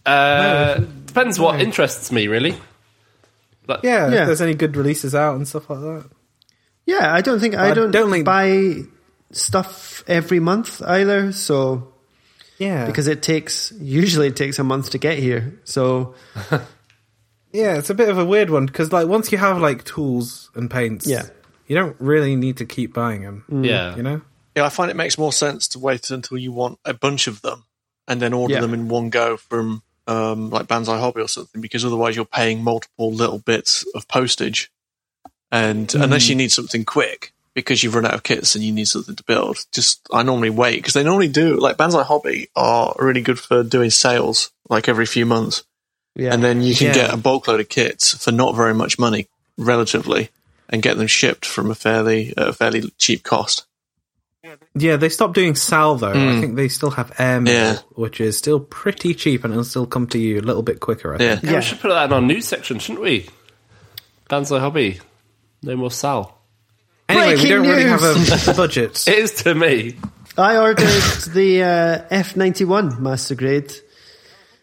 Speaker 3: Uh, depends what interests me, really. Like,
Speaker 1: Yeah, if
Speaker 2: Yeah.
Speaker 1: there's any good releases out and stuff like that.
Speaker 2: Yeah, I don't think I
Speaker 1: I
Speaker 2: don't,
Speaker 1: don't think-
Speaker 2: buy stuff every month either, so
Speaker 1: Yeah,
Speaker 2: because it takes usually it takes a month to get here. So
Speaker 1: yeah, it's a bit of a weird one because like once you have like tools and paints,
Speaker 2: Yeah.
Speaker 1: you don't really need to keep buying them.
Speaker 3: yeah.
Speaker 1: You know,
Speaker 4: Yeah, I find it makes more sense to wait until you want a bunch of them and then order
Speaker 2: Yeah.
Speaker 4: them in one go from um, like Banzai Hobby or something, because otherwise you're paying multiple little bits of postage. And
Speaker 2: Hmm.
Speaker 4: unless you need something quick, because you've run out of kits and you need something to build, just I normally wait because they normally do. Like Banzai Hobby are really good for doing sales, like every few months,
Speaker 2: yeah.
Speaker 4: and then you can
Speaker 1: Yeah.
Speaker 4: get a bulk load of kits for not very much money, relatively, and get them shipped from a fairly uh, fairly cheap cost.
Speaker 1: Yeah, they stopped doing Sal though. I think they still have Airmail,
Speaker 4: Hmm. Yeah.
Speaker 1: which is still pretty cheap and it'll still come to you a little bit quicker. I
Speaker 4: Yeah.
Speaker 1: think.
Speaker 3: Yeah,
Speaker 2: Yeah.
Speaker 3: we should put that in our news section, shouldn't we? Banzai Hobby. No more Sal.
Speaker 1: Anyway, we
Speaker 2: Breaking
Speaker 1: don't really have
Speaker 2: news.
Speaker 1: a, a budget.
Speaker 3: It is to me.
Speaker 2: I ordered the uh, F ninety one master grade.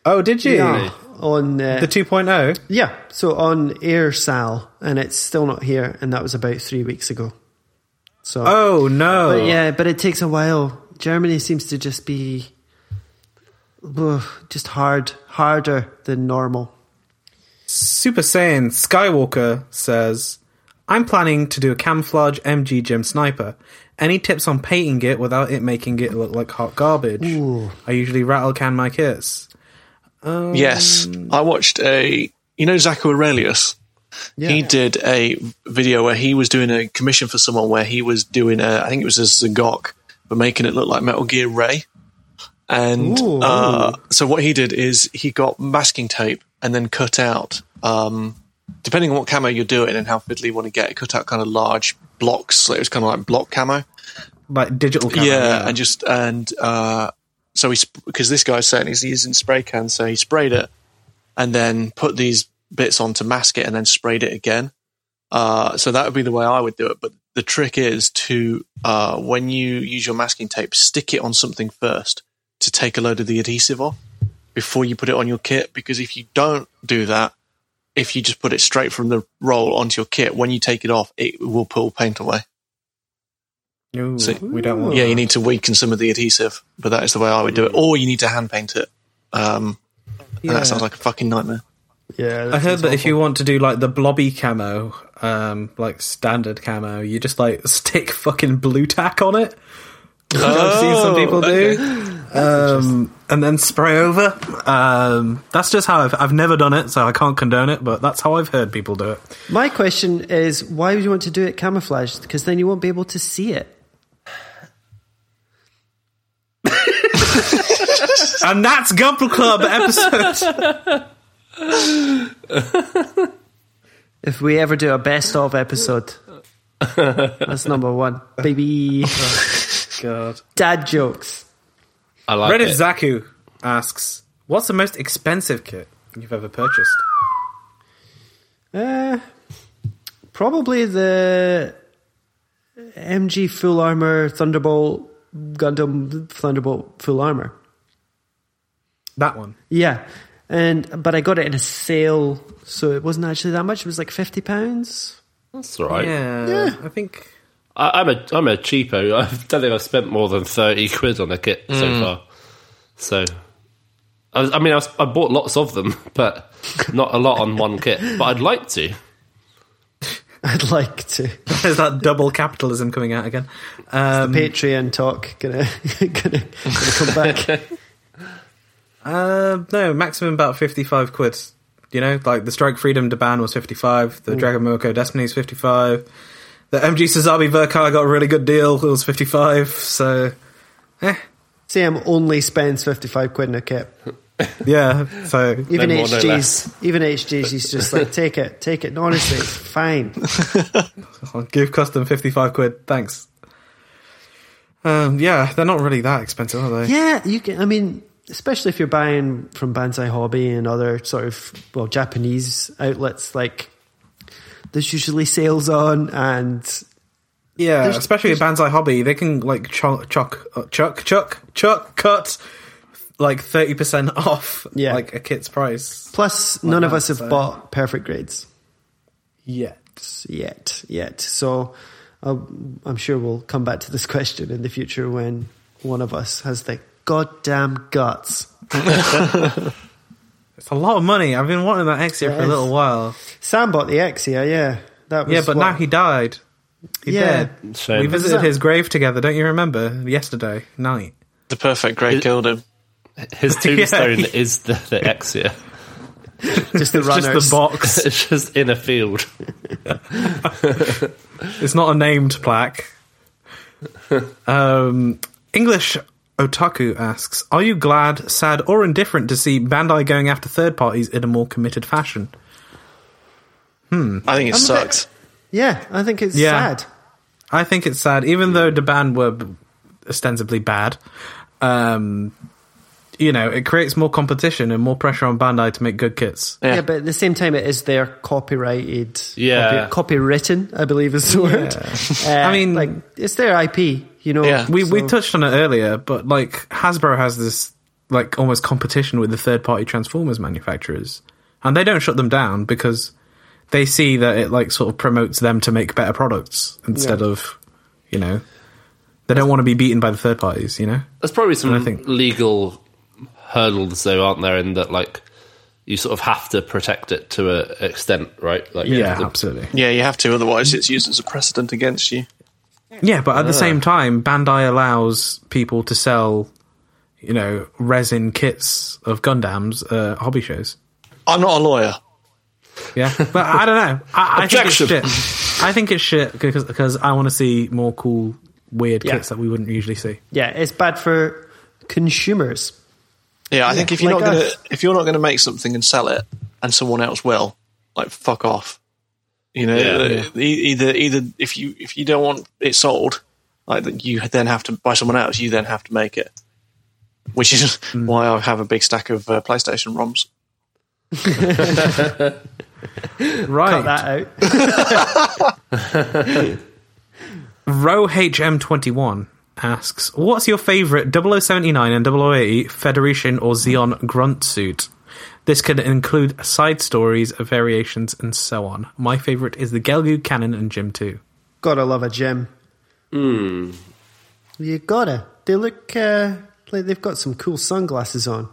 Speaker 1: oh, did you?
Speaker 2: Yeah, on uh,
Speaker 1: The oh? 2.0?
Speaker 2: yeah, so on Air Sal, and it's still not here, and that was about three weeks ago. So
Speaker 1: Oh, no.
Speaker 2: But yeah, but it takes a while. Germany seems to just be ugh, just hard, harder than normal.
Speaker 1: Super Saiyan Skywalker says, I'm planning to do a camouflage MG Gym Sniper. Any tips on painting it without it making it look like hot garbage? I usually rattle can my kits.
Speaker 4: Yes, I watched a. You know Zach Aurelius. He did a video where he was doing a commission for someone where he was doing a. I think it was a Zagok, but making it look like Metal Gear Ray. And
Speaker 2: Ooh.
Speaker 4: uh, so what he did is he got masking tape and then cut out. Um, depending on what camo you're doing and how fiddly you want to get, it cut out kind of large blocks. So it was kind of like block camo
Speaker 1: Like digital camo.
Speaker 4: yeah, and just and uh, so he because this guy's saying he's using spray cans, so he sprayed it and then put these bits on to mask it, and then sprayed it again. Uh, so that would be the way I would do it. But the trick is to uh, when you use your masking tape, stick it on something first to take a load of the adhesive off before you put it on your kit. Because if you don't do that, if you just put it straight from the roll onto your kit, when you take it off, it will pull paint away.
Speaker 1: No,
Speaker 4: See-
Speaker 1: we don't want.
Speaker 4: Yeah, you need to weaken some of the adhesive, but that is the way I would do it. Or you need to hand paint it. Um, and
Speaker 1: Yeah.
Speaker 4: that sounds like a fucking nightmare.
Speaker 2: Yeah,
Speaker 1: I heard that if you want to do like the blobby camo, um, like standard camo, you just like stick fucking blue tack on it. Which I've seen
Speaker 4: Oh,
Speaker 1: some people do, um, and then spray over. Um, that's just how I've I've never done it, so I can't condone it. But that's how I've heard people do it.
Speaker 2: my question is, why would you want to do it camouflaged? Because then you won't be able to see it.
Speaker 1: And that's Gump Club episode.
Speaker 2: If we ever do a best of episode, that's number one, baby.
Speaker 1: God.
Speaker 2: Dad jokes.
Speaker 3: I like
Speaker 1: Reddit
Speaker 3: it.
Speaker 1: Zaku asks, "What's the most expensive kit you've ever purchased?"
Speaker 2: Uh, probably the MG full armor Thunderbolt Gundam Thunderbolt full armor.
Speaker 1: That one.
Speaker 2: Yeah, and but I got it in a sale, so it wasn't actually that much. It was like fifty pounds.
Speaker 3: That's all right.
Speaker 1: Yeah, I think
Speaker 3: I, I'm a I'm a cheapo. I don't think I've spent more than thirty quid on a kit
Speaker 1: Mm.
Speaker 3: so far. So, I, was- I mean, I, was- I bought lots of them, but not a lot on one kit. But I'd like to.
Speaker 2: I'd like to
Speaker 1: there's that double capitalism coming out again. Um,
Speaker 2: Patreon talk. Gonna gonna, gonna come back.
Speaker 1: Uh, no, maximum about 55 quid. You know, like the Strike Freedom Deban was 55, the Dragon Moko Destiny is 55, the MG Suzabi Verkai got a really good deal, it was 55, so
Speaker 2: Sam only spends fifty five quid in a kit.
Speaker 1: yeah, so
Speaker 2: Even
Speaker 3: No more, no
Speaker 2: HG's, even HG's, he's just like take it, take it. No, honestly, it's fine.
Speaker 1: I'll give custom 55 quid, thanks. Um, yeah, they're not really that expensive, are they?
Speaker 2: Yeah, you can. I mean, especially if you're buying from Banzai Hobby and other sort of well Japanese outlets, like there's usually sales on, and
Speaker 1: Yeah,
Speaker 2: There's-
Speaker 1: especially a Banzai Hobby, they can like chuck, chuck, uh, chuck, chuck, chuck, cut like 30% off
Speaker 2: Yeah.
Speaker 1: like a kit's price.
Speaker 2: plus none of
Speaker 1: that,
Speaker 2: us have
Speaker 1: so-
Speaker 2: bought perfect grades
Speaker 1: Yeah.
Speaker 2: yet, yet. So I'll, I'm sure we'll come back to this question in the future when one of us has the goddamn guts.
Speaker 1: It's a lot of money. I've been wanting that Exia
Speaker 2: It
Speaker 1: for a
Speaker 2: is.
Speaker 1: little while.
Speaker 2: Sam bought the Exia, yeah. That was
Speaker 1: Yeah, but
Speaker 2: what-
Speaker 1: now he died. He
Speaker 2: Yeah.
Speaker 1: did.
Speaker 3: Shame.
Speaker 1: We visited
Speaker 2: Is that-
Speaker 1: his grave together, don't you remember? Yesterday night.
Speaker 4: The perfect grade killed him.
Speaker 3: His tombstone is the, the Exia.
Speaker 2: just the
Speaker 1: It's
Speaker 2: runners.
Speaker 1: just the box.
Speaker 3: It's just in a field.
Speaker 1: it's not a named plaque. Um, English Otaku asks Are you glad, sad, or indifferent to see Bandai going after third parties in a more committed fashion?
Speaker 4: I think it sucks.
Speaker 2: yeah, I think it's
Speaker 1: Yeah.
Speaker 2: sad.
Speaker 1: I think it's sad, even though Deban were b- ostensibly bad. Um, you know, it creates more competition and more pressure on Bandai to make good kits.
Speaker 4: Yeah.
Speaker 2: Yeah. but at the same time, it is their copyrighted.
Speaker 3: Yeah.
Speaker 2: Copy, copywritten, I believe is the word. Uh,
Speaker 1: I mean-
Speaker 2: like it's their IP. You know,
Speaker 4: Yeah.
Speaker 1: We we
Speaker 2: so-
Speaker 1: touched on it earlier, but like Hasbro has this like almost competition with the third party Transformers manufacturers, and they don't shut them down because they see that it like sort of promotes them to make better products instead of you know they don't want to be beaten by the third parties. You know,
Speaker 3: There's probably some
Speaker 1: I think-
Speaker 3: legal hurdles, though, aren't there? In that, like, you sort of have to protect it to an extent, right? Like,
Speaker 1: yeah,
Speaker 3: the-
Speaker 1: absolutely.
Speaker 4: Yeah, you have to, otherwise it's used as a precedent against you.
Speaker 1: Yeah, but at the same time, Bandai allows people to sell you know resin kits of Gundams uh, hobby shows.
Speaker 4: I'm not a lawyer.
Speaker 1: Yeah, but I don't know. I, I think it's
Speaker 3: Objection.
Speaker 1: shit. I think it's shit because because I want to see more cool, weird
Speaker 2: Yeah.
Speaker 1: kits that we wouldn't usually see.
Speaker 2: yeah, it's bad for consumers.
Speaker 4: Yeah, I think if you're
Speaker 2: like
Speaker 4: not gonna
Speaker 2: us.
Speaker 4: if you're not gonna make something and sell it, and someone else will, like fuck off. You know,
Speaker 3: Yeah.
Speaker 4: e- either either if you if you don't want it sold, like that you then have to by someone else, you then have to make it. Which is why I have a big stack of uh, PlayStation ROMs.
Speaker 1: Right.
Speaker 2: Cut that out.
Speaker 1: Row HM21 asks, "What's your favorite 0079 and 008 Federation or Xeon grunt suit?" This could include side stories, variations, and so on. My favorite is the Gelgu Cannon and Jim 2.
Speaker 2: Gotta love a gym. Mm. You gotta. They look uh, like they've got some cool sunglasses on.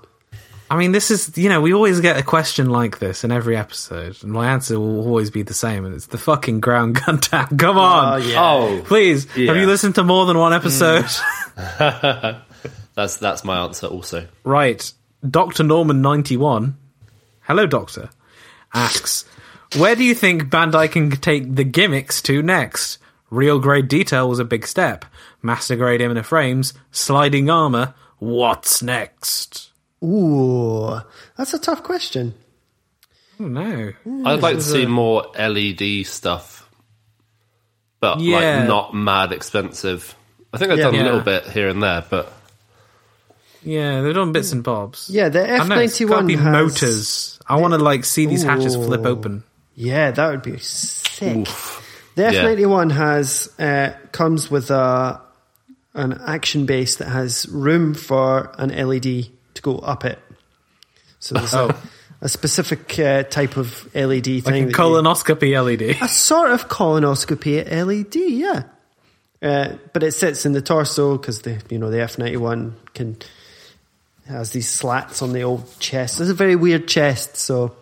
Speaker 1: I mean, this is, you know, we always get a question like this in every episode, and my answer will always be the same, and it's the fucking ground gun tag. Come on.
Speaker 2: Oh, yeah.
Speaker 3: Oh,
Speaker 1: Please,
Speaker 3: Yeah. Mm.
Speaker 1: have you listened to more than one episode?
Speaker 3: that's that's my answer also.
Speaker 1: Right. Dr. Norman91, hello, Doctor, asks, Where do you think Bandai can take the gimmicks to next? Real grade detail was a big step. Master grade imminent frames, sliding armor. What's next?
Speaker 2: Ooh, that's a tough question.
Speaker 1: Oh,
Speaker 3: Hmm,
Speaker 1: no.
Speaker 3: I'd like to see more LED stuff, but
Speaker 1: Yeah.
Speaker 3: like not mad expensive. I think I've
Speaker 2: Yeah.
Speaker 3: done
Speaker 1: Yeah.
Speaker 3: a little bit here and there, but
Speaker 1: Yeah, they're doing bits and bobs.
Speaker 2: Hmm. Yeah, the
Speaker 1: I know, it's gotta
Speaker 2: F91
Speaker 1: be
Speaker 2: has-
Speaker 1: motors. I want to like see these hatches
Speaker 2: Ooh.
Speaker 1: flip open.
Speaker 2: Yeah, that would be sick. The
Speaker 3: Yeah.
Speaker 2: F91 has uh, comes with a an action base that has room for an LED to go up it. So there's a, a specific uh, type of LED thing.
Speaker 1: Oh. Like a
Speaker 2: that you-
Speaker 1: colonoscopy LED.
Speaker 2: a sort of colonoscopy LED, yeah. Uh, but it sits in the torso because the you know the F ninety one can has these slats on the old chest. It's a very weird chest, so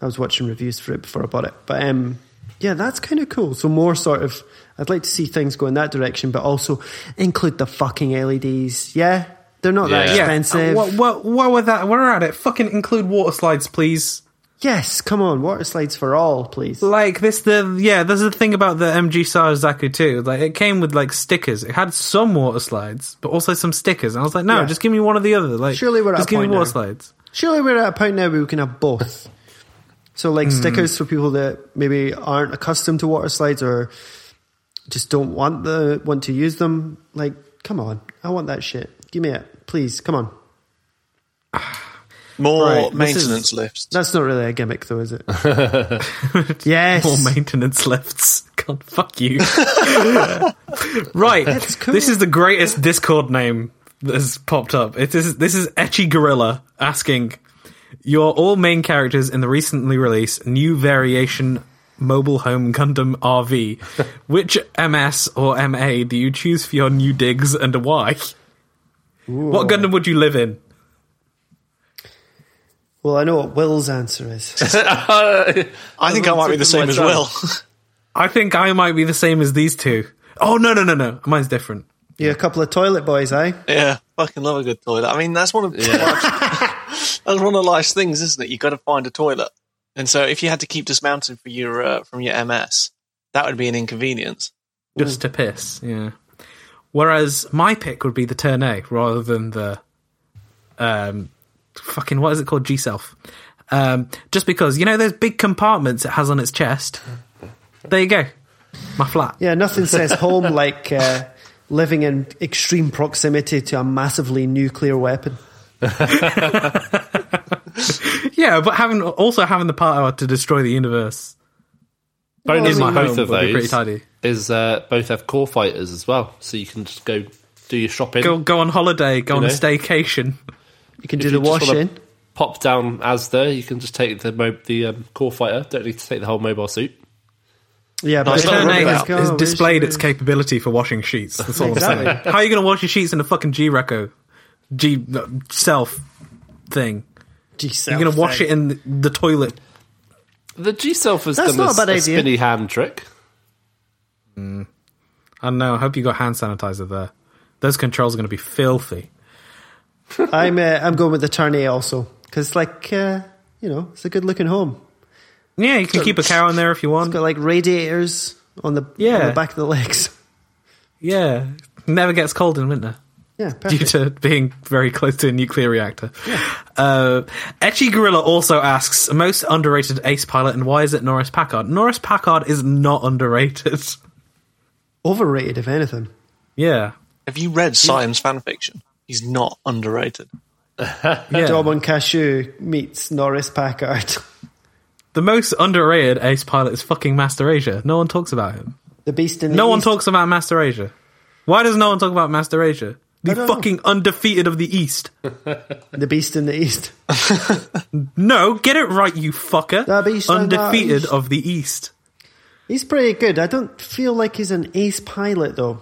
Speaker 2: I was watching reviews for it before I bought it. But um, yeah, that's kind of cool. So more sort of, I'd like to see things go in that direction, but also include the fucking LEDs. Yeah, they're not that
Speaker 3: Yeah.
Speaker 1: Yeah. Uh,
Speaker 2: expensive.
Speaker 1: What, what, what were that? We're at it. Fucking include water slides, please.
Speaker 2: yes, come on, water slides for all, please.
Speaker 1: like this the yeah there's a thing about the mg sarazaku too like it came with like stickers it had some water slides but also some stickers and i was like no
Speaker 2: Yeah.
Speaker 1: just give me one or the other like
Speaker 2: Surely we're at
Speaker 1: just
Speaker 2: a
Speaker 1: give me
Speaker 2: point
Speaker 1: water
Speaker 2: now.
Speaker 1: slides
Speaker 2: Surely we're at a point now where we can have both. So, like stickers for people that maybe aren't accustomed to water slides or just don't want the want to use them. Like, come on, I want that shit. Give me it, please. Come on.
Speaker 4: More
Speaker 1: Right, this
Speaker 4: maintenance
Speaker 1: is-
Speaker 4: lifts.
Speaker 2: That's not really a gimmick, though, is it? yes.
Speaker 1: more maintenance lifts god fuck you right
Speaker 2: cool.
Speaker 1: this is the greatest discord name that has popped up it is this is etchy gorilla asking you're all main characters in the recently released new variation mobile home Gundam RV. Which MS or MA do you choose for your new digs and why? What Gundam would you live in?
Speaker 2: well, I know what Will's answer is.
Speaker 4: I think I might be the same as well.
Speaker 1: I think I might be the same as these two. Oh no no no no, mine's different.
Speaker 2: You're a couple of toilet boys, eh?
Speaker 4: yeah, fucking love a good toilet. I mean, that's one of that's one of life's things, isn't it? You got to find a toilet, and so if you had to keep dismounting for your uh, from your MS, that would be an inconvenience.
Speaker 1: Just to piss, yeah. Whereas my pick would be the turn A rather than the um fucking what is it called? G self. Um just because, you know those big compartments it has on its chest. There you go. My flat.
Speaker 2: Yeah, nothing says home like uh, living in extreme proximity to a massively nuclear weapon.
Speaker 1: Yeah, but having also having the power to destroy the universe
Speaker 3: bonus
Speaker 1: in
Speaker 3: in
Speaker 1: my home
Speaker 3: both
Speaker 1: would
Speaker 3: of
Speaker 1: be pretty
Speaker 3: those
Speaker 1: tidy.
Speaker 3: is uh, both have core fighters as well, so you can just go do your shopping.
Speaker 1: Go go on holiday, go on a
Speaker 3: know?
Speaker 1: staycation.
Speaker 2: You can do
Speaker 3: If
Speaker 2: the
Speaker 3: you just
Speaker 2: washing.
Speaker 3: wanna Pop down Asda. You can just take the mo- the um, core fighter. Don't need to take the whole mobile suit.
Speaker 2: Yeah,
Speaker 4: Nice
Speaker 2: but
Speaker 1: The turn
Speaker 4: That's what
Speaker 1: A
Speaker 4: I'm
Speaker 1: has,
Speaker 4: about.
Speaker 1: has displayed its capability for washing sheets. That's all I'm
Speaker 2: Exactly.
Speaker 1: saying. How are you going to wash your sheets in a fucking G Reco G uh, self thing? You're going to wash it in the toilet.
Speaker 3: The G self has
Speaker 2: That's
Speaker 3: done
Speaker 2: not
Speaker 3: a,
Speaker 2: a bad
Speaker 3: a
Speaker 2: idea.
Speaker 3: spinny hand trick.
Speaker 1: I don't know. I hope you got hand sanitizer there. Those controls are going to be filthy.
Speaker 2: I'm uh, I'm going with the turn A also because like uh, you know it's a good looking home.
Speaker 1: Yeah, you can keep a cow in there if you want.
Speaker 2: Got like radiators on the on
Speaker 1: Yeah.
Speaker 2: the back of the legs.
Speaker 1: Yeah, never gets cold in winter.
Speaker 2: Yeah,
Speaker 1: due
Speaker 2: perfect.
Speaker 1: to being very close to a nuclear reactor. Uh, Etchy Gorilla also asks most underrated ace pilot, and why is it Norris Packard? Norris Packard is not underrated.
Speaker 2: Overrated, if anything.
Speaker 1: yeah,
Speaker 4: Have you read Siam's fan fiction? He's not underrated.
Speaker 1: yeah.
Speaker 2: Dom on Cashew meets Norris Packard.
Speaker 1: The most underrated ace pilot is fucking Master Asia. No one talks about him.
Speaker 2: The Beast in the
Speaker 1: No one
Speaker 2: East.
Speaker 1: talks about Master Asia. Why does no one talk about Master Asia? The
Speaker 2: don't know.
Speaker 1: fucking undefeated of the East.
Speaker 2: The Beast in the East.
Speaker 1: No, get it right, you fucker.
Speaker 2: The beast and the
Speaker 1: undefeated
Speaker 2: east.
Speaker 1: of the East.
Speaker 2: He's pretty good. I don't feel like he's an ace pilot though.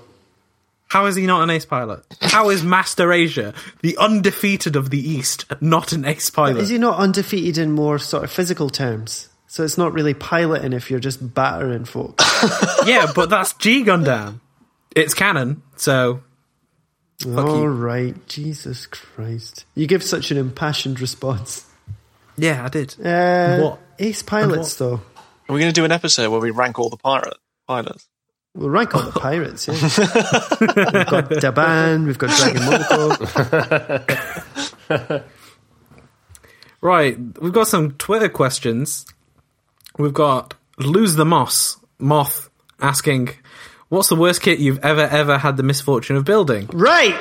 Speaker 1: How is he not an ace pilot? How is Master Asia, the undefeated of the East, not an ace pilot?
Speaker 2: Is he not undefeated in more sort of physical terms? So it's not really piloting if you're just battering folk.
Speaker 1: yeah, but that's G Gundam. It's canon, so
Speaker 2: All right, Jesus Christ! You give such an impassioned response.
Speaker 1: yeah, I did.
Speaker 2: Uh,
Speaker 1: What?
Speaker 2: ace pilots though?
Speaker 4: Are we going to do an episode where we rank all the pirate pilots?
Speaker 2: We'll rank all the pirates. Yeah. we've got Daban. We've got Dragon Momoko.
Speaker 1: Right, we've got some Twitter questions. We've got lose the moss moth asking, "What's the worst kit you've ever ever had the misfortune of building?"
Speaker 2: Right.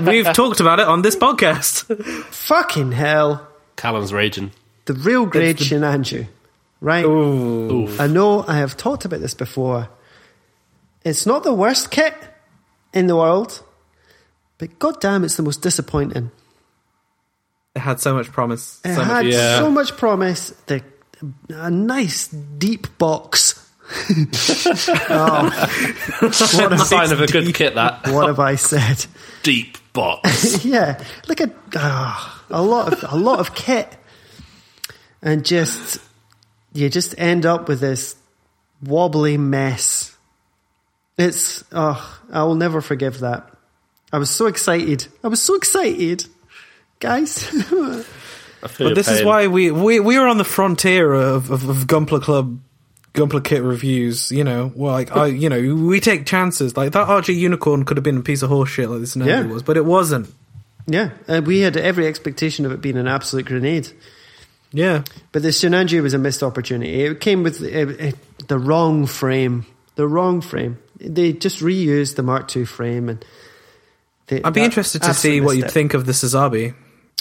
Speaker 1: We've talked about it on this podcast.
Speaker 2: Fucking hell.
Speaker 3: Callum's raging.
Speaker 2: The real grade Shinanju. Right.
Speaker 3: Oof.
Speaker 2: I know I have talked about this before. It's not the worst kit in the world, but goddamn, it's the most disappointing.
Speaker 1: It had so much promise.
Speaker 2: It
Speaker 1: so much-
Speaker 2: had
Speaker 3: yeah.
Speaker 2: so much promise. The a nice deep box. oh,
Speaker 3: What a sign of a good kit that
Speaker 2: what have I said?
Speaker 3: deep box.
Speaker 2: yeah, like a ah, a lot of a lot of kit, and just you just end up with this wobbly mess. It's oh, I will never forgive that. I was so excited. I was so excited, guys.
Speaker 1: But this is why we, we we are on the frontier of of, of Gunpla Club. Gunpla kit reviews, you know, well, like I, you know, we take chances. Like that Archer Unicorn could have been a piece of horseshit like this Navy
Speaker 2: Yeah.
Speaker 1: was, but it wasn't.
Speaker 2: yeah, and we had every expectation of it being an absolute grenade.
Speaker 1: Yeah,
Speaker 2: But the Shinanji was a missed opportunity. It came with it, it, the wrong frame. The wrong frame. They just reused the Mark II frame, and they,
Speaker 1: I'd be
Speaker 2: that
Speaker 1: interested to
Speaker 2: absolutely
Speaker 1: see what
Speaker 2: missed
Speaker 1: you'd
Speaker 2: it.
Speaker 1: think of the Sazabi.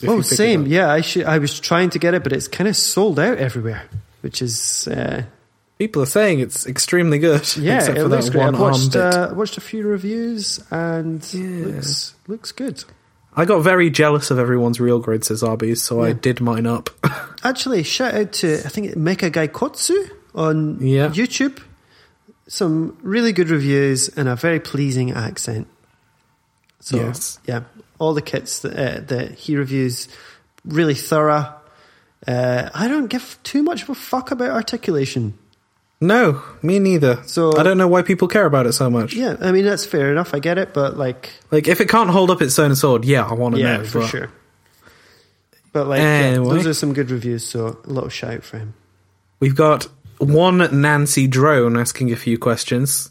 Speaker 1: if
Speaker 2: Oh,
Speaker 1: you pick it
Speaker 2: same.
Speaker 1: up.
Speaker 2: Yeah, I should, I was trying to get it, but it's kind of sold out everywhere, which is uh,
Speaker 1: People are saying it's extremely good.
Speaker 2: yeah.
Speaker 1: except
Speaker 2: it
Speaker 1: for
Speaker 2: looks
Speaker 1: that
Speaker 2: great.
Speaker 1: one
Speaker 2: I've watched
Speaker 1: arm bit.
Speaker 2: uh, watched a few reviews, and looks looks good.
Speaker 1: I got very jealous of everyone's real grade Sazabis, so I did mine up.
Speaker 2: Actually, shout out to I think Mecha Gaikotsu on
Speaker 1: Yeah.
Speaker 2: YouTube. Some really good reviews and a very pleasing accent. So
Speaker 1: Yes.
Speaker 2: yeah, all the kits that uh, that he reviews really thorough. Uh, I don't give too much of a fuck about articulation.
Speaker 1: no, me neither.
Speaker 2: So-
Speaker 1: I don't know why people care about it so much.
Speaker 2: Yeah, I mean that's fair enough. I get it, but like,
Speaker 1: Like, if it can't hold up its own sword, yeah, I want to
Speaker 2: yeah,
Speaker 1: know
Speaker 2: for
Speaker 1: but-
Speaker 2: sure. But like, yeah,
Speaker 1: Anyway.
Speaker 2: those are some good reviews. So a little shout out for him.
Speaker 1: We've got one Nancy drone asking a few questions.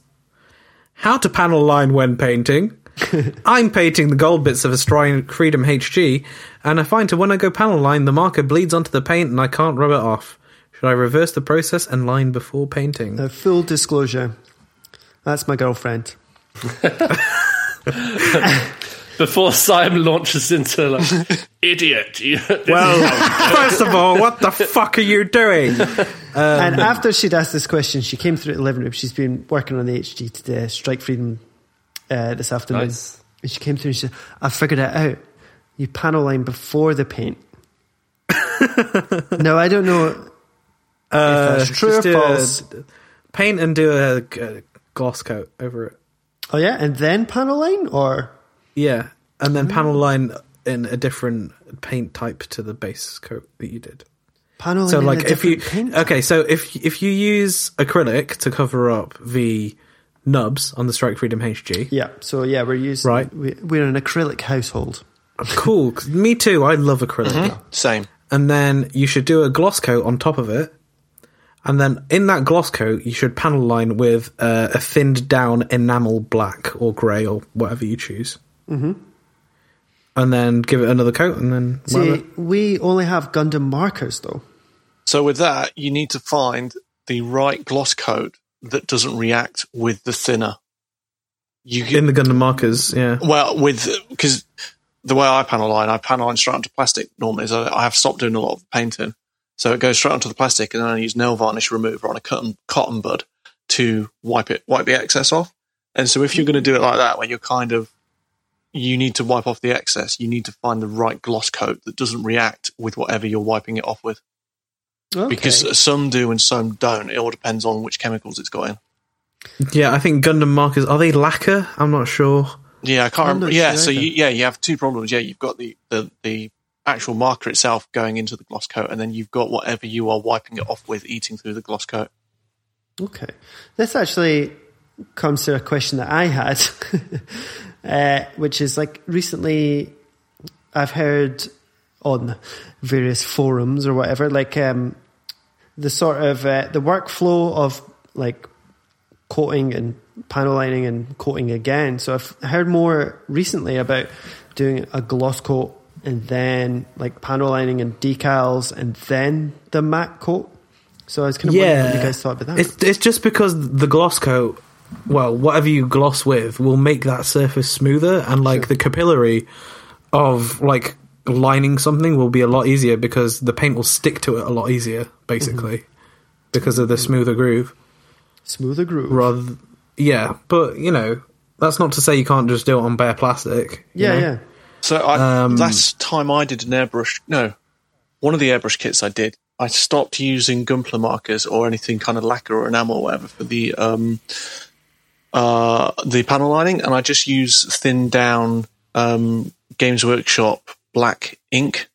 Speaker 1: How to panel line when painting. I'm painting the gold bits of a Stryne Freedom HG, and I find that when I go panel line, the marker bleeds onto the paint and I can't rub it off. Should I reverse the process and line before painting?
Speaker 2: Uh, full disclosure, that's my girlfriend.
Speaker 3: Before Simon launches into like idiot. You,
Speaker 1: well, first of all, what the fuck are you doing?
Speaker 2: and after she'd asked this question, she came through to the living room. She's been working on the HG today, Strike Freedom uh, this afternoon.
Speaker 3: Nice.
Speaker 2: And she came through and she said, I figured it out. You panel line before the paint. now, I don't know
Speaker 1: Uh,
Speaker 2: if that's true or
Speaker 1: Just do a-
Speaker 2: false.
Speaker 1: paint and do a, a gloss coat over it.
Speaker 2: Oh, yeah, and then panel line? Or,
Speaker 1: Yeah, and
Speaker 2: Hmm.
Speaker 1: then panel line in a different paint type to the base coat that you did.
Speaker 2: panel line
Speaker 1: So
Speaker 2: Oh, in a
Speaker 1: like if you uh,
Speaker 2: different paint?
Speaker 1: okay, so if if you use acrylic to cover up the nubs on the Strike Freedom HG,
Speaker 2: Yeah, so yeah, we're using,
Speaker 1: Right.
Speaker 2: we, we're an acrylic household.
Speaker 1: cool. 'cause Me too. I love acrylic.
Speaker 2: Mm-hmm.
Speaker 4: Same.
Speaker 1: And then you should do a gloss coat on top of it. And then in that gloss coat, you should panel line with uh, a thinned down enamel black or grey or whatever you choose. Mm-hmm. And then give it another coat, and then whatever.
Speaker 2: See, we only have Gundam markers, though.
Speaker 4: So with that, you need to find the right gloss coat that doesn't react with the thinner. You
Speaker 1: in
Speaker 4: can,
Speaker 1: the Gundam markers, yeah.
Speaker 4: well with because the way I panel line, I panel line straight onto plastic normally. So I have stopped doing a lot of painting, so it goes straight onto the plastic, and then I use nail varnish remover on a cotton cotton bud to wipe it, wipe the excess off. And so if you're going to do it like that, where you're kind of, you need to wipe off the excess, you need to find the right gloss coat that doesn't react with whatever you're wiping it off with.
Speaker 2: Okay.
Speaker 4: Because some do and some don't. It all depends on which chemicals it's got in.
Speaker 1: Yeah, I think Gundam markers are they lacquer? I'm not sure.
Speaker 4: Yeah, I can't
Speaker 2: I'm not
Speaker 4: remember. Yeah,
Speaker 2: sure
Speaker 4: so you,
Speaker 2: either.
Speaker 4: yeah, you have two problems. Yeah, you've got the, the the actual marker itself going into the gloss coat, and then you've got whatever you are wiping it off with eating through the gloss coat.
Speaker 2: Okay. This actually comes to a question that I had, uh, which is like recently I've heard on various forums or whatever, like um, the sort of uh, the workflow of like coating and panel lining and coating again. So I've heard more recently about doing a gloss coat and then like panel lining and decals and then the matte coat. So I was kind of wondering what you guys thought about that.
Speaker 1: It's, it's just because the gloss coat, well, whatever you gloss with, will make that surface smoother, and like the capillary of like lining something will be a lot easier because the paint will stick to it a lot easier, basically,
Speaker 2: Mm-hmm.
Speaker 1: because of the smoother groove.
Speaker 2: smoother groove.
Speaker 1: Rather, th- yeah, but you know, that's not to say you can't just do it on bare plastic. you
Speaker 2: Yeah,
Speaker 1: know?
Speaker 2: yeah.
Speaker 4: So I, last time I did an airbrush, no, one of the airbrush kits I did, I stopped using Gunpla markers or anything kind of lacquer or enamel or whatever for the um, uh, the panel lining, and I just use thin down um, Games Workshop black ink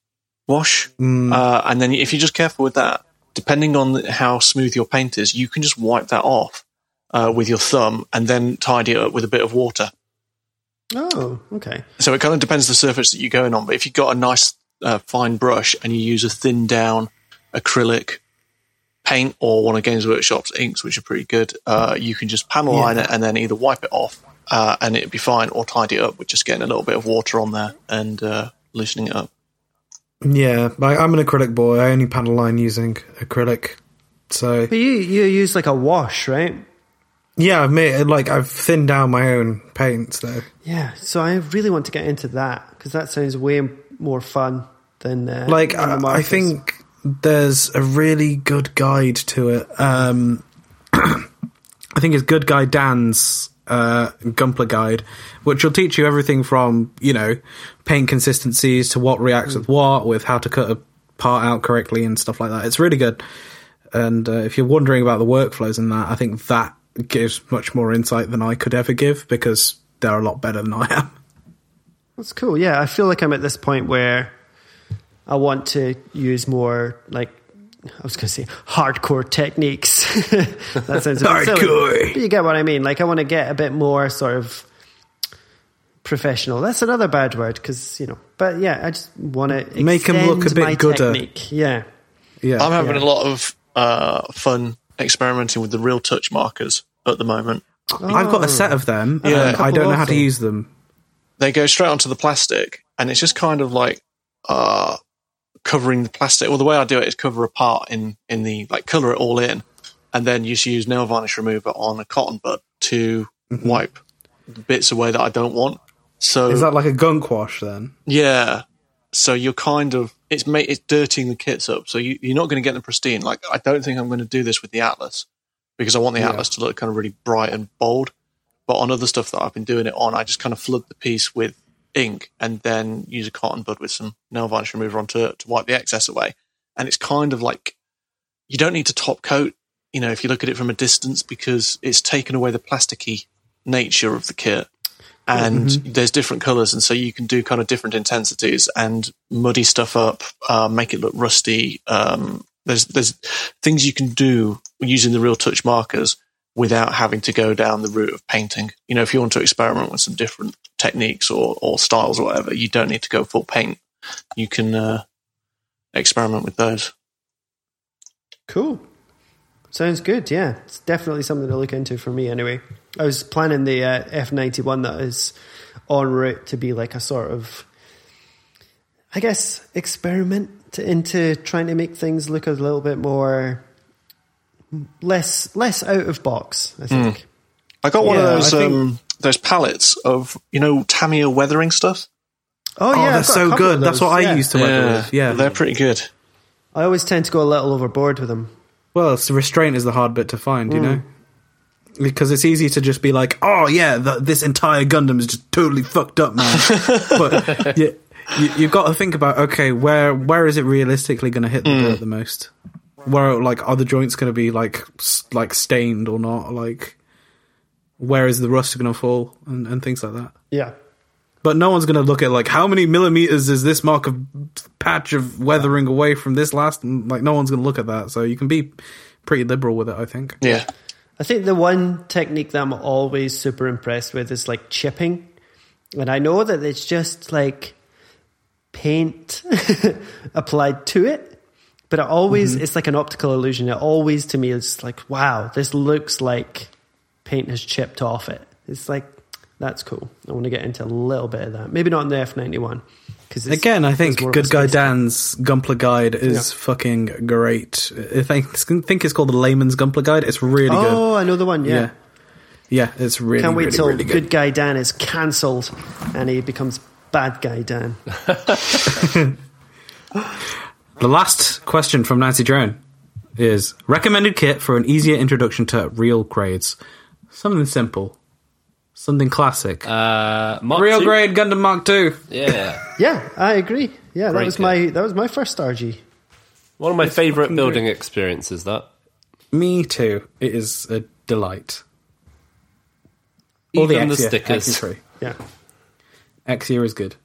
Speaker 4: wash. Uh, and then if you're just careful with that, depending on how smooth your paint is, you can just wipe that off uh, with your thumb and then tidy it up with a bit of water.
Speaker 2: Oh, okay.
Speaker 4: So it kind of depends the surface that you're going on. But if you've got a nice uh, fine brush and you use a thin down acrylic paint or one of Games Workshop's inks, which are pretty good, uh, you can just panel line it and then either wipe it off uh, and it'd be fine or tidy it up with just getting a little bit of water on there and uh, loosening it up.
Speaker 1: yeah. Like, I'm an acrylic boy. I only panel line using acrylic, so
Speaker 2: But you you use like a wash, right?
Speaker 1: yeah. I've made like I've thinned down my own paints though.
Speaker 2: Yeah. So I really want to get into that because that sounds way more fun than uh,
Speaker 1: like
Speaker 2: than the
Speaker 1: I, I
Speaker 2: markers.
Speaker 1: think there's a really good guide to it um i think it's good guy dan's uh gumpler guide which will teach you everything from you know paint consistencies to what reacts with what with how to cut a part out correctly and stuff like that it's really good and uh, if you're wondering about the workflows and that i think that gives much more insight than i could ever give because they're a lot better than i am
Speaker 2: that's cool. Yeah, I feel like I'm at this point where I want to use more like I was going to say hardcore techniques. that sounds a bit silly,
Speaker 1: Hardcore.
Speaker 2: but you get what I mean. Like I want to get a bit more sort of professional. That's another bad word because you know. But yeah, I just want to
Speaker 1: Make 'em look a bit gooder.
Speaker 2: Technique. Yeah.
Speaker 1: yeah
Speaker 4: I'm having a lot of uh, fun experimenting with the real touch markers at the moment.
Speaker 1: I've got a set of them.
Speaker 4: Yeah.
Speaker 1: and I don't know how to
Speaker 2: Couple
Speaker 1: use them.
Speaker 4: they go straight onto the plastic and it's just kind of like uh covering the plastic well the way i do it is cover a part in in the like color it all in and then you just use nail varnish remover on a cotton bud to wipe the bits away that i don't want so
Speaker 1: Mm-hmm. Is that like a gunk wash then?
Speaker 4: yeah so you're kind of it's ma- it's dirtying the kits up so you, you're not going to get them pristine like i don't think i'm going to do this with the atlas because i want the atlas to look kind of really bright and bold but on other stuff that I've been doing it on, I just kind of flood the piece with ink and then use a cotton bud with some nail varnish remover on to, to wipe the excess away. And it's kind of like you don't need to top coat, you know, if you look at it from a distance because it's taken away the plasticky nature of the kit. And there's different colors, and so you can do kind of different intensities and muddy stuff up, uh, make it look rusty. Um, there's there's things you can do using the real touch markers without having to go down the route of painting. You know, if you want to experiment with some different techniques or, or styles or whatever, you don't need to go full paint. You can uh, experiment with those.
Speaker 2: Cool. Sounds good. Yeah, it's definitely something to look into for me. Anyway, I was planning the uh, F ninety one that is en route to be like a sort of, I guess, experiment to, into trying to make things look a little bit more less less out of box. I think.
Speaker 1: Hmm.
Speaker 4: I got one
Speaker 1: Yeah, I
Speaker 4: of those
Speaker 1: think-
Speaker 4: um, those palettes of you know Tamiya weathering stuff.
Speaker 2: Oh yeah,
Speaker 1: oh,
Speaker 2: I've
Speaker 1: they're
Speaker 2: got a couple
Speaker 1: so
Speaker 2: of
Speaker 1: good. That's
Speaker 2: those,
Speaker 1: what
Speaker 2: yeah.
Speaker 1: I used to work with. Yeah.
Speaker 4: they're pretty good.
Speaker 2: I always tend to go a little overboard with them. Mm.
Speaker 1: well, it's the restraint is the hard bit to find, you know? because it's easy to just be like, "Oh yeah, th this entire Gundam is just totally fucked up, man." but you, you, you've got to think about okay, where where is it realistically going to hit the
Speaker 2: Mm.
Speaker 1: dirt the most? Where like are the joints going to be like s- like stained or not? Like where is the rust going to fall and, and things like that?
Speaker 2: Yeah.
Speaker 1: But no one's going to look at like how many millimeters is this mark of patch of weathering away from this last? Like no one's going to look at that, so you can be pretty liberal with it, I think.
Speaker 4: Yeah.
Speaker 2: I think the one technique that I'm always super impressed with is like chipping. And I know that it's just like paint applied to it, but it always,
Speaker 1: Mm-hmm.
Speaker 2: it's like an optical illusion. It always to me is like, wow, this looks like paint has chipped off it. It's like, that's cool. I want to get into a little bit of that. Maybe not in the F91. Because
Speaker 1: Again, I think Good Guy Dan's Gumpler Guide is fucking great. I think, I think it's called the Layman's Gumpler Guide. It's really
Speaker 2: Oh, I know the one.
Speaker 1: good.
Speaker 2: yeah.
Speaker 1: Yeah. Yeah, it's really,
Speaker 2: Can't wait
Speaker 1: really,
Speaker 2: till
Speaker 1: really
Speaker 2: good. guy Dan is cancelled and he becomes bad guy Dan.
Speaker 1: The last question from Nancy Drone is recommended kit for an easier introduction to real grades. Something simple, something classic.
Speaker 3: Uh, Mark
Speaker 1: real
Speaker 3: two?
Speaker 1: grade Gundam Mark II.
Speaker 3: Yeah.
Speaker 2: yeah, I agree. Yeah, that
Speaker 3: Great
Speaker 2: was
Speaker 3: kid.
Speaker 2: my that was my first RG.
Speaker 3: One of my favourite building experiences, that.
Speaker 1: Me too. It is a delight.
Speaker 3: Even the
Speaker 1: Exia-
Speaker 3: stickers.
Speaker 1: Exia 3.
Speaker 2: Yeah,
Speaker 1: Exia is good.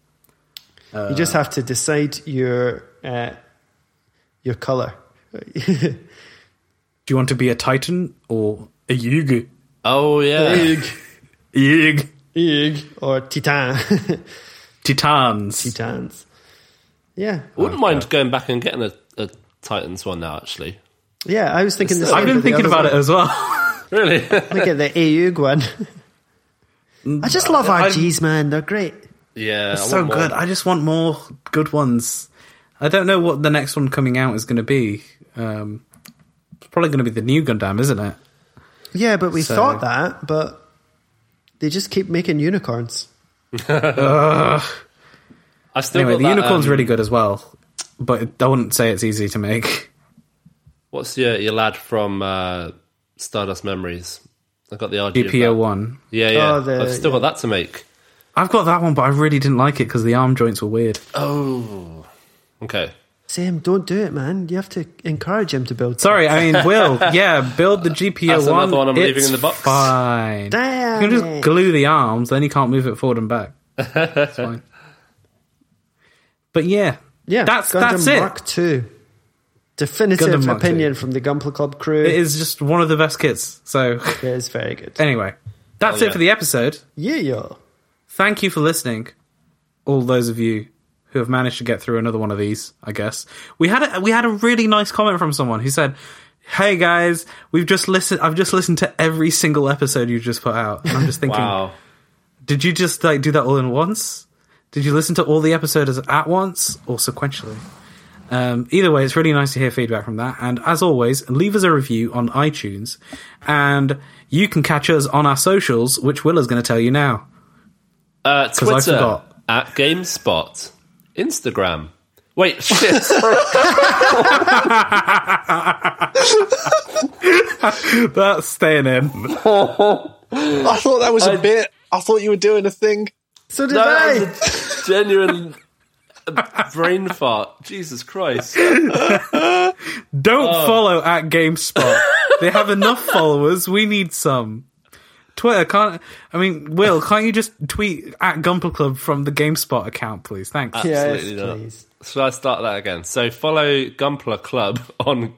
Speaker 2: you just have to decide your uh, your color. yeah,
Speaker 1: Do you want to be a Titan or a Yugi?
Speaker 3: Oh, yeah.
Speaker 1: Yig.
Speaker 2: or Titan,
Speaker 1: Titans.
Speaker 2: Titans. Yeah,
Speaker 3: Wouldn't mind going back and getting a, a Titans one now, actually.
Speaker 2: yeah. I was thinking. the same
Speaker 1: I've been
Speaker 2: with the
Speaker 1: thinking
Speaker 2: other
Speaker 1: about
Speaker 2: one.
Speaker 1: it as well.
Speaker 3: Really?
Speaker 2: Look at the AUG one. I just love
Speaker 1: I-
Speaker 2: RGs, man. They're great.
Speaker 3: yeah. I
Speaker 1: so
Speaker 3: want more.
Speaker 1: good. I just want more good ones. I don't know what the next one coming out is going to be. Um, it's probably going to be the new Gundam, isn't it?
Speaker 2: Yeah, but we
Speaker 1: So-
Speaker 2: thought that, but they just keep making unicorns.
Speaker 3: I still
Speaker 1: Anyway,
Speaker 3: got
Speaker 1: the
Speaker 3: that,
Speaker 1: unicorn's
Speaker 3: um,
Speaker 1: really good as well, but it- I wouldn't say it's easy to make.
Speaker 3: What's your, your lad from uh, Stardust Memories? I got the RG. of
Speaker 1: GPO
Speaker 3: that.
Speaker 1: one.
Speaker 3: Yeah, yeah.
Speaker 2: Oh, the-
Speaker 3: I've still got that to make.
Speaker 1: I've got that one, but I really didn't like it because the arm joints were weird.
Speaker 3: Oh. Okay.
Speaker 2: Sam, don't do it, man. You have to encourage him to build.
Speaker 1: Sorry, I mean Will. Yeah, build the GPO
Speaker 3: That's
Speaker 1: one.
Speaker 3: another one I'm
Speaker 1: it's
Speaker 3: leaving in the box.
Speaker 1: Fine.
Speaker 2: Damn
Speaker 1: you can just
Speaker 2: it.
Speaker 1: glue the arms, then you can't move it forward and back. It's fine. But yeah,
Speaker 2: yeah,
Speaker 1: that's
Speaker 2: Gundam
Speaker 1: that's it.
Speaker 2: Mark Two. Definitive
Speaker 1: Gundam Mark
Speaker 2: opinion from the Gumpler Club crew.
Speaker 1: It is just one of the best kits. So
Speaker 2: It is very good.
Speaker 1: anyway, that's
Speaker 3: Oh,
Speaker 1: it
Speaker 3: yeah.
Speaker 1: for the episode.
Speaker 2: Yeah, yo.
Speaker 1: Thank you for listening, all those of you who have managed to get through another one of these. I guess we had a, we had a really nice comment from someone who said. Hey guys, we've just listened. I've just listened to every single episode you just put out. And I'm just thinking,
Speaker 3: Wow.
Speaker 1: Did you just like do that all in once? Did you listen to all the episodes at once or sequentially? Um, either way, it's really nice to hear feedback from that. And as always, leave us a review on iTunes, and you can catch us on our socials, which Willa's going to tell you now.
Speaker 3: Uh,
Speaker 1: I
Speaker 3: Twitter
Speaker 1: forgot.
Speaker 3: at GameSpot, Instagram. Wait, shit. sorry.
Speaker 1: That's staying in.
Speaker 4: I thought that was a bit. I thought you were doing a thing.
Speaker 2: So did
Speaker 3: that
Speaker 2: I.
Speaker 3: was a genuine brain fart. Jesus Christ.
Speaker 1: Don't follow at GameSpot. they have enough followers. We need some. Twitter can't. I mean, Will, can't you just tweet at Gumper Club from the GameSpot account, please? Thanks.
Speaker 2: Yes,
Speaker 3: Absolutely not.
Speaker 2: please.
Speaker 3: Should I start that again? So follow Gumpler Club on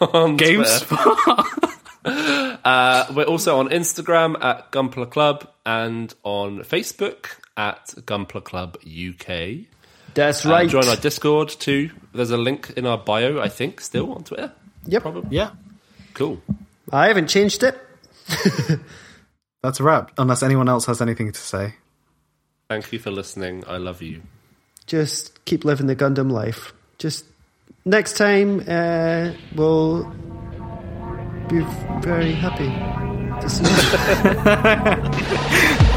Speaker 3: on Twitter.
Speaker 1: GameSpot.
Speaker 3: Uh, we're also on Instagram at Gumpler Club and on Facebook at Gumpler Club UK.
Speaker 2: That's
Speaker 1: Uh,
Speaker 3: And
Speaker 2: right.
Speaker 3: Join our Discord too. There's a link in our bio, I think, still on Twitter.
Speaker 2: yep.
Speaker 3: Probably.
Speaker 1: yeah.
Speaker 3: Cool.
Speaker 2: I haven't changed it.
Speaker 1: That's a wrap. Unless anyone else has anything to say.
Speaker 3: Thank you for listening. I love you.
Speaker 2: Just keep living the Gundam life. Just next time, uh, we'll be very happy. to see you.